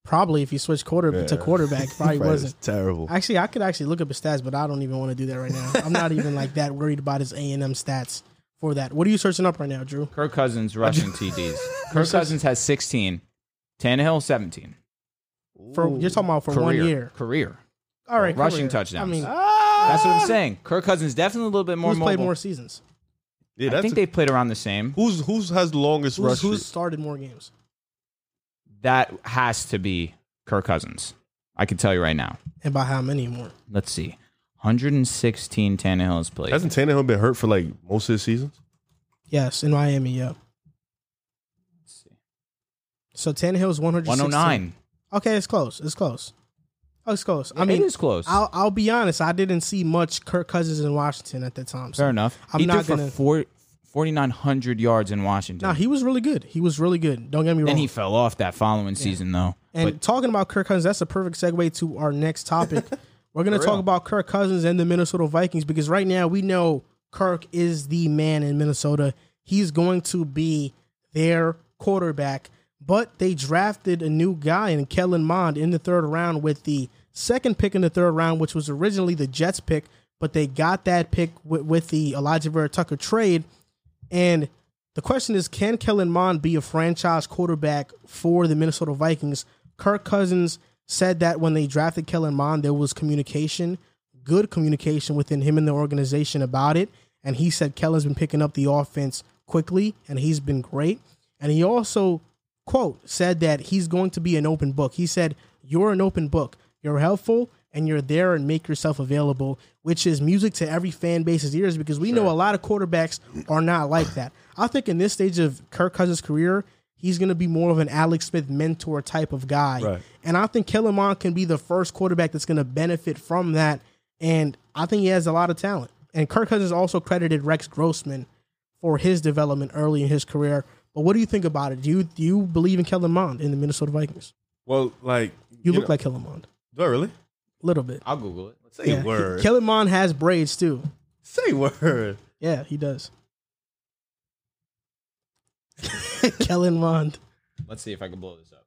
Speaker 2: probably if he switched quarter to
Speaker 4: Yeah.
Speaker 2: quarterback, probably
Speaker 4: was
Speaker 2: wasn't.
Speaker 4: terrible.
Speaker 2: Actually, I could actually look up his stats, but I don't even want to do that right now. I'm not even like that worried about his A and M stats for that. What are you searching up right now, Drew?
Speaker 3: Kirk Cousins rushing TDs. Kirk Cousins has 16. Tannehill 17.
Speaker 2: For you're talking about for
Speaker 3: career,
Speaker 2: one year.
Speaker 3: Career.
Speaker 2: All right,
Speaker 3: Rushing
Speaker 2: career.
Speaker 3: touchdowns.
Speaker 2: I mean,
Speaker 4: Ah!
Speaker 3: That's what I'm saying. Kirk Cousins definitely a little bit more
Speaker 2: Ah! who's played
Speaker 3: mobile.
Speaker 2: more seasons?
Speaker 4: yeah,
Speaker 3: I
Speaker 4: that's
Speaker 3: think
Speaker 4: a-
Speaker 3: they played around the same.
Speaker 4: who's who's has the longest
Speaker 2: Who's,
Speaker 4: rush?
Speaker 2: who's
Speaker 4: streak?
Speaker 2: started more games?
Speaker 3: That has to be Kirk Cousins. I can tell you right now.
Speaker 2: And by how many more?
Speaker 3: Let's see. 116 Tannehill has played.
Speaker 4: Hasn't Tannehill been hurt for like most of the season?
Speaker 2: Yes, in Miami, yeah.
Speaker 3: Let's see.
Speaker 2: So Tannehill's 116.
Speaker 3: 109.
Speaker 2: Okay, it's close. It's close. Oh, it's close. I
Speaker 3: I mean,
Speaker 2: mean,
Speaker 3: it is close.
Speaker 2: I'll, I'll be honest. I didn't see much Kirk Cousins in Washington at that time. So.
Speaker 3: Fair enough.
Speaker 2: I'm
Speaker 3: he
Speaker 2: not
Speaker 3: threw
Speaker 2: gonna-
Speaker 3: for four- 4,900 yards in Washington.
Speaker 2: Now, he was really good. He was really good. Don't get me wrong.
Speaker 3: then he fell off that following season, though.
Speaker 2: And talking about Kirk Cousins, that's a perfect segue to our next topic. We're going to talk about Kirk Cousins and the Minnesota Vikings because right now we know Kirk is the man in Minnesota. He's going to be their quarterback. But they drafted a new guy in Kellen Mond in the third round with the second pick in the third round, which was originally the Jets pick, but they got that pick with, with the Elijah Vera Tucker trade. And the question is, can Kellen Mond be a franchise quarterback for the Minnesota Vikings? Kirk Cousins said that when they drafted Kellen Mond, there was communication, good communication within him and the organization about it. And he said Kellen's been picking up the offense quickly and he's been great. And he also, quote, said that he's going to be an open book. He said, You're an open book. You're helpful and you're there and make yourself available, which is music to every fan base's ears because we know a lot of quarterbacks are not like that. I think in this stage of Kirk Cousins' career, he's going to be more of an Alex Smith mentor type of guy.
Speaker 4: Right.
Speaker 2: And I think Kellerman can be the first quarterback that's going to benefit from that. And I think he has a lot of talent. And Kirk Cousins also credited Rex Grossman for his development early in his career. But what do you think about it? Do you do you believe in Kellen Mond in the Minnesota Vikings?
Speaker 4: Well, like
Speaker 2: You look like Kellen Mond
Speaker 4: Do I really?
Speaker 2: a little bit.
Speaker 3: I'll Google it.
Speaker 4: Say word.
Speaker 2: Kellen Mond has braids too.
Speaker 4: Say word.
Speaker 2: Yeah, he does. Kellen Mond.
Speaker 3: Let's see if I can blow this up.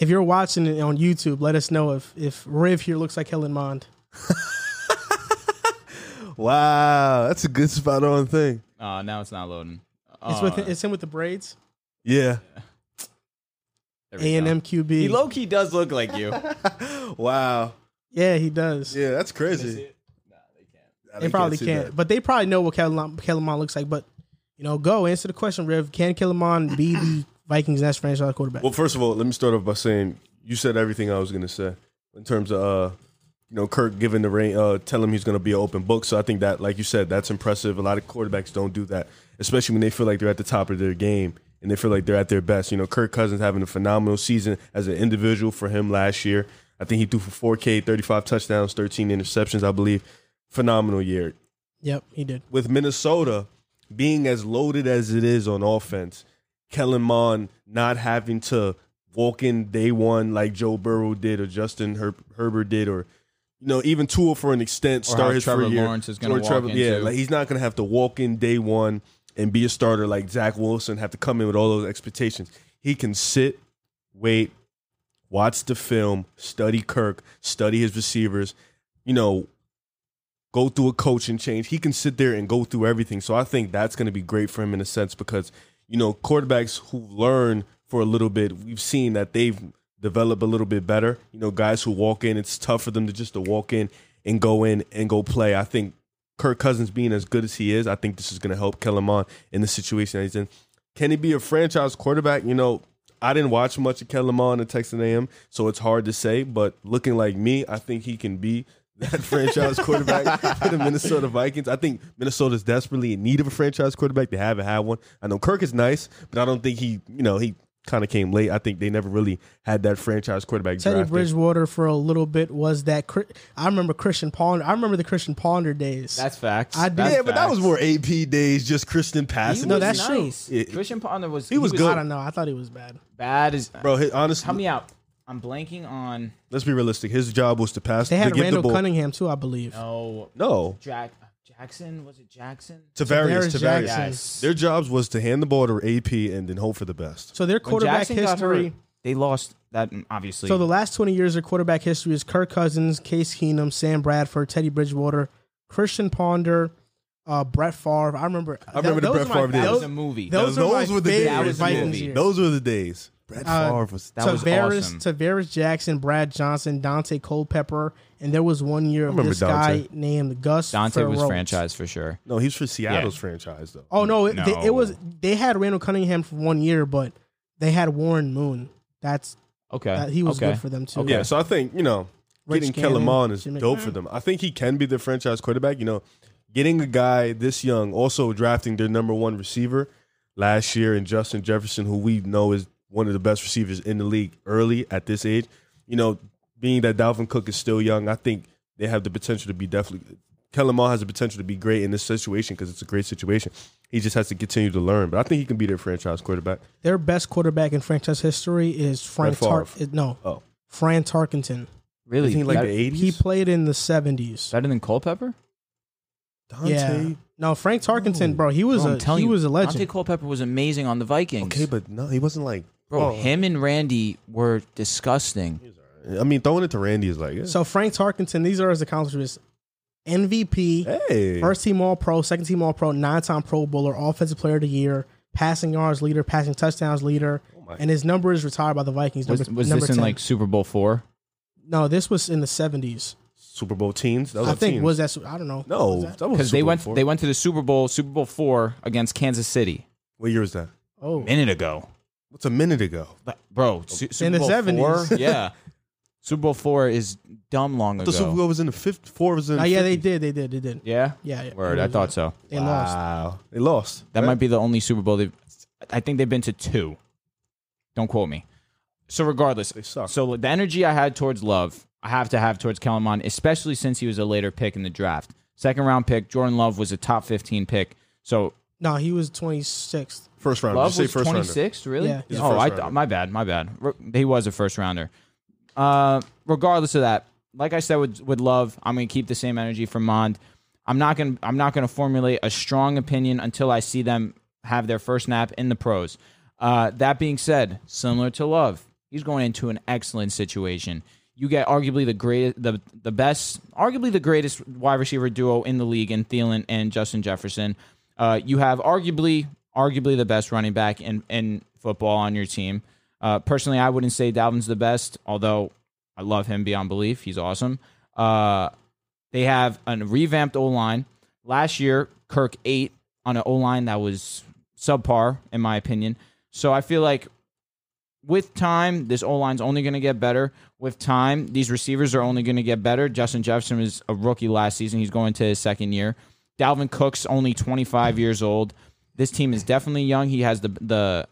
Speaker 2: If you're watching it on YouTube, let us know if if Riv here looks like Kellen Mond.
Speaker 4: Wow, that's a good spot on thing.
Speaker 3: Uh, now it's not loading. Uh,
Speaker 2: It's with it's him with the braids.
Speaker 4: Yeah.
Speaker 2: A and M
Speaker 3: He
Speaker 2: QB.
Speaker 3: low key does look like you.
Speaker 4: Wow.
Speaker 2: Yeah, he does.
Speaker 4: Yeah, that's crazy. Nah,
Speaker 2: They probably
Speaker 4: see
Speaker 2: can't,
Speaker 4: that.
Speaker 2: but they probably know what Kellen Kellerman looks like. But you know, go answer the question, Riv. Can Kellerman be the Vikings' next franchise quarterback?
Speaker 4: Well, first of all, let me start off by saying you said everything I was going to say in terms of uh, you know Kirk giving the rain, uh, tell him he's going to be an open book. So I think that, like you said, that's impressive. A lot of quarterbacks don't do that, especially when they feel like they're at the top of their game and they feel like they're at their best. You know, Kirk Cousins having a phenomenal season as an individual for him last year. I think he threw for 4K, 35 touchdowns, 13 interceptions, I believe. Phenomenal year
Speaker 2: Yep, he did.
Speaker 4: with Minnesota being as loaded as it is on offense, Kellen Mond not having to walk in day one like Joe Burrow did or Justin Her- Herbert did or you know even Tua for an extent
Speaker 3: Or how
Speaker 4: start his
Speaker 3: Trevor
Speaker 4: free year.
Speaker 3: Lawrence is gonna
Speaker 4: Or
Speaker 3: walk in,
Speaker 4: yeah,
Speaker 3: too.
Speaker 4: like he's not gonna have to walk in day one and be a starter like Zach Wilson have to come in with all those expectations. He can sit, wait, watch the film, study Kirk, study his receivers, you know, go through a coaching change. He can sit there and go through everything. So I think that's going to be great for him in a sense because, you know, quarterbacks who learn for a little bit, we've seen that they've developed a little bit better. You know, guys who walk in, it's tough for them to just to walk in and go in and go play. I think Kirk Cousins being as good as he is, I think this is going to help Kellen Mond in the situation that he's in. Can he be a franchise quarterback? You know, I didn't watch much of Kellen Mond at Texas A&M, so it's hard to say. But looking like me, I think he can be that franchise quarterback for the Minnesota Vikings. I think Minnesota's desperately in need of a franchise quarterback. They haven't had one. I know Kirk is nice, but I don't think he, you know, he kind of came late. I think they never really had that franchise quarterback.
Speaker 2: Teddy
Speaker 4: drafted.
Speaker 2: Bridgewater for a little bit was that. Chri- I remember Christian Ponder. I remember the Christian Ponder days.
Speaker 3: That's facts.
Speaker 2: I did.
Speaker 3: That's
Speaker 4: yeah, but that was
Speaker 3: facts.
Speaker 4: more AP days, just Kristen
Speaker 3: He
Speaker 4: passing.
Speaker 2: No,
Speaker 3: was
Speaker 2: that's true.
Speaker 3: nice.
Speaker 4: Yeah.
Speaker 3: Christian Ponder was
Speaker 4: was good.
Speaker 2: I don't know. I thought he was bad.
Speaker 3: Bad as
Speaker 4: bro. He, honestly,
Speaker 3: Help me out. I'm blanking on
Speaker 4: let's be realistic. His job was to pass.
Speaker 2: They
Speaker 4: to
Speaker 2: had
Speaker 4: give the
Speaker 2: Randall
Speaker 4: ball.
Speaker 2: Cunningham too, I believe.
Speaker 3: no
Speaker 4: No,
Speaker 3: Jack uh, Jackson. Was it Jackson?
Speaker 4: Tavarius,
Speaker 2: Tavares
Speaker 4: Tavarius.
Speaker 2: Jackson.
Speaker 3: Yes.
Speaker 4: Their jobs was to hand the ball to AP and then hope for the best.
Speaker 2: So their
Speaker 3: When
Speaker 2: quarterback
Speaker 3: Jackson got
Speaker 2: history.
Speaker 3: hurt, they lost that mm, obviously.
Speaker 2: So the last 20 years of quarterback history is Kirk Cousins, Case Keenum, Sam Bradford, Teddy Bridgewater, Christian Ponder, uh, Brett Favre. I remember. I
Speaker 4: remember the Brett Favre
Speaker 3: that
Speaker 4: days.
Speaker 3: was a movie.
Speaker 2: Those,
Speaker 4: Those
Speaker 2: are my
Speaker 4: were the days.
Speaker 2: favorite
Speaker 3: That was a
Speaker 2: Vikings
Speaker 3: movie.
Speaker 2: years.
Speaker 4: Those were the days. Brett
Speaker 2: Uh,
Speaker 4: Favre was
Speaker 3: That was
Speaker 2: Tavares,
Speaker 3: awesome.
Speaker 2: Tavares Jackson, Brad Johnson, Dante Culpepper, and there was one year of
Speaker 4: remember
Speaker 2: this guy
Speaker 4: Dante.
Speaker 2: named Gus.
Speaker 3: Dante was
Speaker 2: Ferrone.
Speaker 3: franchise for sure.
Speaker 4: no. He's for Seattle's franchise though.
Speaker 2: Oh no, it, They,
Speaker 3: No.
Speaker 2: it was they had Randall Cunningham for one year, but they had Warren Moon. That's
Speaker 3: Okay,
Speaker 2: that, he was
Speaker 3: okay.
Speaker 2: good for them too.
Speaker 3: Okay.
Speaker 4: Yeah, so I think you know
Speaker 2: Rich
Speaker 4: getting
Speaker 2: Gannon,
Speaker 4: Kellerman is
Speaker 2: Jim
Speaker 4: dope
Speaker 2: McMahon.
Speaker 4: for them. I think he can be the franchise quarterback. You know, getting a guy this young, also drafting their number one receiver last year, and Justin Jefferson, who we know is one of the best receivers in the league early at this age. You know, being that Dalvin Cook is still young, I think they have the potential to be definitely. Kellerman has the potential to be great in this situation because it's a great situation. He just has to continue to learn, but I think he can be their franchise quarterback.
Speaker 2: Their best quarterback in franchise history is Frank
Speaker 4: Brett
Speaker 2: Tark.
Speaker 4: Favre.
Speaker 2: No,
Speaker 4: Oh,
Speaker 2: Fran Tarkenton.
Speaker 3: Really,
Speaker 4: isn't he like
Speaker 3: Better-
Speaker 4: the eighties?
Speaker 2: He played in the 70s.
Speaker 3: better than Culpepper?
Speaker 4: Dante.
Speaker 2: Yeah. No, Frank Tarkenton,
Speaker 4: Oh.
Speaker 2: bro, he was
Speaker 3: Bro,
Speaker 2: a he was a legend.
Speaker 3: Dante Culpepper was amazing on the Vikings.
Speaker 4: Okay, but no, he wasn't like
Speaker 3: bro,
Speaker 4: oh.
Speaker 3: him and Randy were disgusting.
Speaker 4: I mean, throwing it to Randy is like, yeah.
Speaker 2: so Frank Tarkenton, these are his accomplishments. MVP,
Speaker 4: hey,
Speaker 2: first team all pro, second team all pro, nine-time pro bowler, offensive player of the year, passing yards leader, passing touchdowns leader,
Speaker 4: Oh
Speaker 2: and his number is retired by the Vikings.
Speaker 3: Was,
Speaker 2: Number,
Speaker 3: was
Speaker 2: number
Speaker 3: this in
Speaker 2: 10.
Speaker 3: like Super Bowl four?
Speaker 2: No, this was in the 70s.
Speaker 4: Super Bowl teens. That was
Speaker 2: I
Speaker 4: a
Speaker 2: think
Speaker 4: teens.
Speaker 2: was that I don't know.
Speaker 4: no,
Speaker 2: Was that-
Speaker 4: that was
Speaker 3: Because they
Speaker 4: Super
Speaker 3: went
Speaker 4: Bowl four.
Speaker 3: they went to the Super Bowl Super Bowl four against Kansas City
Speaker 4: What year was that?
Speaker 2: Oh.
Speaker 3: minute ago.
Speaker 4: What's a minute ago?
Speaker 3: But, bro, Su- Super
Speaker 2: the
Speaker 3: Bowl
Speaker 2: 70s.
Speaker 3: four? yeah. Super Bowl four is dumb long
Speaker 4: The Super
Speaker 3: ago.
Speaker 4: Bowl was in the fifth, four was in.
Speaker 2: Oh,
Speaker 4: the
Speaker 2: yeah, they
Speaker 4: 50.
Speaker 2: did. They did. They did.
Speaker 3: Yeah.
Speaker 2: Yeah. yeah
Speaker 3: Word. I thought so.
Speaker 2: They lost.
Speaker 4: Wow, they lost.
Speaker 3: That
Speaker 4: right?
Speaker 3: might be the only Super Bowl they've. I think they've been to two. Don't quote me. So regardless,
Speaker 4: They suck.
Speaker 3: so the energy I had towards Love, I have to have towards Kellen Mond, especially since he was a later pick in the draft. Second round pick, Jordan Love was a top fifteen pick. So
Speaker 2: No, he was 26th.
Speaker 4: first round.
Speaker 3: Love
Speaker 4: Just say
Speaker 3: was
Speaker 4: first
Speaker 3: twenty
Speaker 4: round.
Speaker 3: sixth, really?
Speaker 2: Yeah. He's
Speaker 4: a
Speaker 3: Oh,
Speaker 4: first
Speaker 3: I
Speaker 4: rounder.
Speaker 3: my bad, my bad. Re- He was a first rounder. Uh, regardless of that, like I said with with Love, I'm gonna keep the same energy for Mond. I'm not gonna I'm not gonna formulate a strong opinion until I see them have their first nap in the pros. Uh, that being said, similar to Love, he's going into an excellent situation. You get arguably the greatest, the the best, arguably the greatest wide receiver duo in the league in Thielen and Justin Jefferson. Uh, you have arguably arguably the best running back in in football on your team. Uh, personally, I wouldn't say Dalvin's the best, although I love him beyond belief. He's awesome. Uh, they have a revamped O line. Last year, Kirk eight on an O line that was subpar, in my opinion. So I feel like with time, this O line's only going to get better. With time, these receivers are only going to get better. Justin Jefferson is a rookie last season. He's going to his second year. Dalvin Cook's only 25 years old. This team is definitely young. He has the the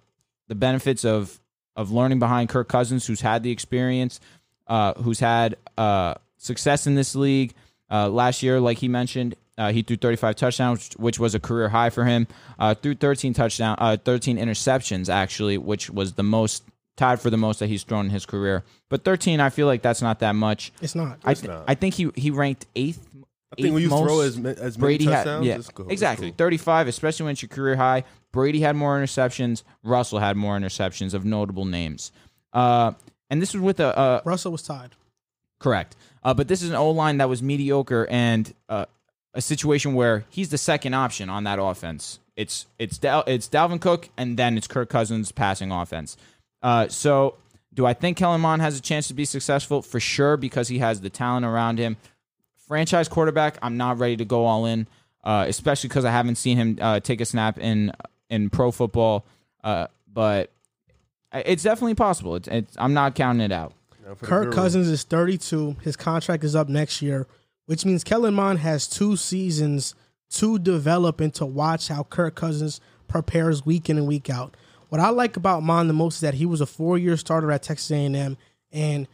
Speaker 3: the benefits of of learning behind Kirk Cousins, who's had the experience, uh, who's had uh, success in this league. Uh, last year, like he mentioned, uh, he threw 35 touchdowns, which- which was a career high for him. Uh, threw 13 touchdown, uh, 13 interceptions actually, which was the most tied for the most that he's thrown in his career. But 13, I feel like that's not that much.
Speaker 2: It's not.
Speaker 3: I, th- I think he he ranked eighth.
Speaker 4: I think when
Speaker 3: eighth
Speaker 4: you
Speaker 3: most.
Speaker 4: throw as, ma- as many
Speaker 3: Brady had
Speaker 4: touchdowns,
Speaker 3: yeah
Speaker 4: it's cool. it's
Speaker 3: exactly
Speaker 4: cool.
Speaker 3: 35, especially when it's your career high. Brady had more interceptions. Russell had more interceptions of notable names. Uh, and this was with a, a
Speaker 2: Russell was tied.
Speaker 3: correct, uh, but this is an O line that was mediocre and uh, a situation where he's the second option on that offense. It's it's Dal- it's Dalvin Cook and then it's Kirk Cousins passing offense. Uh, so do I think Kellen Mond has a chance to be successful for sure because he has the talent around him franchise quarterback, I'm not ready to go all in, uh, especially because I haven't seen him uh, take a snap in in pro football. Uh, but I- it's definitely possible. It's, it's, I'm not counting it out.
Speaker 4: Now for the
Speaker 2: Kirk
Speaker 4: guru.
Speaker 2: Cousins is 32. His contract is up next year, which means Kellen Mond has two seasons to develop and to watch how Kirk Cousins prepares week in and week out. What I like about Mond the most is that he was a four-year starter at Texas A&M, and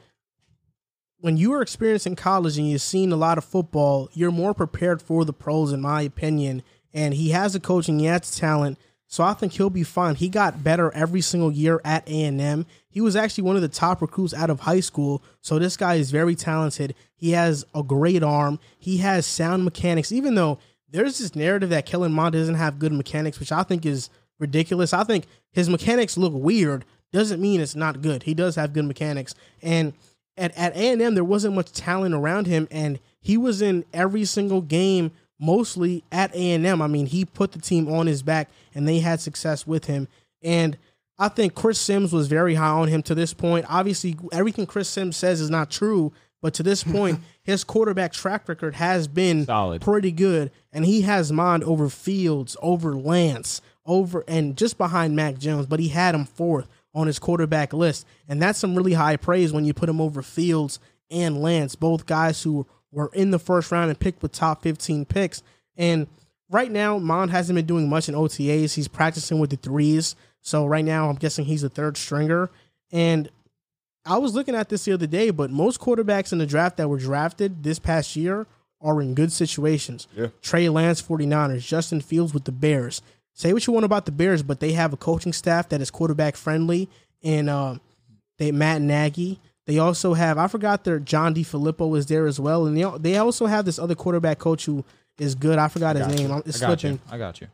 Speaker 2: when you are experienced in college and you've seen a lot of football, you're more prepared for the pros, in my opinion. And he has the coaching, he has the talent, so I think he'll be fine. He got better every single year at A and M. He was actually one of the top recruits out of high school. So this guy is very talented. He has a great arm. He has sound mechanics. Even though there's this narrative that Kellen Mond doesn't have good mechanics, which I think is ridiculous. I think his mechanics look weird. Doesn't mean it's not good. He does have good mechanics, and at at A and M there wasn't much talent around him, and he was in every single game, mostly at A and M. I mean, he put the team on his back, and they had success with him. And I think Chris Sims was very high on him to this point. Obviously, everything Chris Sims says is not true, but to this point, his quarterback track record has been
Speaker 3: Solid.
Speaker 2: pretty good, and he has mind over Fields, over Lance, over and just behind Mac Jones, but he had him fourth on his quarterback list, and that's some really high praise when you put him over Fields and Lance, both guys who were in the first round and picked with top fifteen picks. And right now, Mond hasn't been doing much in OTAs. He's practicing with the threes, so right now I'm guessing he's a third stringer. And I was looking at this the other day, but most quarterbacks in the draft that were drafted this past year are in good situations.
Speaker 4: Yeah.
Speaker 2: Trey Lance, 49ers, Justin Fields with the Bears. Say what you want about the Bears, but they have a coaching staff that is quarterback friendly, and um, they Matt Nagy. They also have I forgot their John D. Filippo is there as well, and they al- they also have this other quarterback coach who is good. I forgot his name. I'm- It's
Speaker 3: I got
Speaker 2: slipping.
Speaker 3: you. I got you.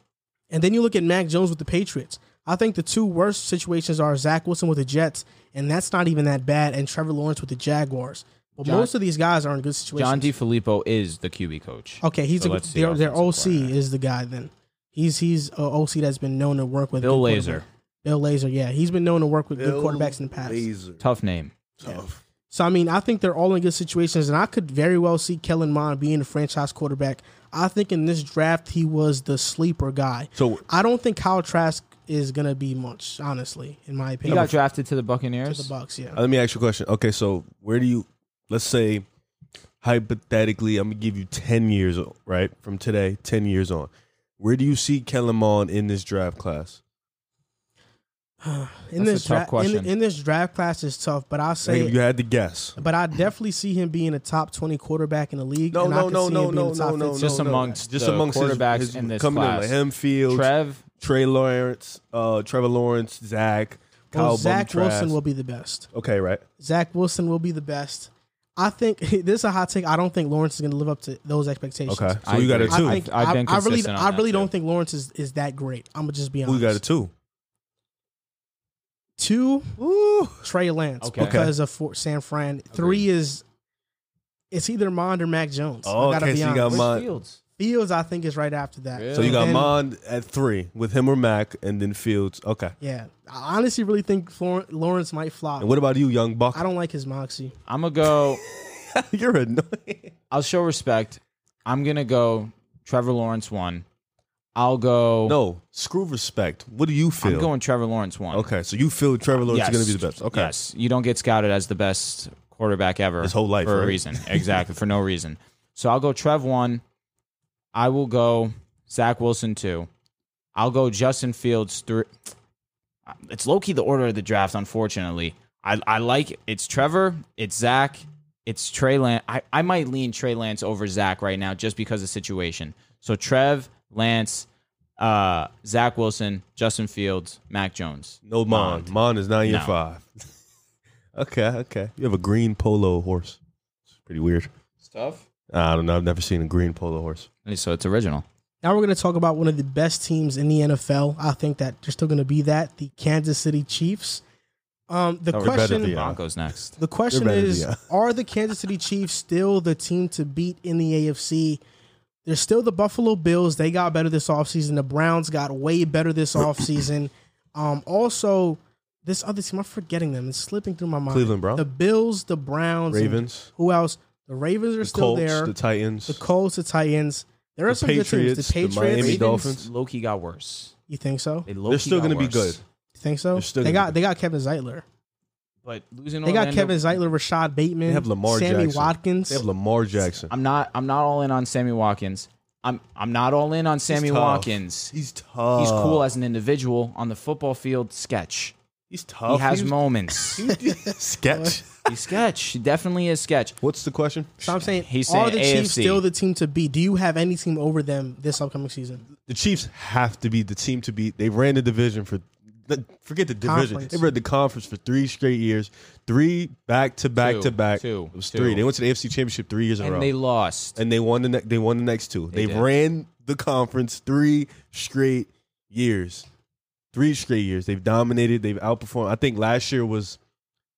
Speaker 2: And then you look at Mac Jones with the Patriots. I think the two worst situations are Zach Wilson with the Jets, and that's not even that bad, and Trevor Lawrence with the Jaguars. But
Speaker 3: John-
Speaker 2: most of these guys are in good situations.
Speaker 3: John DiFilippo is the QB coach.
Speaker 2: okay, he's
Speaker 3: So
Speaker 2: a,
Speaker 3: let's see
Speaker 2: their, their OC
Speaker 3: offensive coordinator.
Speaker 2: is the guy. Then he's he's a OC that's been known to work with
Speaker 3: Bill
Speaker 2: good
Speaker 3: Lazor.
Speaker 2: quarterback- Bill Lazor, yeah, he's been known to work with
Speaker 4: Bill
Speaker 2: good quarterbacks in the past.
Speaker 4: Lazor.
Speaker 3: Tough name.
Speaker 4: Tough.
Speaker 2: So I mean, I think they're all in good situations, and I could very well see Kellen Mond being the franchise quarterback. I think in this draft he was the sleeper guy.
Speaker 4: So uh,
Speaker 2: I don't think Kyle Trask is gonna be much, honestly, in my
Speaker 3: He
Speaker 2: opinion.
Speaker 3: got drafted to the
Speaker 2: the
Speaker 3: Buccaneers.
Speaker 2: Bucks, yeah.
Speaker 4: uh, let me ask you a question. Okay, so where do you let's say hypothetically, I'm gonna give you 10 years, right? From today, 10 years on. Where do you see Kellerman in this draft class?
Speaker 2: in
Speaker 3: That's a
Speaker 2: this
Speaker 3: tough
Speaker 2: dra- in,
Speaker 3: question.
Speaker 2: in this draft class is tough, but I'll
Speaker 4: Like,
Speaker 2: say
Speaker 4: if you had to guess.
Speaker 2: But I definitely see him being a top twenty quarterback in the league.
Speaker 4: No,
Speaker 2: and I
Speaker 4: no,
Speaker 2: can
Speaker 4: no,
Speaker 2: see
Speaker 4: no,
Speaker 2: him being
Speaker 4: no,
Speaker 2: a top
Speaker 4: no, no,
Speaker 2: 15.
Speaker 3: Just
Speaker 4: no, no.
Speaker 3: amongst
Speaker 4: just
Speaker 3: the
Speaker 4: amongst his-
Speaker 3: quarterbacks
Speaker 4: his,
Speaker 3: in this
Speaker 4: coming
Speaker 3: class.
Speaker 4: in like Hemfield,
Speaker 3: Trev,
Speaker 4: Trey Lawrence, uh, Trevor Lawrence, Zach, Kyle
Speaker 2: Well, Zach
Speaker 4: Bum,
Speaker 2: Wilson will be the best.
Speaker 4: Okay, right.
Speaker 2: Zach Wilson will be the best. I think this is a hot take. I don't think Lawrence is going to live up to those expectations.
Speaker 4: Okay, so
Speaker 3: I
Speaker 4: you got a
Speaker 3: agree.
Speaker 2: I
Speaker 4: two.
Speaker 2: think
Speaker 3: I've
Speaker 2: I,
Speaker 3: been
Speaker 2: I really,
Speaker 3: consistent on
Speaker 2: I
Speaker 3: that,
Speaker 2: really
Speaker 3: too.
Speaker 2: don't think Lawrence is, is that great. I'm gonna just be honest.
Speaker 4: we got a two.
Speaker 2: two
Speaker 4: Ooh.
Speaker 2: Trey Lance
Speaker 3: Okay.
Speaker 2: because of Fort San Fran. Three is it's either Mond or Mac Jones.
Speaker 4: Oh,
Speaker 2: I gotta
Speaker 4: okay,
Speaker 2: be
Speaker 4: so you got
Speaker 2: honest.
Speaker 4: Mond.
Speaker 3: Fields.
Speaker 2: Fields, I think, is right after that.
Speaker 3: Really?
Speaker 4: So you got
Speaker 2: Then-
Speaker 4: Mond at three with him or Mac, and then Fields. Okay.
Speaker 2: Yeah, I honestly really think Flor- Lawrence might flop.
Speaker 4: And what about you, Young Buck?
Speaker 2: I don't like his moxie.
Speaker 3: I'm gonna go.
Speaker 4: You're annoying.
Speaker 3: I'll show respect. I'm gonna go. Trevor Lawrence one. I'll go.
Speaker 4: No, screw respect. What do you feel?
Speaker 3: I'm going Trevor Lawrence one.
Speaker 4: Okay, so you feel Trevor Lawrence is going to be the best. Okay.
Speaker 3: Yes. You don't get scouted as the best quarterback ever
Speaker 4: His whole life,
Speaker 3: for
Speaker 4: right?
Speaker 3: a reason. Exactly. for no reason. So I'll go Trev one. I will go Zach Wilson two. I'll go Justin Fields three. It's low key the order of the draft, unfortunately. I, I like it's Trevor, it's Zach, it's Trey Lance. I, I might lean Trey Lance over Zach right now just because of the situation. So Trev, Lance, uh, Zach Wilson, Justin Fields, Mac Jones.
Speaker 4: No Mon. Mon is nine year five. okay, okay. You have a green polo horse. It's pretty weird.
Speaker 3: It's tough.
Speaker 4: I don't know. I've never seen a green polo horse.
Speaker 3: So it's original.
Speaker 2: Now we're going to talk about one of the best teams in the NFL. I think that they're still going to be that the Kansas City Chiefs. Um, the
Speaker 3: Oh, they're
Speaker 4: better
Speaker 2: question,
Speaker 4: than us.
Speaker 3: Broncos next.
Speaker 2: the question
Speaker 4: They're better
Speaker 2: is,
Speaker 4: than uh, us.
Speaker 2: are the Kansas City Chiefs still the team to beat in the AFC? They're still the Buffalo Bills. They got better this offseason. The Browns got way better this offseason. Um, also, this other team, I'm forgetting them. It's slipping through my mind.
Speaker 4: Cleveland Browns?
Speaker 2: The Bills, the Browns, and
Speaker 4: Ravens,
Speaker 2: Who else? The Ravens are
Speaker 4: the
Speaker 2: still
Speaker 4: Colts,
Speaker 2: there.
Speaker 4: the Titans.
Speaker 2: the Colts, the Titans. There are
Speaker 4: The
Speaker 2: some good teams.
Speaker 4: Patriots,
Speaker 2: The
Speaker 4: the
Speaker 2: Patriots,
Speaker 4: Miami
Speaker 2: Ravens,
Speaker 4: Dolphins.
Speaker 3: Loki got worse.
Speaker 2: You think so?
Speaker 3: They
Speaker 4: They're still
Speaker 3: going to
Speaker 4: be good.
Speaker 2: You think so?
Speaker 4: They're still
Speaker 2: They
Speaker 4: gonna
Speaker 2: got
Speaker 4: be
Speaker 2: they got Kevin Zeitler.
Speaker 3: But losing
Speaker 2: They got
Speaker 3: Orlando,
Speaker 2: Kevin Zeitler, Rashad Bateman,
Speaker 4: They have Lamar
Speaker 2: Sammy
Speaker 4: Jackson.
Speaker 2: Watkins.
Speaker 4: They have Lamar Jackson.
Speaker 3: I'm not. I'm not all in on Sammy Watkins. I'm. I'm not all in on Sammy
Speaker 4: He's tough. Uh.
Speaker 3: Watkins.
Speaker 4: He's tough.
Speaker 3: He's cool as an individual on the football field. Sketch.
Speaker 4: He's
Speaker 3: He
Speaker 4: tough.
Speaker 3: has
Speaker 4: He's-
Speaker 3: moments.
Speaker 4: sketch.
Speaker 3: He's sketch. He definitely is sketch.
Speaker 4: What's the question?
Speaker 2: so I'm saying,
Speaker 3: He's
Speaker 2: are
Speaker 3: saying
Speaker 2: the Chiefs
Speaker 3: AFC.
Speaker 2: still the team to beat? Do you have any team over them this upcoming season?
Speaker 4: The Chiefs have to be the team to beat. They ran the division for forget the division.
Speaker 2: Conference.
Speaker 4: They ran the conference for three straight years, three back to back
Speaker 3: Two,
Speaker 4: to back.
Speaker 3: two,
Speaker 4: it was
Speaker 3: two.
Speaker 4: three. They went to the AFC Championship three years in a row,
Speaker 3: And they lost.
Speaker 4: and they won the ne- they won the next two. They,
Speaker 3: did.
Speaker 4: ran the conference three straight years, three straight years. They've dominated. They've outperformed. I think last year was,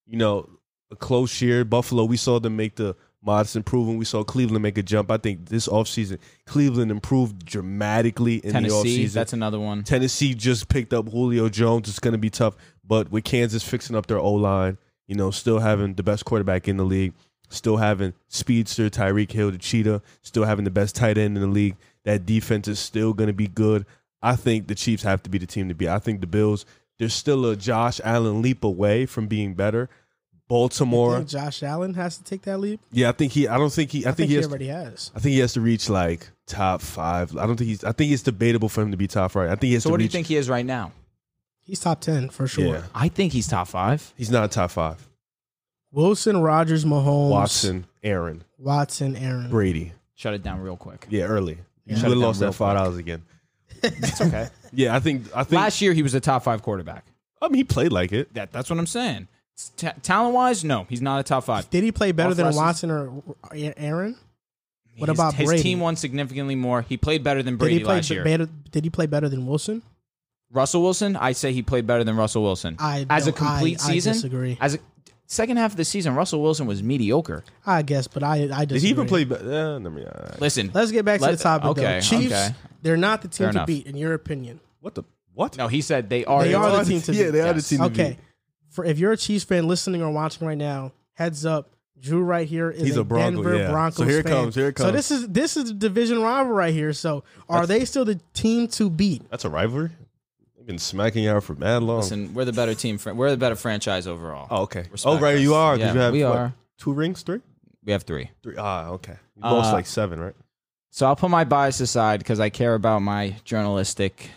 Speaker 4: you know, a close year. Buffalo, we saw them make the modest improvement. We saw Cleveland make a jump. I think this offseason, Cleveland improved dramatically in the
Speaker 3: Tennessee.
Speaker 4: offseason.
Speaker 3: That's another one.
Speaker 4: Tennessee just picked up Julio Jones. It's going to be tough, but with Kansas fixing up their O line, you know, still having the best quarterback in the league, still having speedster Tyreek Hill, the cheetah, still having the best tight end in the league. That defense is still going to be good. I think the Chiefs have to be the team to be. I think the Bills. They're still a Josh Allen leap away from being better.
Speaker 2: You
Speaker 4: Baltimore,
Speaker 2: think Josh Allen has to take that leap.
Speaker 4: yeah, I think he. I don't think he. I,
Speaker 2: I,
Speaker 4: think, he has.
Speaker 2: already has.
Speaker 4: I think he has to reach like top five. I don't think he's. I think it's debatable for him to be top right. I think he has
Speaker 3: So
Speaker 4: to
Speaker 3: what do you
Speaker 4: reach.
Speaker 3: think he is right now?
Speaker 2: He's top ten for sure.
Speaker 4: Yeah.
Speaker 3: I think he's top five.
Speaker 4: He's not top five.
Speaker 2: Wilson, Rogers, Mahomes,
Speaker 4: Watson, Aaron,
Speaker 2: Watson, Aaron.
Speaker 4: Brady.
Speaker 3: Shut it down real quick.
Speaker 4: Yeah, early.
Speaker 2: Yeah.
Speaker 4: You
Speaker 2: Shut
Speaker 3: it
Speaker 4: would have
Speaker 3: down
Speaker 4: lost
Speaker 3: real
Speaker 4: that five dollars again.
Speaker 3: It's okay.
Speaker 4: Yeah, I think. I think.
Speaker 3: Last year he was a top five quarterback.
Speaker 4: I mean, he played like it.
Speaker 3: That that's what I'm saying. Ta talent wise, no, he's not a top five.
Speaker 2: Did he play better
Speaker 3: Off
Speaker 2: than
Speaker 3: lessons.
Speaker 2: Watson or Aaron? What
Speaker 3: His-
Speaker 2: about
Speaker 3: his
Speaker 2: Brady?
Speaker 3: team? Won significantly more. He played better than
Speaker 2: Did
Speaker 3: Brady
Speaker 2: he play
Speaker 3: last
Speaker 2: b-
Speaker 3: year.
Speaker 2: better? Did he play better than Wilson?
Speaker 3: Russell Wilson, I say he played better than Russell Wilson.
Speaker 2: I
Speaker 3: as a
Speaker 2: don't- I-
Speaker 3: complete
Speaker 2: I
Speaker 3: season,
Speaker 2: disagree.
Speaker 3: As a second half of the season, Russell Wilson was mediocre.
Speaker 2: I guess, but I I disagree.
Speaker 4: Did he even play? be- Uh, no, I mean, uh,
Speaker 3: Listen,
Speaker 2: Let's get back to
Speaker 3: Let-
Speaker 2: the topic.
Speaker 3: okay,
Speaker 2: though. Chiefs,
Speaker 3: okay.
Speaker 2: they're not the team
Speaker 3: Fair
Speaker 2: to
Speaker 3: enough.
Speaker 2: beat, in your opinion.
Speaker 4: what the what?
Speaker 3: no, he said they are.
Speaker 2: They
Speaker 3: the
Speaker 2: are the
Speaker 3: team.
Speaker 2: team to
Speaker 4: yeah,
Speaker 2: beat.
Speaker 4: they are the
Speaker 3: Yes.
Speaker 4: team. to
Speaker 2: Okay,
Speaker 4: beat.
Speaker 2: for if you're a Chiefs fan listening or watching right now, heads up, Drew right here is
Speaker 4: He's
Speaker 2: a,
Speaker 4: a Bronco,
Speaker 2: Denver
Speaker 4: yeah.
Speaker 2: Broncos
Speaker 4: So here it
Speaker 2: fan.
Speaker 4: comes, here it
Speaker 2: So
Speaker 4: comes.
Speaker 2: this is this is the division rival right here. So are they still the team to beat?
Speaker 4: That's a rivalry. They've been smacking out for mad long.
Speaker 3: Listen, we're the better team. fr- We're the better franchise overall.
Speaker 4: oh, okay.
Speaker 3: Respect
Speaker 4: Oh, right, you
Speaker 3: us.
Speaker 4: are. 'cause
Speaker 3: Yeah,
Speaker 4: you have
Speaker 3: we
Speaker 4: what,
Speaker 3: are.
Speaker 4: two rings, three.
Speaker 3: We have three.
Speaker 4: Three. Ah, okay. You lost
Speaker 3: Uh,
Speaker 4: like seven, right?
Speaker 3: So I'll put my bias aside because I care about my journalistic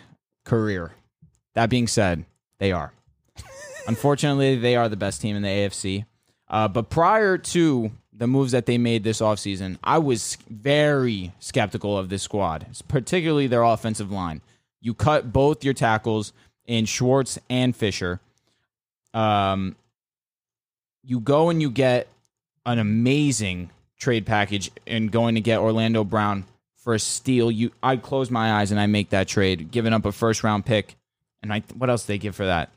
Speaker 3: career. That being said, they are. Unfortunately, they are the best team in the AFC. Uh, but prior to the moves that they made this offseason, I was very skeptical of this squad, particularly their offensive line. You cut both your tackles in Schwartz and Fisher. Um, you go and you get an amazing trade package and going to get Orlando Brown for a steal. You, I close my eyes and I make that trade, giving up a first round pick. And I, what else did they give for that?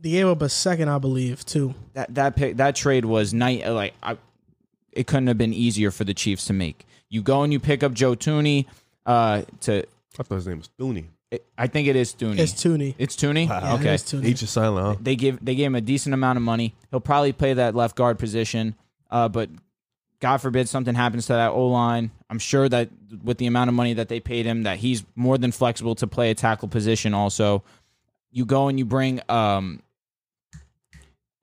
Speaker 2: They gave up a second, I believe, too.
Speaker 3: That that pick, that trade was night like I, it couldn't have been easier for the Chiefs to make. You go and you pick up Joe Tooney. Uh, to
Speaker 4: I thought his name was Dooney.
Speaker 3: I think it is Tooney.
Speaker 2: It's Tooney.
Speaker 3: It's Tooney.
Speaker 2: Yeah,
Speaker 3: okay,
Speaker 2: It's Tooney.
Speaker 4: H is silent, huh?
Speaker 3: they give they gave him a decent amount of money. He'll probably play that left guard position, uh, but God forbid something happens to that O line. I'm sure that with the amount of money that they paid him, that he's more than flexible to play a tackle position. Also, you go and you bring um,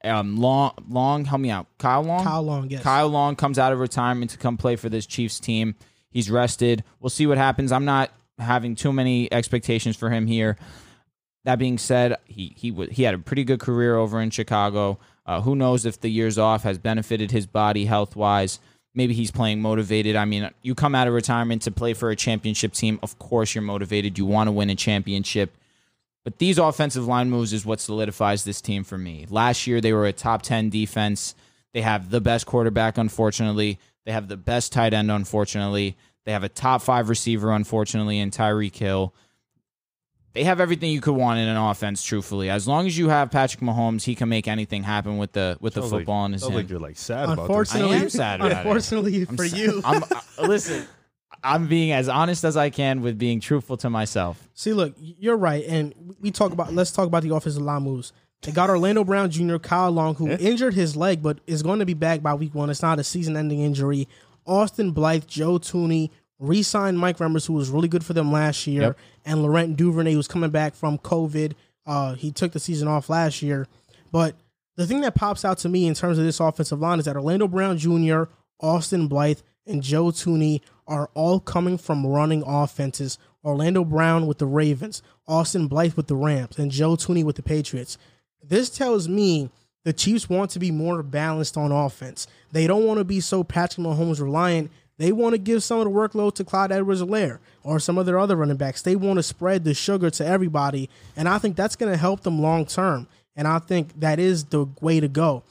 Speaker 3: um long long help me out Kyle Long
Speaker 2: Kyle Long, yes.
Speaker 3: Kyle Long comes out of retirement to come play for this Chiefs team. He's rested. We'll see what happens. I'm not having too many expectations for him here. That being said, he he wa he had a pretty good career over in Chicago. Uh, who knows if the years off has benefited his body health wise? Maybe he's playing motivated. I mean, you come out of retirement to play for a championship team. Of course, you're motivated. You want to win a championship. But these offensive line moves is what solidifies this team for me. Last year, they were a top 10 defense. They have the best quarterback, unfortunately. They have the best tight end, unfortunately. They have a top five receiver, unfortunately, in Tyreek Hill. They have everything you could want in an offense, truthfully. As long as you have Patrick Mahomes, he can make anything happen with the with the
Speaker 4: Sounds like-
Speaker 3: football in his
Speaker 4: sounds like
Speaker 3: hand.
Speaker 4: you're like sad about this.
Speaker 2: Unfortunately,
Speaker 3: I am sad about it.
Speaker 2: unfortunately for you.
Speaker 3: I'm, I- listen, I'm being as honest as I can with being truthful to myself.
Speaker 2: See, look, you're right, and we talk about. Let's talk about the offensive line moves. They got Orlando Brown Jr., Kyle Long, who injured his leg, but is going to be back by week one. It's not a season-ending injury. Austin Blythe, Joe Tooney, re-signed Mike Remmers, who was really good for them last year,
Speaker 3: Yep.
Speaker 2: and Laurent Duvernay, who's coming back from COVID. Uh, he took the season off last year, but the thing that pops out to me in terms of this offensive line is that Orlando Brown Jr., Austin Blythe, and Joe Tooney are all coming from running offenses. Orlando Brown with the Ravens, Austin Blythe with the Rams, and Joe Tooney with the Patriots. This tells me the Chiefs want to be more balanced on offense. They don't want to be so Patrick Mahomes reliant. They want to give some of the workload to Clyde Edwards Alaire or some of their other running backs. They want to spread the sugar to everybody. And I think that's going to help them long term. And I think that is the way to go.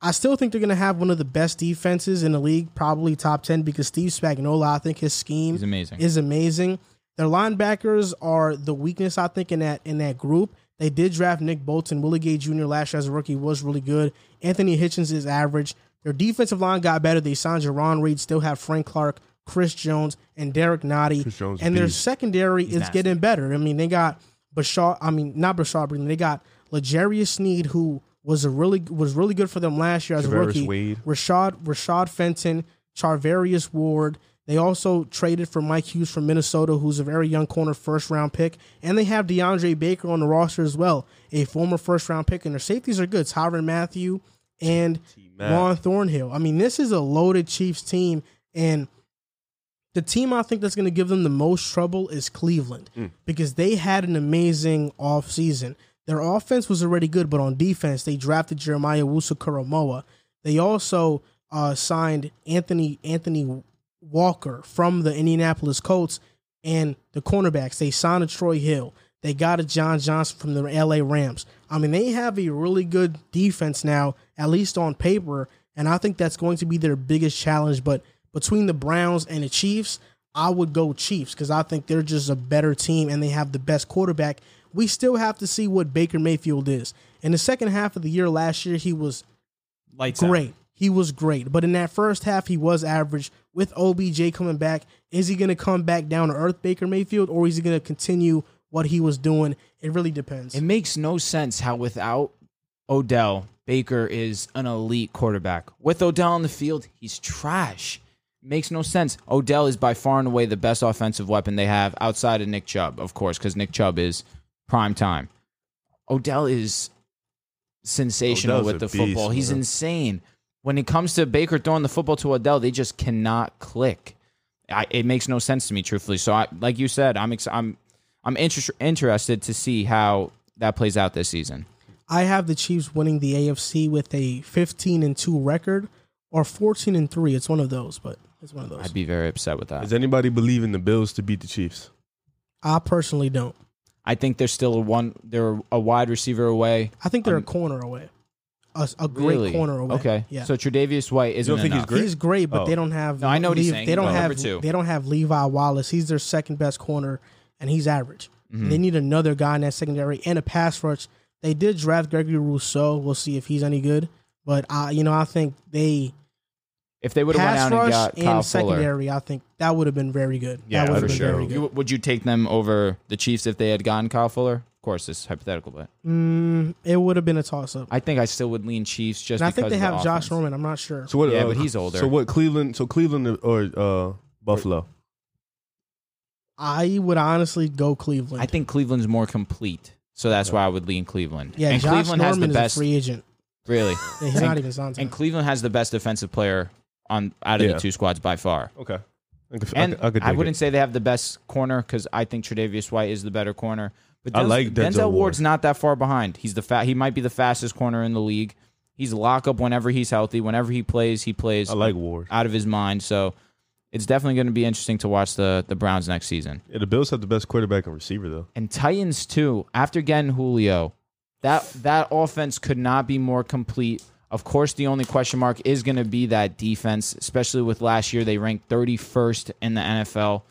Speaker 2: I still think they're going to have one of the best defenses in the league, probably top 10, because Steve Spagnuolo, I think his scheme
Speaker 3: He's amazing.
Speaker 2: is amazing. Their linebackers are the weakness, I think, in that in that group. They did draft Nick Bolton, Willie Gay Jr. last year as a rookie was really good. Anthony Hitchens is average. Their defensive line got better. They signed Jerron Reed, still have Frank Clark, Chris Jones, and Derek Nottie.
Speaker 4: Chris Jones
Speaker 2: and their
Speaker 4: beast.
Speaker 2: secondary is
Speaker 3: nasty.
Speaker 2: getting better. I mean, they got Bashar. I mean, not Bashar Breeland. They got Legarius Sneed, who was a really was really good for them last year as a
Speaker 4: Tre'Davious
Speaker 2: rookie.
Speaker 4: Wade.
Speaker 2: Rashad Rashad Fenton, Charvarius Ward. They also traded for Mike Hughes from Minnesota, who's a very young corner first round pick. And they have DeAndre Baker on the roster as well, a former first round pick. And their safeties are good. It's Howard Matthew and
Speaker 4: T-Mac.
Speaker 2: Juan Thornhill. I mean, this is a loaded Chiefs team. And the team I think that's going to give them the most trouble is Cleveland because they had an amazing offseason. Their offense was already good, but on defense, they drafted Jeremiah Wusu Koromoa. They also uh, signed Anthony Anthony Walker from the Indianapolis Colts and the cornerbacks. They signed a Troy Hill. They got a John Johnson from the LA Rams. I mean, they have a really good defense now, at least on paper, and I think that's going to be their biggest challenge. But between the Browns and the Chiefs, I would go Chiefs because I think they're just a better team and they have the best quarterback. We still have to see what Baker Mayfield is. In the second half of the year last year, he was
Speaker 3: Lights out.
Speaker 2: great. He was great. But in that first half, he was average. With OBJ coming back, is he going to come back down to earth, Baker Mayfield, or is he going to continue what he was doing? It really depends.
Speaker 3: It makes no sense how without Odell, Baker is an elite quarterback. With Odell on the field, he's trash. Makes no sense. Odell is by far and away the best offensive weapon they have outside of Nick Chubb, of course, because Nick Chubb is prime time. Odell is sensational
Speaker 4: Odell's
Speaker 3: with the
Speaker 4: a beast,
Speaker 3: football. He's
Speaker 4: man.
Speaker 3: insane. when it comes to Baker throwing the football to Odell, they just cannot click. I, it makes no sense to me, truthfully. So, I, like you said, I'm ex- I'm I'm inter- interested to see how that plays out this season.
Speaker 2: I have the Chiefs winning the AFC with a 15 and 2 record or 14 and 3. It's one of those, but it's one of those.
Speaker 3: I'd be very upset with that.
Speaker 4: Does anybody believe in the Bills to beat the Chiefs?
Speaker 2: I personally don't.
Speaker 3: I think they're still a one. They're a wide receiver away.
Speaker 2: I think they're a corner away. A, a great
Speaker 3: Really?
Speaker 2: corner away.
Speaker 3: Okay.
Speaker 2: Yeah.
Speaker 3: So Tre'Davious White isn't
Speaker 4: don't think he's
Speaker 3: enough.
Speaker 4: great?
Speaker 2: He's great, but
Speaker 4: Oh.
Speaker 2: they don't have.
Speaker 3: No, I know what he's
Speaker 2: Lev-
Speaker 3: saying.
Speaker 2: They don't
Speaker 3: He's
Speaker 2: have.
Speaker 3: number two.
Speaker 2: They don't have Levi Wallace. He's their second best corner, and he's average.
Speaker 3: Mm-hmm.
Speaker 2: They need another guy in that secondary and a pass rush. They did draft Gregory Rousseau. We'll see if he's any good. But I, you know, I think they
Speaker 3: If they would have went
Speaker 2: pass
Speaker 3: out and
Speaker 2: rush
Speaker 3: got
Speaker 2: and,
Speaker 3: Kyle Fuller,
Speaker 2: secondary. I think that would have been very good.
Speaker 4: Yeah,
Speaker 2: that would
Speaker 4: for
Speaker 2: have been
Speaker 4: sure.
Speaker 2: very good.
Speaker 3: you, would you take them over the Chiefs if they had gotten Kyle Fuller? Of course, it's hypothetical, but
Speaker 2: Mm, it would have been a toss up.
Speaker 3: I think I still would lean Chiefs just.
Speaker 2: And I
Speaker 3: because
Speaker 2: think they
Speaker 3: of the
Speaker 2: have Josh
Speaker 3: offense.
Speaker 2: Roman. I'm not sure.
Speaker 4: So what?
Speaker 3: Yeah,
Speaker 4: uh,
Speaker 3: but he's older.
Speaker 4: So what? Cleveland. So Cleveland or uh, Buffalo.
Speaker 2: I would honestly go Cleveland.
Speaker 3: I think Cleveland's more complete, so that's why I would lean Cleveland.
Speaker 2: Yeah,
Speaker 3: and
Speaker 2: Josh Norman
Speaker 3: Cleveland has the
Speaker 2: is
Speaker 3: best,
Speaker 2: a free agent.
Speaker 3: really.
Speaker 2: Yeah, he's
Speaker 3: And-
Speaker 2: not even signed. to
Speaker 3: And
Speaker 2: them.
Speaker 3: Cleveland has the best defensive player on out of
Speaker 4: Yeah.
Speaker 3: the two squads by far.
Speaker 4: Okay. I could,
Speaker 3: And
Speaker 4: I, could, I, could
Speaker 3: I,
Speaker 4: dig
Speaker 3: wouldn't say they have the best corner because I think Tre'Davious White is the better corner. But
Speaker 4: I
Speaker 3: Denz-
Speaker 4: like Denzel
Speaker 3: Denzel
Speaker 4: Ward.
Speaker 3: Ward's not that far behind. He's the fa- he might be the fastest corner in the league. He's lock up whenever he's healthy. Whenever he plays, he plays
Speaker 4: It. I like Ward.
Speaker 3: out of his mind. So it's definitely going to be interesting to watch the the Browns next season
Speaker 4: Yeah, the Bills have the best quarterback and receiver though.
Speaker 3: and Titans too. After getting Julio, that that offense could not be more complete. Of course, the only question mark is going to be that defense, especially with last year they ranked 31st in the NFL.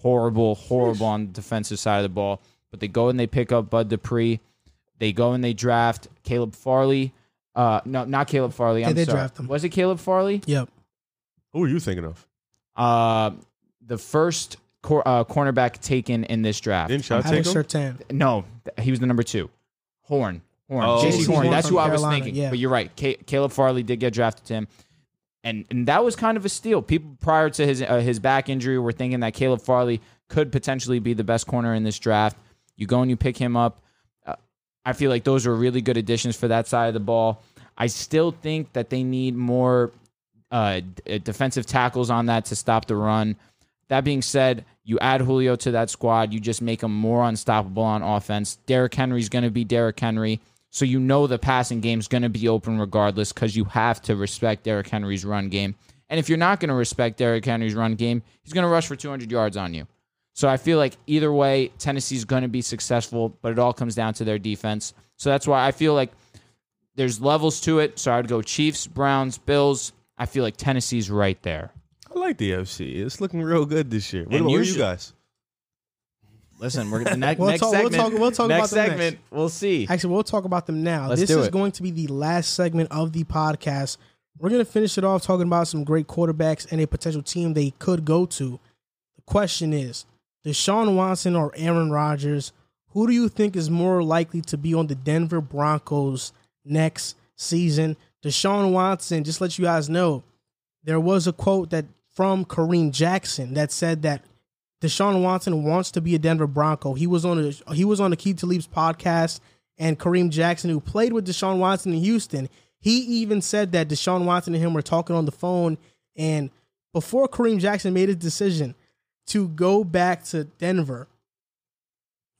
Speaker 3: Horrible, horrible on the defensive side of the ball. But they go and they pick up Bud Dupree. They go and they draft Caleb Farley. Uh, no, not Caleb Farley.
Speaker 2: Yeah,
Speaker 3: I'm
Speaker 2: they
Speaker 3: sorry.
Speaker 2: draft him.
Speaker 3: Was it Caleb Farley?
Speaker 2: Yep.
Speaker 4: Who are you thinking of?
Speaker 3: Uh, the first cor- uh, cornerback taken in this draft.
Speaker 4: Didn't y'all take
Speaker 2: Alex
Speaker 4: him?
Speaker 2: Sertan.
Speaker 3: No, th- he was the number two. Horn. Horn.
Speaker 4: Oh.
Speaker 3: JC Horn.
Speaker 4: Horn
Speaker 3: That's
Speaker 2: from
Speaker 3: who I was
Speaker 2: Carolina,
Speaker 3: thinking.
Speaker 2: yeah.
Speaker 3: But you're right. Ca Caleb Farley did get drafted to him. And, and that was kind of a steal. People prior to his uh, his back injury were thinking that Caleb Farley could potentially be the best corner in this draft. You go and you pick him up. Uh, I feel like those were really good additions for that side of the ball. I still think that they need more uh, d- defensive tackles on that to stop the run. That being said, you add Julio to that squad, you just make him more unstoppable on offense. Derrick Henry's going to be Derrick Henry. So you know the passing game's going to be open regardless because you have to respect Derrick Henry's run game. And if you're not going to respect Derrick Henry's run game, he's going to rush for 200 yards on you. So I feel like either way, Tennessee's going to be successful, but it all comes down to their defense. So that's why I feel like there's levels to it. So I would go Chiefs, Browns, Bills. I feel like Tennessee's right there.
Speaker 4: I like the FC. It's looking real good this year. What
Speaker 3: And
Speaker 4: about you
Speaker 3: usually-
Speaker 4: guys?
Speaker 3: Listen, we're the ne-
Speaker 2: We'll
Speaker 3: next
Speaker 2: talk- we'll
Speaker 3: segment.
Speaker 2: talk- we'll talk
Speaker 3: next
Speaker 2: about them
Speaker 3: segment. We'll see.
Speaker 2: Actually, we'll talk about them now.
Speaker 3: Let's
Speaker 2: this
Speaker 3: do
Speaker 2: is
Speaker 3: it.
Speaker 2: going to be the last segment of the podcast. We're going to finish it off talking about some great quarterbacks and a potential team they could go to. The question is Deshaun Watson or Aaron Rodgers, who do you think is more likely to be on the Denver Broncos next season? Deshaun Watson, just to let you guys know, there was a quote that from Kareem Jackson that said that Deshaun Watson wants to be a Denver Bronco. He was on a, he was on the Key to Leaps podcast, and Kareem Jackson, who played with Deshaun Watson in Houston, he even said that Deshaun Watson and him were talking on the phone. And before Kareem Jackson made his decision to go back to Denver,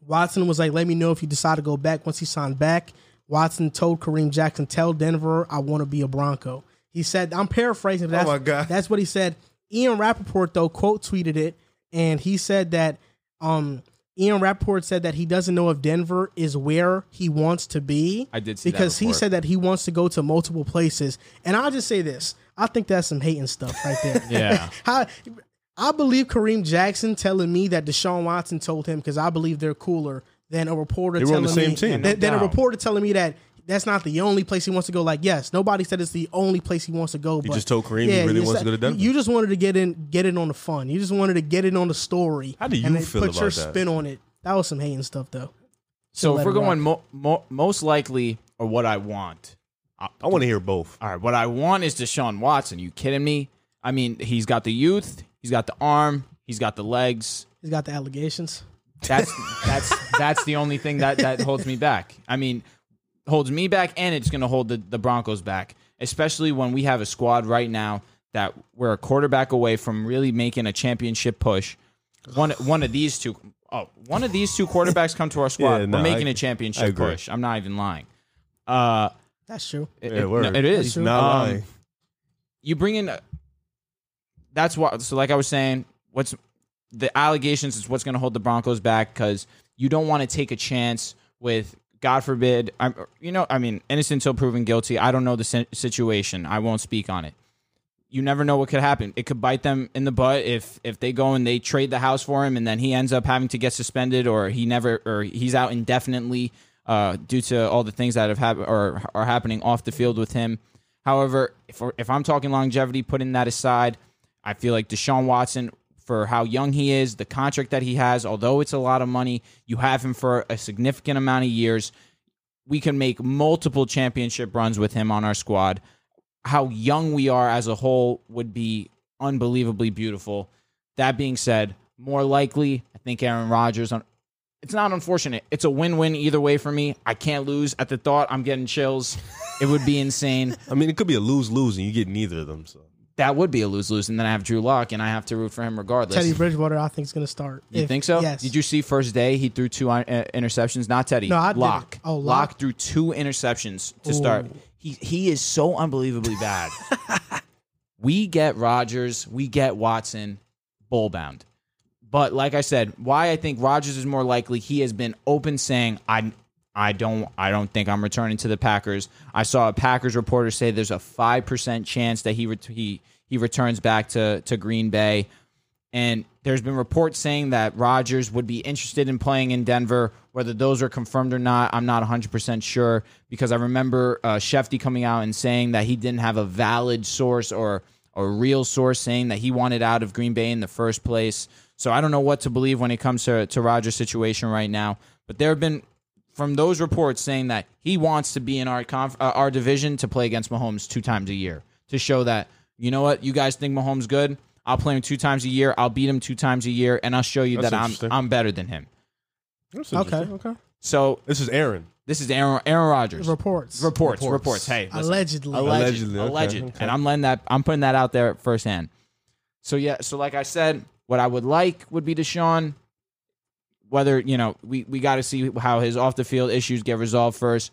Speaker 2: Watson was like, "Let me know if you decide to go back." Once he signed back, Watson told Kareem Jackson, "Tell Denver I want to be a Bronco." He said, "I'm paraphrasing." But that's,
Speaker 4: Oh my God.
Speaker 2: That's what he said. Ian Rappaport though quote tweeted it, and he said that um, Ian Rappaport said that he doesn't know if Denver is where he wants to be.
Speaker 3: I did see that
Speaker 2: because he
Speaker 3: report.
Speaker 2: said that he wants to go to multiple places, and I'll just say this: I think that's some hating stuff right there.
Speaker 3: Yeah.
Speaker 2: How, I believe Kareem Jackson telling me that Deshaun Watson told him because I believe they're cooler than a reporter
Speaker 4: They were on
Speaker 2: telling
Speaker 4: the same
Speaker 2: me
Speaker 4: team.
Speaker 2: than- than a
Speaker 3: No.
Speaker 2: reporter telling me that that's not the only place he wants to go. Like, yes, nobody said it's the only place he wants to go. but
Speaker 4: just told Kareem he really
Speaker 2: you
Speaker 4: wants to
Speaker 2: said-
Speaker 4: go to Denver.
Speaker 2: You just wanted to get in, get in on the fun. You just wanted to get in on the story.
Speaker 4: How do you
Speaker 2: and then
Speaker 4: feel
Speaker 2: put
Speaker 4: about
Speaker 2: your
Speaker 4: that?
Speaker 2: spin on it? That was some hating stuff, though.
Speaker 3: So
Speaker 2: let
Speaker 3: if we're
Speaker 2: it rock.
Speaker 3: going mo- mo- most likely or what I want,
Speaker 4: I want to hear both.
Speaker 3: All right, what I want is Deshaun Watson. You kidding me? I mean, he's got the youth, he's got the arm, he's got the legs.
Speaker 2: He's got the allegations.
Speaker 3: That's that's that's the only thing that that holds me back. I mean, holds me back, and it's going to hold the, the Broncos back. especially when we have a squad right now that we're a quarterback away from really making a championship push. One one of these two oh, one of these two quarterbacks come to our squad,
Speaker 4: Yeah,
Speaker 3: we're
Speaker 4: no,
Speaker 3: making
Speaker 4: I-
Speaker 3: a
Speaker 4: I
Speaker 3: championship
Speaker 4: agree.
Speaker 3: push. I'm not even lying. Uh,
Speaker 2: That's true.
Speaker 3: it,
Speaker 4: Yeah,
Speaker 3: it- no,
Speaker 4: word.
Speaker 3: it is
Speaker 4: He's not
Speaker 3: Um,
Speaker 4: lying.
Speaker 3: you bring in that's why so like i was saying what's the allegations is what's going to hold the broncos back because you don't want to take a chance with god forbid i'm you know i mean innocent until proven guilty i don't know the si- situation i won't speak on it you never know what could happen it could bite them in the butt if if they go and they trade the house for him and then he ends up having to get suspended or he never or he's out indefinitely uh, due to all the things that have happened or are happening off the field with him However, if we're- if I'm talking longevity, putting that aside, I feel like Deshaun Watson for how young he is, the contract that he has, although it's a lot of money, you have him for a significant amount of years. We can make multiple championship runs with him on our squad. How young we are as a whole would be unbelievably beautiful. That being said, more likely, I think Aaron Rodgers on it's not unfortunate. It's a win-win either way for me. I can't lose at the thought. I'm getting chills. It would be insane
Speaker 4: I mean, it could be a lose lose, and you get neither of them. So
Speaker 3: that would be a lose lose, and then I have Drew Lock, and I have to root for him regardless.
Speaker 2: Teddy Bridgewater, I think, is going to start.
Speaker 3: you
Speaker 2: If-
Speaker 3: think so?
Speaker 2: Yes.
Speaker 3: Did you see first day he threw two uh, interceptions? Not Teddy.
Speaker 2: No, I didn't.
Speaker 3: Lock.
Speaker 2: Oh,
Speaker 3: Lock.
Speaker 2: Lock.
Speaker 3: threw two interceptions to start. He he is so unbelievably bad. we get Rodgers, we get Watson, bowl bound. But like I said, why I think Rodgers is more likely, he has been open saying I I don't I don't think I'm returning to the Packers. I saw a Packers reporter say there's a 5% chance that he ret- he he returns back to to Green Bay. And there's been reports saying that Rodgers would be interested in playing in Denver. Whether those are confirmed or not, I'm not 100% sure because I remember uh, Shefty coming out and saying that he didn't have a valid source or a real source saying that he wanted out of Green Bay in the first place. So I don't know what to believe when it comes to, to Rodgers' situation right now. But there have been, from those reports, saying that he wants to be in our, conf- uh, our division to play against Mahomes two times a year to show that you know what? You guys think Mahomes good? I'll play him two times a year. I'll beat him two times a year, and I'll show you
Speaker 4: That's
Speaker 3: that I'm
Speaker 4: interesting.
Speaker 3: I'm better than him.
Speaker 2: Okay.
Speaker 4: okay.
Speaker 3: So
Speaker 4: This is Aaron.
Speaker 3: this is Aaron Aaron Rodgers reports
Speaker 2: Reports.
Speaker 3: reports
Speaker 4: Reports.
Speaker 3: Hey, listen.
Speaker 2: Allegedly.
Speaker 3: alleged, alleged,
Speaker 4: Allegedly, okay, okay.
Speaker 3: and I'm letting that I'm putting that out there firsthand. So yeah, so like I said, what I would like would be Deshaun. Whether you know, we we got to see how his off the field issues get resolved first.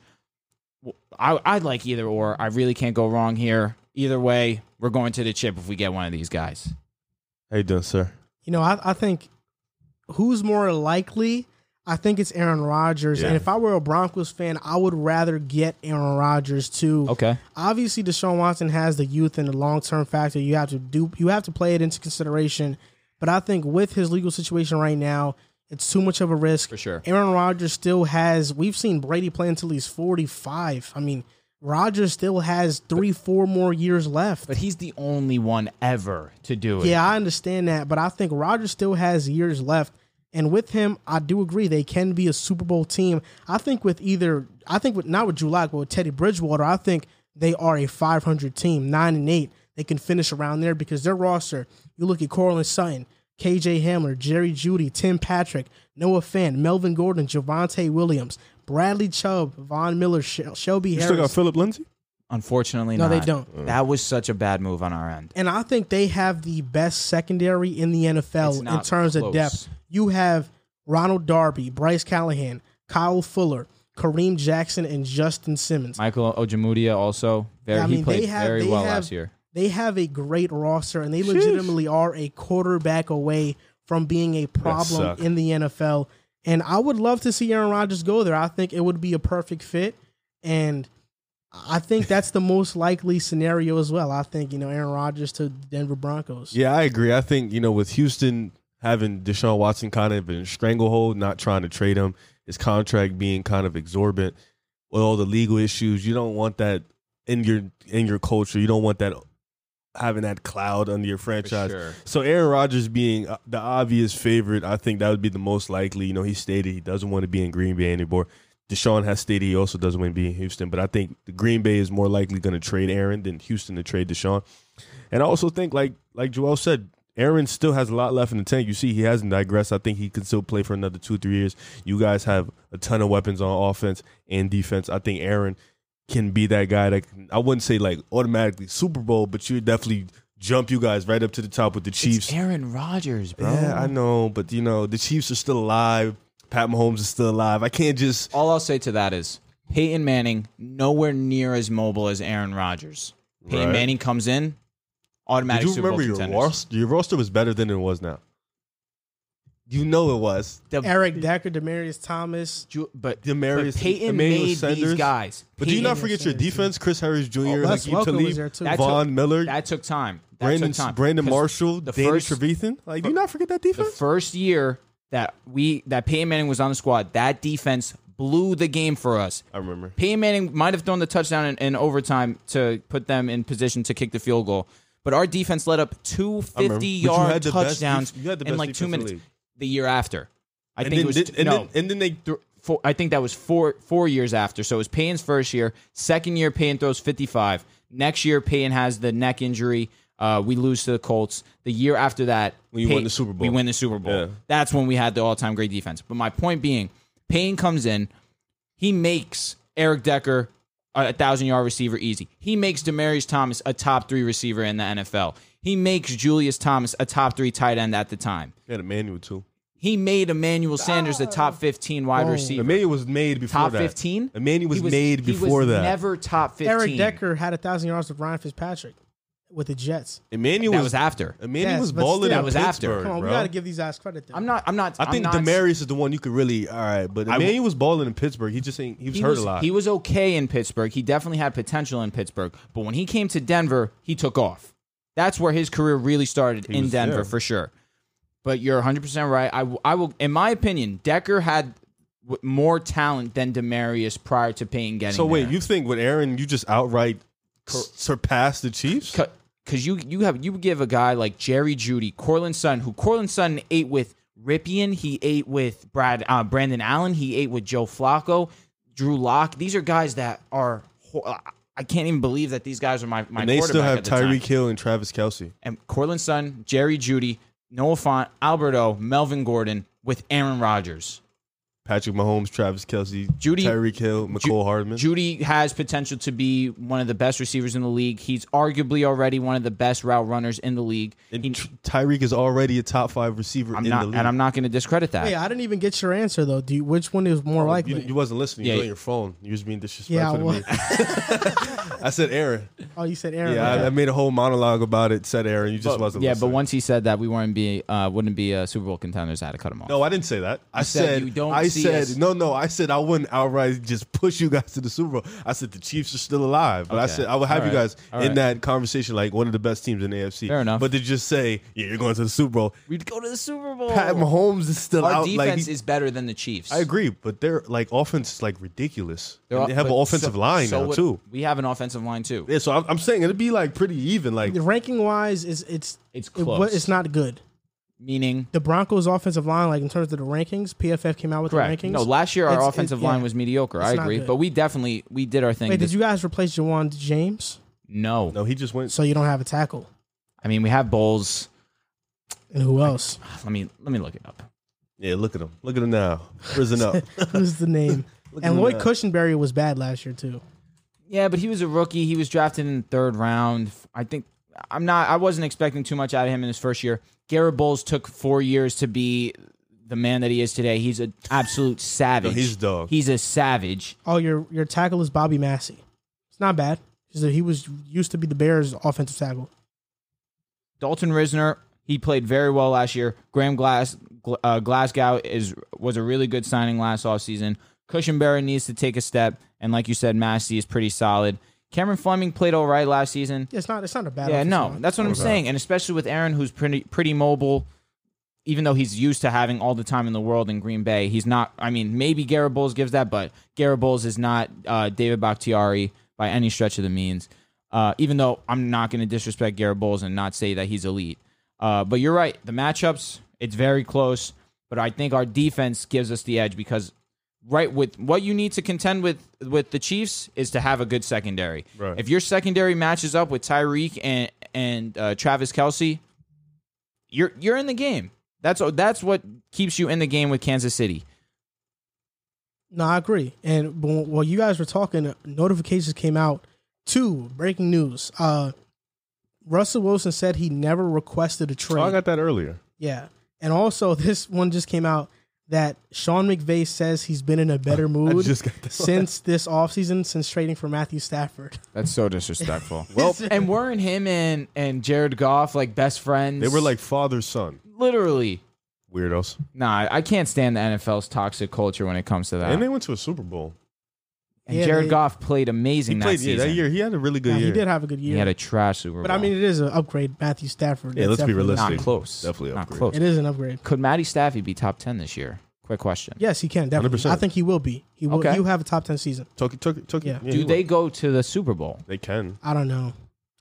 Speaker 3: I I'd like either or. I really can't go wrong here. Either way, we're going to the chip if we get one of these guys.
Speaker 4: How you doing, sir?
Speaker 2: You know, I, I think who's more likely? I think it's Aaron Rodgers. And
Speaker 4: Yeah.
Speaker 2: if I were a Broncos fan, I would rather get Aaron Rodgers too.
Speaker 3: Okay.
Speaker 2: Obviously, Deshaun Watson has the youth and the long term factor. You have to do. You have to play it into consideration. But I think with his legal situation right now, it's too much of a risk.
Speaker 3: For sure.
Speaker 2: Aaron Rodgers still has. We've seen Brady play until he's forty five. I mean, Rodgers still has three, four more years left.
Speaker 3: But he's the only one ever to do it.
Speaker 2: Yeah, I understand that, but I think Rodgers still has years left. And with him, I do agree they can be a Super Bowl team. I think with either, I think with not with Drew Lock, but with Teddy Bridgewater, I think they are a 500 team, nine and eight. They can finish around there because their roster. You look at Corlin Sutton, KJ Hamler, Jerry Judy, Tim Patrick, Noah Fant, Melvin Gordon, Javante Williams, Bradley Chubb, Von Miller, Shel- Shelby
Speaker 4: You
Speaker 2: Harris.
Speaker 4: still got Philip Lindsay?
Speaker 3: Unfortunately,
Speaker 2: No, they
Speaker 3: not.
Speaker 2: don't.
Speaker 3: That was such a bad move on our end.
Speaker 2: and I think they have the best secondary in the
Speaker 3: It's
Speaker 2: NFL in
Speaker 3: not
Speaker 2: terms of
Speaker 3: close.
Speaker 2: depth. You have Ronald Darby, Bryce Callahan, Kyle Fuller, Kareem Jackson, and Justin Simmons.
Speaker 3: Michael Ojemudia also very
Speaker 2: Yeah, I
Speaker 3: he
Speaker 2: mean,
Speaker 3: played
Speaker 2: they have-
Speaker 3: very
Speaker 2: they
Speaker 3: well
Speaker 2: have-
Speaker 3: last year.
Speaker 2: They have a great roster, and they legitimately are a quarterback away from being a problem
Speaker 4: suck.
Speaker 2: in the NFL. And I would love to see Aaron Rodgers go there. I think it would be a perfect fit, and I think that's the most likely scenario as well. I think you know Aaron Rodgers to Denver Broncos.
Speaker 4: Yeah, I agree. I think you know with Houston having Deshaun Watson kind of in a stranglehold, not trying to trade him, his contract being kind of exorbitant, with all the legal issues, you don't want that in your in your culture. You don't want that having that cloud under your franchise.
Speaker 3: sure.
Speaker 4: So Aaron Rodgers being uh, the obvious favorite, I think that would be the most likely. You know, he stated he doesn't want to be in Green Bay anymore. Deshaun has stated he also doesn't want to be in Houston, but I think the Green Bay is more likely going to trade Aaron than Houston to trade Deshaun. And I also think, like like Joel said, Aaron still has a lot left in the tank. You see, he hasn't digressed. I think he can still play for another two, three years. You guys have a ton of weapons on offense and defense. I think Aaron can be that guy that can, I wouldn't say like automatically Super Bowl, but you definitely jump you guys right up to the top with the Chiefs.
Speaker 3: It's Aaron Rodgers, bro.
Speaker 4: Yeah, I know, but you know the Chiefs are still alive. Pat Mahomes is still alive. I can't just
Speaker 3: All I'll say to that is Peyton Manning nowhere near as mobile as Aaron Rodgers. Peyton
Speaker 4: Right.
Speaker 3: Manning comes in,
Speaker 4: Did
Speaker 3: automatic
Speaker 4: you
Speaker 3: Super
Speaker 4: remember
Speaker 3: Bowl
Speaker 4: your
Speaker 3: contenders.
Speaker 4: roster? Your roster was better than it was now. You know it was.
Speaker 3: The-
Speaker 2: Eric Decker, Demarius Thomas.
Speaker 3: Ju- but,
Speaker 4: Demaryius-
Speaker 3: but Peyton
Speaker 4: Emmanuel
Speaker 3: made
Speaker 4: Sanders.
Speaker 3: these guys.
Speaker 4: But do you
Speaker 3: Peyton-
Speaker 4: not forget your
Speaker 2: Sanders, too.
Speaker 4: defense? Chris Harris Jr.,
Speaker 2: Les
Speaker 4: Hakeem
Speaker 2: Welker was
Speaker 4: Talib,
Speaker 2: there, too.
Speaker 3: That
Speaker 4: Von
Speaker 3: took-
Speaker 4: Miller,
Speaker 3: That took time. That
Speaker 4: Brandon,
Speaker 3: took time.
Speaker 4: Brandon
Speaker 3: 'Cause
Speaker 4: Marshall,
Speaker 3: the
Speaker 4: Danny
Speaker 3: first-
Speaker 4: Trevathan. Like, do you not forget that
Speaker 3: the
Speaker 4: defense?
Speaker 3: first year that we that Peyton Manning was on the squad, that defense blew the game for us.
Speaker 4: I remember.
Speaker 3: Peyton Manning might have thrown the touchdown in, in overtime to put them in position to kick the field goal, but our defense led up two
Speaker 4: I remember. But
Speaker 3: 50
Speaker 4: you had
Speaker 3: yard
Speaker 4: the best
Speaker 3: touchdowns
Speaker 4: def- you had the
Speaker 3: in
Speaker 4: best
Speaker 3: like two
Speaker 4: defense in the
Speaker 3: minutes.
Speaker 4: league.
Speaker 3: The year after, I
Speaker 4: And
Speaker 3: think
Speaker 4: then,
Speaker 3: it was
Speaker 4: did-
Speaker 3: t-
Speaker 4: and,
Speaker 3: no.
Speaker 4: then, and then they
Speaker 3: th- four, I think that was four four years after. So it was Payton's first year. Second year, Payton throws 55. Next year, Payton has the neck injury. Uh, we lose to the Colts. The year after that,
Speaker 4: We won the Super Bowl.
Speaker 3: We win the Super Bowl.
Speaker 4: Yeah.
Speaker 3: That's when we had the all time great defense. But my point being, Payton comes in, he makes Eric Decker a thousand yard receiver easy. He makes Demarius Thomas a top three receiver in the NFL. He makes Julius Thomas a top three tight end at the time.
Speaker 4: they had Emmanuel too.
Speaker 3: He made Emmanuel Sanders the top fifteen wide
Speaker 2: Oh.
Speaker 3: receiver
Speaker 4: Emmanuel was made before
Speaker 3: top
Speaker 4: that.
Speaker 3: 15?
Speaker 4: Emmanuel was,
Speaker 3: He
Speaker 4: made
Speaker 3: he
Speaker 4: before
Speaker 3: was
Speaker 4: that.
Speaker 3: Never top 15.
Speaker 2: Eric Decker had a thousand yards with Ryan Fitzpatrick with the Jets.
Speaker 4: Emmanuel
Speaker 3: That was after.
Speaker 4: Emmanuel
Speaker 2: Yes,
Speaker 4: was
Speaker 2: but
Speaker 4: balling.
Speaker 2: still.
Speaker 4: in
Speaker 2: That was
Speaker 3: after.
Speaker 4: Pittsburgh,
Speaker 2: Come on,
Speaker 4: bro.
Speaker 2: we got to give these guys credit. Though.
Speaker 3: I'm not. I'm not.
Speaker 4: I think
Speaker 3: I'm not,
Speaker 4: Demarius is the one you could really. All right, but
Speaker 3: I-
Speaker 4: Emmanuel was balling in Pittsburgh. He just ain't. He was
Speaker 3: He
Speaker 4: hurt
Speaker 3: was,
Speaker 4: a lot.
Speaker 3: he was okay in Pittsburgh. He definitely had potential in Pittsburgh. But when he came to Denver, he took off. That's where his career really started in
Speaker 4: was
Speaker 3: Denver
Speaker 4: there.
Speaker 3: for sure. But you're 100% right. I, w- I will, in my opinion, Decker had w- more talent than Demarius prior to Payne getting
Speaker 4: so wait,
Speaker 3: there.
Speaker 4: you think with Aaron, you just outright s- surpassed the Chiefs?
Speaker 3: because you you have you give a guy like Jerry Judy, Corlin Sutton, who Corlin Sutton ate with Ripien, he ate with Brad uh, Brandon Allen, he ate with Joe Flacco, Drew Lock. These are guys that are. ho- I can't even believe that these guys are my my.
Speaker 4: and they still
Speaker 3: quarterback
Speaker 4: have
Speaker 3: at the time.
Speaker 4: Tyreek Hill and Travis Kelsey.
Speaker 3: and Corlin Sutton, Jerry Judy, Noah Font, Alberto, Melvin Gordon with Aaron Rodgers.
Speaker 4: Patrick Mahomes, Travis Kelsey,
Speaker 3: Judy-
Speaker 4: Tyreek Hill, McCole
Speaker 3: Ju-
Speaker 4: Hardman.
Speaker 3: Judy has potential to be one of the best receivers in the league. He's arguably already one of the best route runners in the league.
Speaker 4: and
Speaker 3: He-
Speaker 4: Tr- Tyreek is already a top five receiver
Speaker 3: I'm
Speaker 4: in
Speaker 3: not,
Speaker 4: the league.
Speaker 3: and I'm not going to discredit that.
Speaker 2: Hey, I didn't even get your answer though. Do you, which one is
Speaker 3: Oh,
Speaker 2: more likely?
Speaker 4: you, you wasn't listening. You
Speaker 3: Yeah,
Speaker 4: was on
Speaker 3: yeah.
Speaker 4: your phone. You was being
Speaker 2: yeah,
Speaker 4: disrespectful
Speaker 2: well,
Speaker 4: to me. I said Aaron.
Speaker 2: oh, you said Aaron.
Speaker 4: Yeah, I, I made a whole monologue about it. Said Aaron. You just wasn't.
Speaker 3: yeah,
Speaker 4: listening.
Speaker 3: but once he said that we wouldn't be uh, wouldn't be uh, Super Bowl contenders, I had to cut him off.
Speaker 4: No, I didn't say that. I
Speaker 3: said
Speaker 4: said,
Speaker 3: you don't
Speaker 4: I
Speaker 3: see
Speaker 4: said
Speaker 3: us-
Speaker 4: no, no. I said I wouldn't outright just push you guys to the Super Bowl. I said the Chiefs are still alive, but I
Speaker 3: Okay.
Speaker 4: said I would have
Speaker 3: All
Speaker 4: you
Speaker 3: right.
Speaker 4: guys
Speaker 3: All
Speaker 4: in
Speaker 3: right.
Speaker 4: that conversation like one of the best teams in the AFC.
Speaker 3: Fair enough.
Speaker 4: But to just say yeah, you're going to the Super Bowl.
Speaker 3: we'd go to the Super Bowl.
Speaker 4: Pat Mahomes is still
Speaker 3: Our
Speaker 4: out. like,
Speaker 3: defense
Speaker 4: he-
Speaker 3: is better than the Chiefs.
Speaker 4: I agree, but their like offense is like ridiculous.
Speaker 3: They're-
Speaker 4: And they have an
Speaker 3: but
Speaker 4: offensive
Speaker 3: so-
Speaker 4: line
Speaker 3: so
Speaker 4: now
Speaker 3: would-
Speaker 4: too.
Speaker 3: We have an offensive line too.
Speaker 4: Yeah, so I'm, I'm saying it'd be like pretty even. Like
Speaker 2: ranking wise, is it's
Speaker 3: It's
Speaker 2: it wa-
Speaker 3: close.
Speaker 2: it's not good.
Speaker 3: Meaning,
Speaker 2: The Broncos' offensive line, like in terms of the rankings, PFF came out with
Speaker 3: correct?
Speaker 2: the rankings.
Speaker 3: No, last year our
Speaker 2: It's- it-
Speaker 3: offensive
Speaker 2: yeah.
Speaker 3: line was mediocre. I
Speaker 2: It's not
Speaker 3: agree,
Speaker 2: good.
Speaker 3: but we definitely we did our thing.
Speaker 2: Wait,
Speaker 3: this,
Speaker 2: did you guys replace Jawan James?
Speaker 3: no,
Speaker 4: no, he just went.
Speaker 2: So you don't have a tackle,
Speaker 3: I mean we have Bowles.
Speaker 2: and who else?
Speaker 3: Let me let me look it up.
Speaker 4: Yeah, look at him. Look at him now, risen up.
Speaker 2: Who's the name? and Lloyd Cushenberry was bad last year too.
Speaker 3: Yeah, but he was a rookie. He was drafted in the third round. I think I'm not. I wasn't expecting too much out of him in his first year. Garrett Bowles took four years to be the man that he is today. He's an absolute savage.
Speaker 4: he's dog.
Speaker 3: He's a savage.
Speaker 2: Oh, your your tackle is Bobby Massey. It's not bad. He's a- He was used to be the Bears' offensive tackle.
Speaker 3: Dalton Risner. He played very well last year. Graham Glass Gl- uh, Glasgow is was a really good signing last offseason. Cushionberry needs to take a step, and like you said, Massey is pretty solid. Cameron Fleming played all right last season.
Speaker 2: Yeah, it's not. It's not a bad.
Speaker 3: Yeah,
Speaker 2: offensive
Speaker 3: no,
Speaker 2: line.
Speaker 3: that's what I'm saying, and especially with Aaron, who's pretty pretty mobile. Even though he's used to having all the time in the world in Green Bay, he's not. I mean, maybe Garrett Bowles gives that, but Garrett Bowles is not uh, David Bakhtiari by any stretch of the means. Uh, even though I'm not going to disrespect Garrett Bowles and not say that he's elite, uh, but you're right. The matchups, it's very close, but I think our defense gives us the edge because right with what you need to contend with with the Chiefs is to have a good secondary.
Speaker 4: Right.
Speaker 3: If your secondary matches up with Tyreek and and uh, Travis Kelsey, you're you're in the game. That's that's what keeps you in the game with Kansas City.
Speaker 2: No, I agree. And b- while you guys were talking, notifications came out. Two breaking news. Uh, Russell Wilson said he never requested a trade.
Speaker 4: Oh, I got that earlier.
Speaker 2: yeah. And also, this one just came out that Sean McVay says he's been in a better mood
Speaker 4: just got that.
Speaker 2: since this offseason, since trading for Matthew Stafford.
Speaker 3: That's so disrespectful. well, and weren't him and and Jared Goff like best friends?
Speaker 4: They were like father son
Speaker 3: literally.
Speaker 4: weirdos,
Speaker 3: Nah, I can't stand the NFL's toxic culture when it comes to that.
Speaker 4: and
Speaker 3: And,
Speaker 4: they went to a Super Bowl.
Speaker 2: Yeah,
Speaker 3: Jared
Speaker 2: they-
Speaker 3: Goff played
Speaker 4: He
Speaker 3: amazing that
Speaker 4: played yeah,
Speaker 3: season.
Speaker 4: that year. He had a really good
Speaker 2: Now,
Speaker 4: year.
Speaker 2: he did have a good
Speaker 3: He
Speaker 2: year.
Speaker 3: had a trash Super Bowl.
Speaker 2: but I mean, it is an upgrade, Matthew Stafford.
Speaker 4: Yeah,
Speaker 2: It's
Speaker 4: let's be
Speaker 2: definitely-
Speaker 4: realistic.
Speaker 3: not close.
Speaker 4: Definitely
Speaker 3: not
Speaker 4: upgrade.
Speaker 3: close.
Speaker 2: It is an upgrade.
Speaker 3: Could Matty Staffy be top ten this year? Quick question.
Speaker 2: Yes, he can definitely.
Speaker 4: 100%.
Speaker 2: I think he will be. He will.
Speaker 3: Okay.
Speaker 2: He will have a top ten season.
Speaker 4: Tokyo, Tokyo, Tokyo.
Speaker 2: Yeah.
Speaker 4: he
Speaker 3: Do they
Speaker 4: went.
Speaker 3: go to the Super Bowl?
Speaker 4: They can.
Speaker 2: I don't know.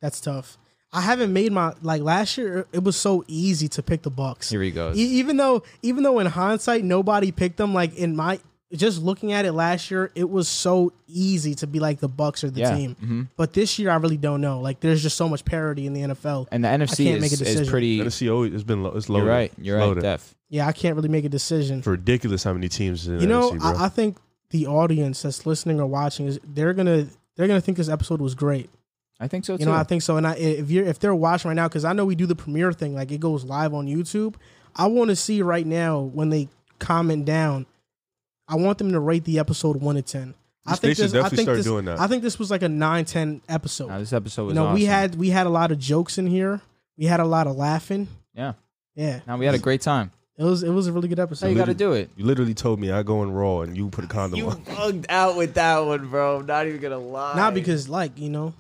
Speaker 2: That's tough. I haven't made my like last year. It was so easy to pick the Bucks.
Speaker 3: Here he goes.
Speaker 2: E- even though, even though in hindsight nobody picked them. Like in my just looking at it last year, it was so easy to be like the Bucks or the
Speaker 3: Yeah.
Speaker 2: team.
Speaker 4: Mm-hmm.
Speaker 2: But this year, I really don't know. Like there's just so much parity in the NFL.
Speaker 3: And the NFC
Speaker 2: can't make a
Speaker 3: is, is
Speaker 2: decision.
Speaker 3: pretty.
Speaker 4: Tennessee always has been. Lo- it's
Speaker 3: You're
Speaker 4: loaded.
Speaker 3: right. You're right,
Speaker 4: Loaded.
Speaker 3: Def.
Speaker 2: yeah, I can't really make a decision.
Speaker 4: It's ridiculous how many teams is in
Speaker 2: you know,
Speaker 4: NFC, bro.
Speaker 2: I, I think the audience that's listening or watching is they're gonna they're gonna think this episode was great.
Speaker 3: I think so too.
Speaker 2: You know, I think so. And I, if you're if they're watching right now, because I know we do the premiere thing, like it goes live on YouTube. I want to see right now when they comment down. I want them to rate the episode one to ten. I
Speaker 4: They
Speaker 2: I
Speaker 4: should definitely
Speaker 2: think
Speaker 4: start
Speaker 2: this,
Speaker 4: doing that.
Speaker 2: I think this was like a 9-10 episode.
Speaker 3: Nah, this episode
Speaker 2: you
Speaker 3: was.
Speaker 2: know, we
Speaker 3: awesome.
Speaker 2: had we had a lot of jokes in here. We had a lot of laughing.
Speaker 3: Yeah.
Speaker 2: Yeah,
Speaker 3: Now we had a great time.
Speaker 2: it was it was a really good
Speaker 3: Now
Speaker 2: episode.
Speaker 3: you got to do it.
Speaker 4: you literally told me I go in raw and you put a condom on.
Speaker 3: bugged out with that one, bro. I'm not even gonna lie.
Speaker 2: Not because, like you know,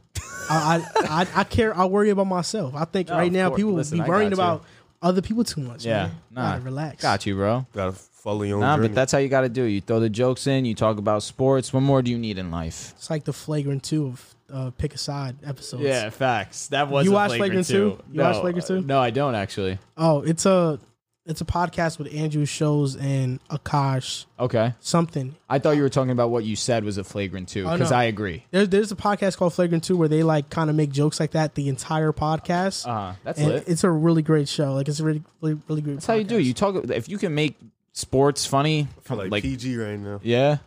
Speaker 2: I, I I I care. I worry about myself. I think right
Speaker 3: of
Speaker 2: now
Speaker 3: course.
Speaker 2: people
Speaker 3: Listen,
Speaker 2: will
Speaker 3: I
Speaker 2: be worrying
Speaker 3: got you.
Speaker 2: about other people too much.
Speaker 3: Yeah,
Speaker 2: man.
Speaker 3: nah.
Speaker 2: Gotta relax.
Speaker 3: Got you, bro.
Speaker 4: Gotta follow your own
Speaker 3: Nah,
Speaker 4: journey.
Speaker 3: but that's how you got to do. it. You throw the jokes in. You talk about sports. What more do you need in life?
Speaker 2: It's like the flagrant two of uh, pick a side episodes.
Speaker 3: facts. That was.
Speaker 2: You a watch flagrant Flagrant two? two? You watch No, Flagrant two? uh,
Speaker 3: No, I don't actually.
Speaker 2: Oh, it's a it's a podcast with Andrew Shows and Akash
Speaker 3: Okay,
Speaker 2: something.
Speaker 3: I thought you were talking about what you said was a flagrant two
Speaker 2: Oh,
Speaker 3: because
Speaker 2: no.
Speaker 3: I agree.
Speaker 2: There's there's a podcast called Flagrant Two where they like kind of make jokes like that the entire podcast.
Speaker 3: Uh, that's
Speaker 2: and
Speaker 3: lit.
Speaker 2: it's a really great show. Like it's a really really, really great.
Speaker 3: That's how you do. it. You talk if you can make sports funny,
Speaker 4: I feel like,
Speaker 3: like
Speaker 4: PG right now.
Speaker 3: yeah.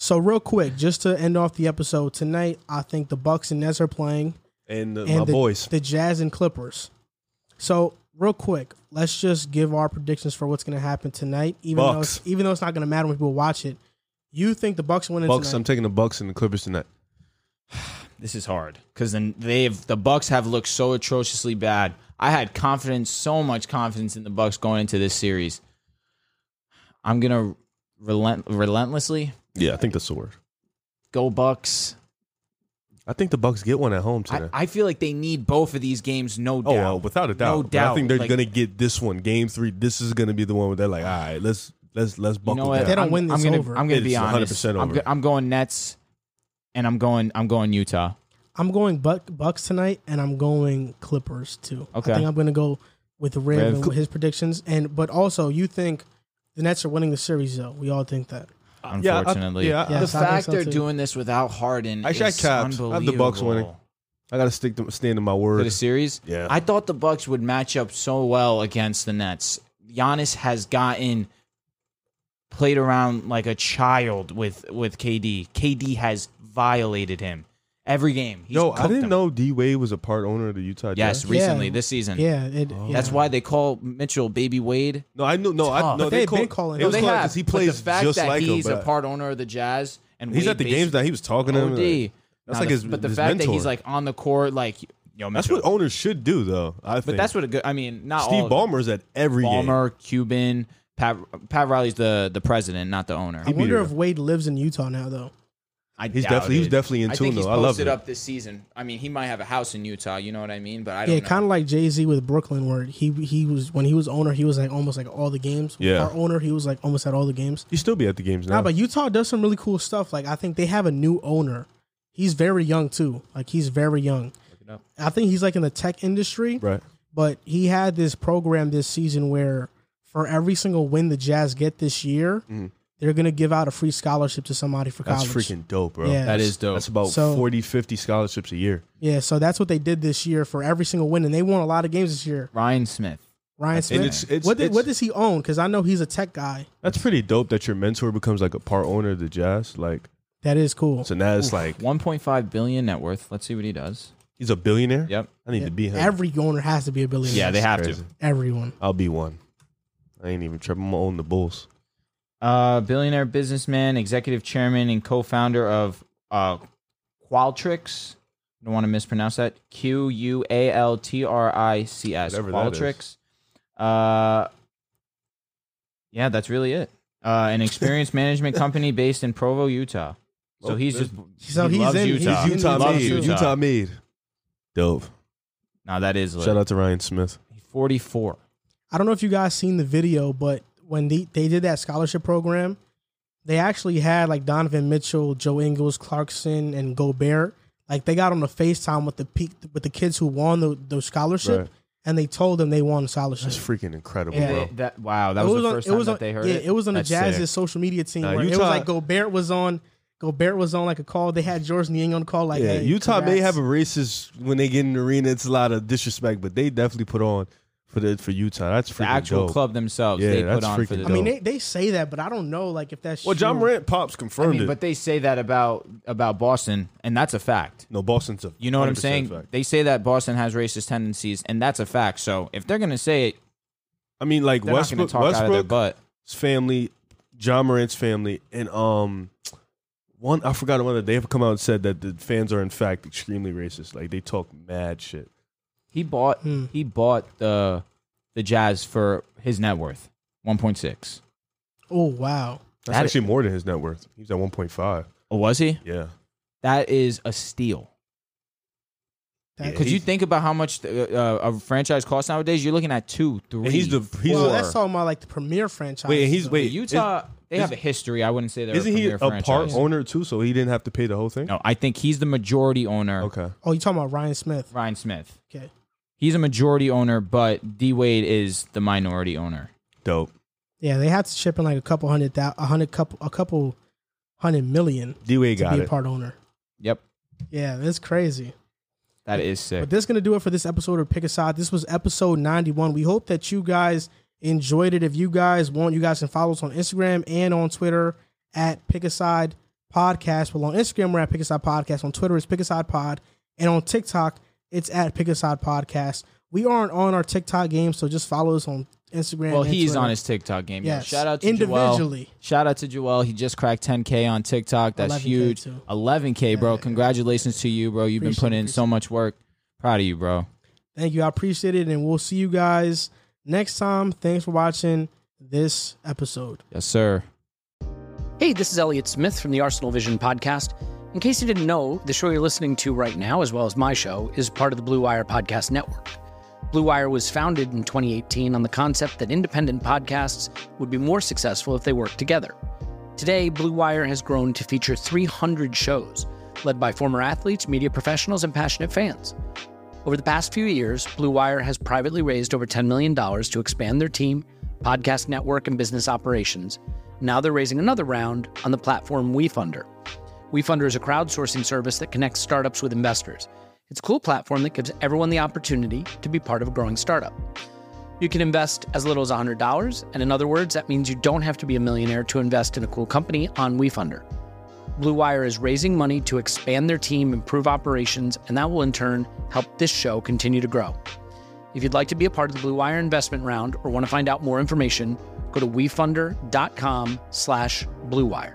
Speaker 2: So real quick, just to end off the episode tonight, I think the Bucks and Nets are playing,
Speaker 4: And, uh,
Speaker 2: and
Speaker 4: my
Speaker 2: the,
Speaker 4: boys.
Speaker 2: the Jazz and Clippers. So real quick, let's just give our predictions for what's going to happen tonight. Even though
Speaker 4: Bucks.
Speaker 2: it's, even though it's not going to matter when people watch it, you think the Bucks winning
Speaker 4: Bucks. I'm
Speaker 2: tonight?
Speaker 4: taking the Bucks and the Clippers tonight.
Speaker 3: This is hard because then they've the Bucks have looked so atrociously bad. I had confidence, so much confidence in the Bucks going into this series. I'm gonna relent relentlessly
Speaker 4: Yeah, I think that's the word.
Speaker 3: go Bucks.
Speaker 4: I think the Bucks get one at home
Speaker 3: I,
Speaker 4: today.
Speaker 3: I feel like they need both of these games, no doubt.
Speaker 4: oh, well, without a doubt.
Speaker 3: No
Speaker 4: But I
Speaker 3: doubt,
Speaker 4: think they're
Speaker 3: like-
Speaker 4: gonna get this one, Game Three. This is gonna be the one where they're like, all right, let's let's let's
Speaker 3: you
Speaker 4: buckle
Speaker 3: know what?
Speaker 2: They
Speaker 4: down.
Speaker 2: don't
Speaker 3: I'm,
Speaker 2: win this
Speaker 3: I'm gonna,
Speaker 2: over.
Speaker 3: I'm gonna be
Speaker 4: It's
Speaker 3: honest.
Speaker 4: 100%
Speaker 3: I'm,
Speaker 4: over.
Speaker 3: go- I'm going Nets, and I'm going I'm going Utah.
Speaker 2: I'm going Buck, Bucks tonight, and I'm going Clippers too.
Speaker 3: Okay.
Speaker 2: I think I'm going to go with Riv,
Speaker 3: Riv.
Speaker 2: and with his predictions, and but also you think the Nets are winning the series though. We all think that.
Speaker 4: Yeah, I-
Speaker 3: Unfortunately,
Speaker 4: yeah, I-
Speaker 2: Yeah.
Speaker 3: the
Speaker 2: Yes, I think
Speaker 3: fact
Speaker 2: so,
Speaker 3: they're
Speaker 2: too.
Speaker 3: doing this without Harden
Speaker 4: I shot
Speaker 3: is
Speaker 4: Cavs. I
Speaker 3: unbelievable.
Speaker 4: have the Bucks winning. I gotta stick to stand to my
Speaker 3: for
Speaker 4: word.
Speaker 3: the series.
Speaker 4: Yeah.
Speaker 3: I thought the Bucks would match up so well against the Nets. Giannis has gotten played around like a child with with KD. KD has violated him every game. He's
Speaker 4: Yo, I
Speaker 3: cooked
Speaker 4: didn't
Speaker 3: him.
Speaker 4: know D Wade was a part owner of the Utah
Speaker 3: Yes,
Speaker 4: Jazz.
Speaker 3: recently
Speaker 2: Yeah.
Speaker 3: this season.
Speaker 2: Yeah, it,
Speaker 3: That's
Speaker 2: yeah.
Speaker 3: why they call Mitchell Baby Wade.
Speaker 4: No, I knew. No, I
Speaker 3: Tough.
Speaker 4: no.
Speaker 2: But
Speaker 4: They,
Speaker 2: they've
Speaker 4: call,
Speaker 2: been calling
Speaker 4: It
Speaker 2: him.
Speaker 4: was
Speaker 2: They
Speaker 4: calling
Speaker 3: have,
Speaker 4: because he
Speaker 3: but
Speaker 4: plays
Speaker 3: the fact
Speaker 4: just
Speaker 3: that
Speaker 4: like him.
Speaker 3: he's a
Speaker 4: but
Speaker 3: part owner of the Jazz and
Speaker 4: He's
Speaker 3: Wade
Speaker 4: at the
Speaker 3: basi-
Speaker 4: games now. He was talking to him.
Speaker 3: OD.
Speaker 4: like-
Speaker 3: Now,
Speaker 4: That's like
Speaker 3: the-
Speaker 4: his.
Speaker 3: but the
Speaker 4: his
Speaker 3: fact that
Speaker 4: mentor.
Speaker 3: he's like on the court, like yo, Mitchell.
Speaker 4: That's what owners should do, though. I think.
Speaker 3: but that's what a good. I mean, not
Speaker 4: Steve
Speaker 3: all of them.
Speaker 4: Ballmer's at every game.
Speaker 3: Ballmer, Cuban, Pat Pat Riley's the the president, not the owner.
Speaker 2: I wonder if Wade lives in Utah now though.
Speaker 3: I
Speaker 4: He's
Speaker 3: doubt
Speaker 4: definitely-
Speaker 3: it.
Speaker 4: he's definitely in
Speaker 3: I
Speaker 4: tune,
Speaker 3: think he's
Speaker 4: though. I love
Speaker 3: posted
Speaker 4: it.
Speaker 3: up this season. I mean, he might have a house in Utah. You know what I mean? But I don't
Speaker 2: Yeah,
Speaker 3: know.
Speaker 2: kind of like Jay Z with Brooklyn, where he he was when he was owner, he was like almost like all the games. With
Speaker 4: Yeah.
Speaker 2: our owner, he was like almost at all the games.
Speaker 4: He still be at the games now.
Speaker 2: Nah, but Utah does some really cool stuff. Like I think they have a new owner. He's very young too. Like he's very young.
Speaker 3: up.
Speaker 2: I think he's like in the tech industry,
Speaker 4: right.
Speaker 2: but he had this program this season where for every single win the Jazz get this year, they're gonna give out a free scholarship to somebody for
Speaker 4: That's
Speaker 2: college.
Speaker 4: freaking dope, bro.
Speaker 2: Yeah.
Speaker 3: that is dope.
Speaker 4: That's about
Speaker 2: So-
Speaker 4: forty, fifty 40, 50 scholarships a year.
Speaker 2: yeah, so that's what they did this year for every single win, and they won a lot of games this year.
Speaker 3: Ryan Smith.
Speaker 2: Ryan Smith.
Speaker 4: it's- it's-
Speaker 2: what, did-
Speaker 4: it's-
Speaker 2: what does he own? Because I know he's a tech guy.
Speaker 4: That's pretty dope that your mentor becomes like a part owner of the Jazz. Like,
Speaker 2: That is cool.
Speaker 4: so now it's like
Speaker 3: 1.5 billion net worth. Let's see what he does.
Speaker 4: he's a billionaire.
Speaker 3: Yep.
Speaker 4: I need to be him.
Speaker 2: Every owner has to be a billionaire.
Speaker 3: Yeah, they have
Speaker 4: Crazy.
Speaker 2: Everyone.
Speaker 4: I'll be one. I ain't even tripping. I'm gonna own the Bulls.
Speaker 3: to. Uh, billionaire businessman, executive chairman, and co-founder of uh, Qualtrics. I don't want to mispronounce that. Q U A L T R I C S.
Speaker 4: Whatever that
Speaker 3: Qualtrics. Uh, yeah, that's really it. Uh, an experienced management company based in Provo, Utah. So
Speaker 4: Oh,
Speaker 3: he's
Speaker 4: there's-
Speaker 3: just
Speaker 2: So
Speaker 3: he
Speaker 2: he's
Speaker 3: loves
Speaker 2: in- he's
Speaker 3: Utah.
Speaker 2: in Utah
Speaker 3: Loves
Speaker 2: Made.
Speaker 3: Utah.
Speaker 4: Utah made. Dope.
Speaker 3: Now that is lit.
Speaker 4: Shout out to Ryan Smith.
Speaker 3: 44.
Speaker 2: I don't know if you guys seen the video, but when they, they did that scholarship program, they actually had like Donovan Mitchell, Joe Ingles, Clarkson, and Gobert. Like they got on the FaceTime with the peak with the kids who won the, the scholarship,
Speaker 4: Right.
Speaker 2: and they told them they won the scholarship.
Speaker 4: That's freaking incredible,
Speaker 2: Yeah.
Speaker 4: bro.
Speaker 3: That wow, that was, the first time that
Speaker 2: on,
Speaker 3: they heard
Speaker 2: yeah,
Speaker 3: it.
Speaker 2: it was on the
Speaker 3: That's
Speaker 2: Jazz's
Speaker 3: sick.
Speaker 2: social media team.
Speaker 4: Nah,
Speaker 2: where it was
Speaker 4: Utah-
Speaker 2: like Gobert was on. Gobert was on like a call. They had George Niang on call. Like
Speaker 4: yeah,
Speaker 2: hey,
Speaker 4: Utah may
Speaker 2: congrats.
Speaker 4: have a racist when they get in the arena. It's a lot of disrespect, but they definitely put on for the for Utah. That's freaking
Speaker 3: the actual
Speaker 4: dope.
Speaker 3: club themselves.
Speaker 4: Yeah,
Speaker 3: they put
Speaker 4: that's
Speaker 3: on for
Speaker 4: freaking
Speaker 3: the
Speaker 2: I mean,
Speaker 4: dope.
Speaker 2: they, they say that, but I don't know like if that's
Speaker 4: Well, John
Speaker 2: true.
Speaker 4: Morant pops
Speaker 3: I
Speaker 4: confirmed
Speaker 3: mean,
Speaker 4: it.
Speaker 3: but they say that about about Boston, and that's a fact.
Speaker 4: no, Boston's a
Speaker 3: You know what I'm
Speaker 4: 100%
Speaker 3: saying?
Speaker 4: fact.
Speaker 3: They say that Boston has racist tendencies, and that's a fact. So if they're gonna say it,
Speaker 4: I mean, like
Speaker 3: they're
Speaker 4: Westbrook,
Speaker 3: not gonna talk out of their
Speaker 4: Westbrook's
Speaker 3: butt.
Speaker 4: family, John Morant's family, and um, one I forgot one that they have come out and said that the fans are in fact extremely racist. Like they talk mad shit.
Speaker 3: He bought
Speaker 2: Hmm.
Speaker 3: he bought the the Jazz for his net worth, 1.6.
Speaker 2: Oh wow,
Speaker 4: That's
Speaker 3: That-
Speaker 4: actually more than his net worth. He's at 1.5.
Speaker 3: Oh, was he?
Speaker 4: Yeah.
Speaker 3: That is a steal.
Speaker 2: that,
Speaker 4: Yeah.
Speaker 3: Because you think about how much uh, uh, a franchise costs nowadays, you're looking at two, three.
Speaker 4: And he's the he's
Speaker 2: well,
Speaker 4: the-
Speaker 2: that's talking about like the premier franchise.
Speaker 4: Wait, and he's wait.
Speaker 3: But Utah, they have a history. I wouldn't say they're
Speaker 4: is- Isn't
Speaker 3: a
Speaker 4: he
Speaker 3: premier
Speaker 4: a
Speaker 3: franchise.
Speaker 4: part owner too? So he didn't have to pay the whole thing.
Speaker 3: No, I think he's the majority owner.
Speaker 4: Okay.
Speaker 2: Oh, you talking about Ryan Smith?
Speaker 3: Ryan Smith.
Speaker 2: Okay,
Speaker 3: He's a majority owner, but D Wade is the minority owner.
Speaker 4: Dope.
Speaker 2: yeah, they had to ship in like a couple hundred thou, a hundred couple, a couple hundred million
Speaker 4: D Wade
Speaker 2: to
Speaker 4: got
Speaker 2: be
Speaker 4: it.
Speaker 2: a part owner.
Speaker 3: Yep,
Speaker 2: Yeah, that's crazy.
Speaker 3: that is sick.
Speaker 2: But that's gonna do it for this episode of Pick a Side. This was episode ninety one. We hope that you guys enjoyed it. If you guys want, you guys can follow us on Instagram and on Twitter at Pick a Side Podcast. Well, on Instagram we're at Pick a Side Podcast. On Twitter it's Pick a Side Pod, and on TikTok it's at Pick a Side Podcast. We aren't on our TikTok game, so just follow us on Instagram.
Speaker 3: Well,
Speaker 2: and
Speaker 3: he's
Speaker 2: Twitter.
Speaker 3: on his TikTok game. Yeah,
Speaker 2: Yes.
Speaker 3: shout out to
Speaker 2: Individually.
Speaker 3: Joel. Shout out to Joel. He just cracked 10k on TikTok. That's
Speaker 2: 11K
Speaker 3: huge.
Speaker 2: too.
Speaker 3: 11k, bro. Congratulations to you, bro. You've been
Speaker 2: Appreciate
Speaker 3: putting
Speaker 2: it,
Speaker 3: in so much work. Proud of you, bro.
Speaker 2: Thank you. I appreciate it. And we'll see you guys next time. Thanks for watching this episode.
Speaker 3: Yes, sir.
Speaker 5: Hey, this is Elliot Smith from the Arsenal Vision podcast. In case you didn't know, the show you're listening to right now, as well as my show, is part of the Blue Wire Podcast Network. Blue Wire was founded in 2018 on the concept that independent podcasts would be more successful if they worked together. Today, Blue Wire has grown to feature 300 shows, led by former athletes, media professionals, and passionate fans. Over the past few years, Blue Wire has privately raised over $10 million to expand their team, podcast network, and business operations. Now they're raising another round on the platform WeFunder. WeFunder is a crowdsourcing service that connects startups with investors. It's a cool platform that gives everyone the opportunity to be part of a growing startup. You can invest as little as $100, and in other words, that means you don't have to be a millionaire to invest in a cool company on WeFunder. Blue Wire is raising money to expand their team, improve operations, and that will in turn help this show continue to grow. If you'd like to be a part of the Blue Wire investment round or want to find out more information, go to wefunder.com slash Blue Wire.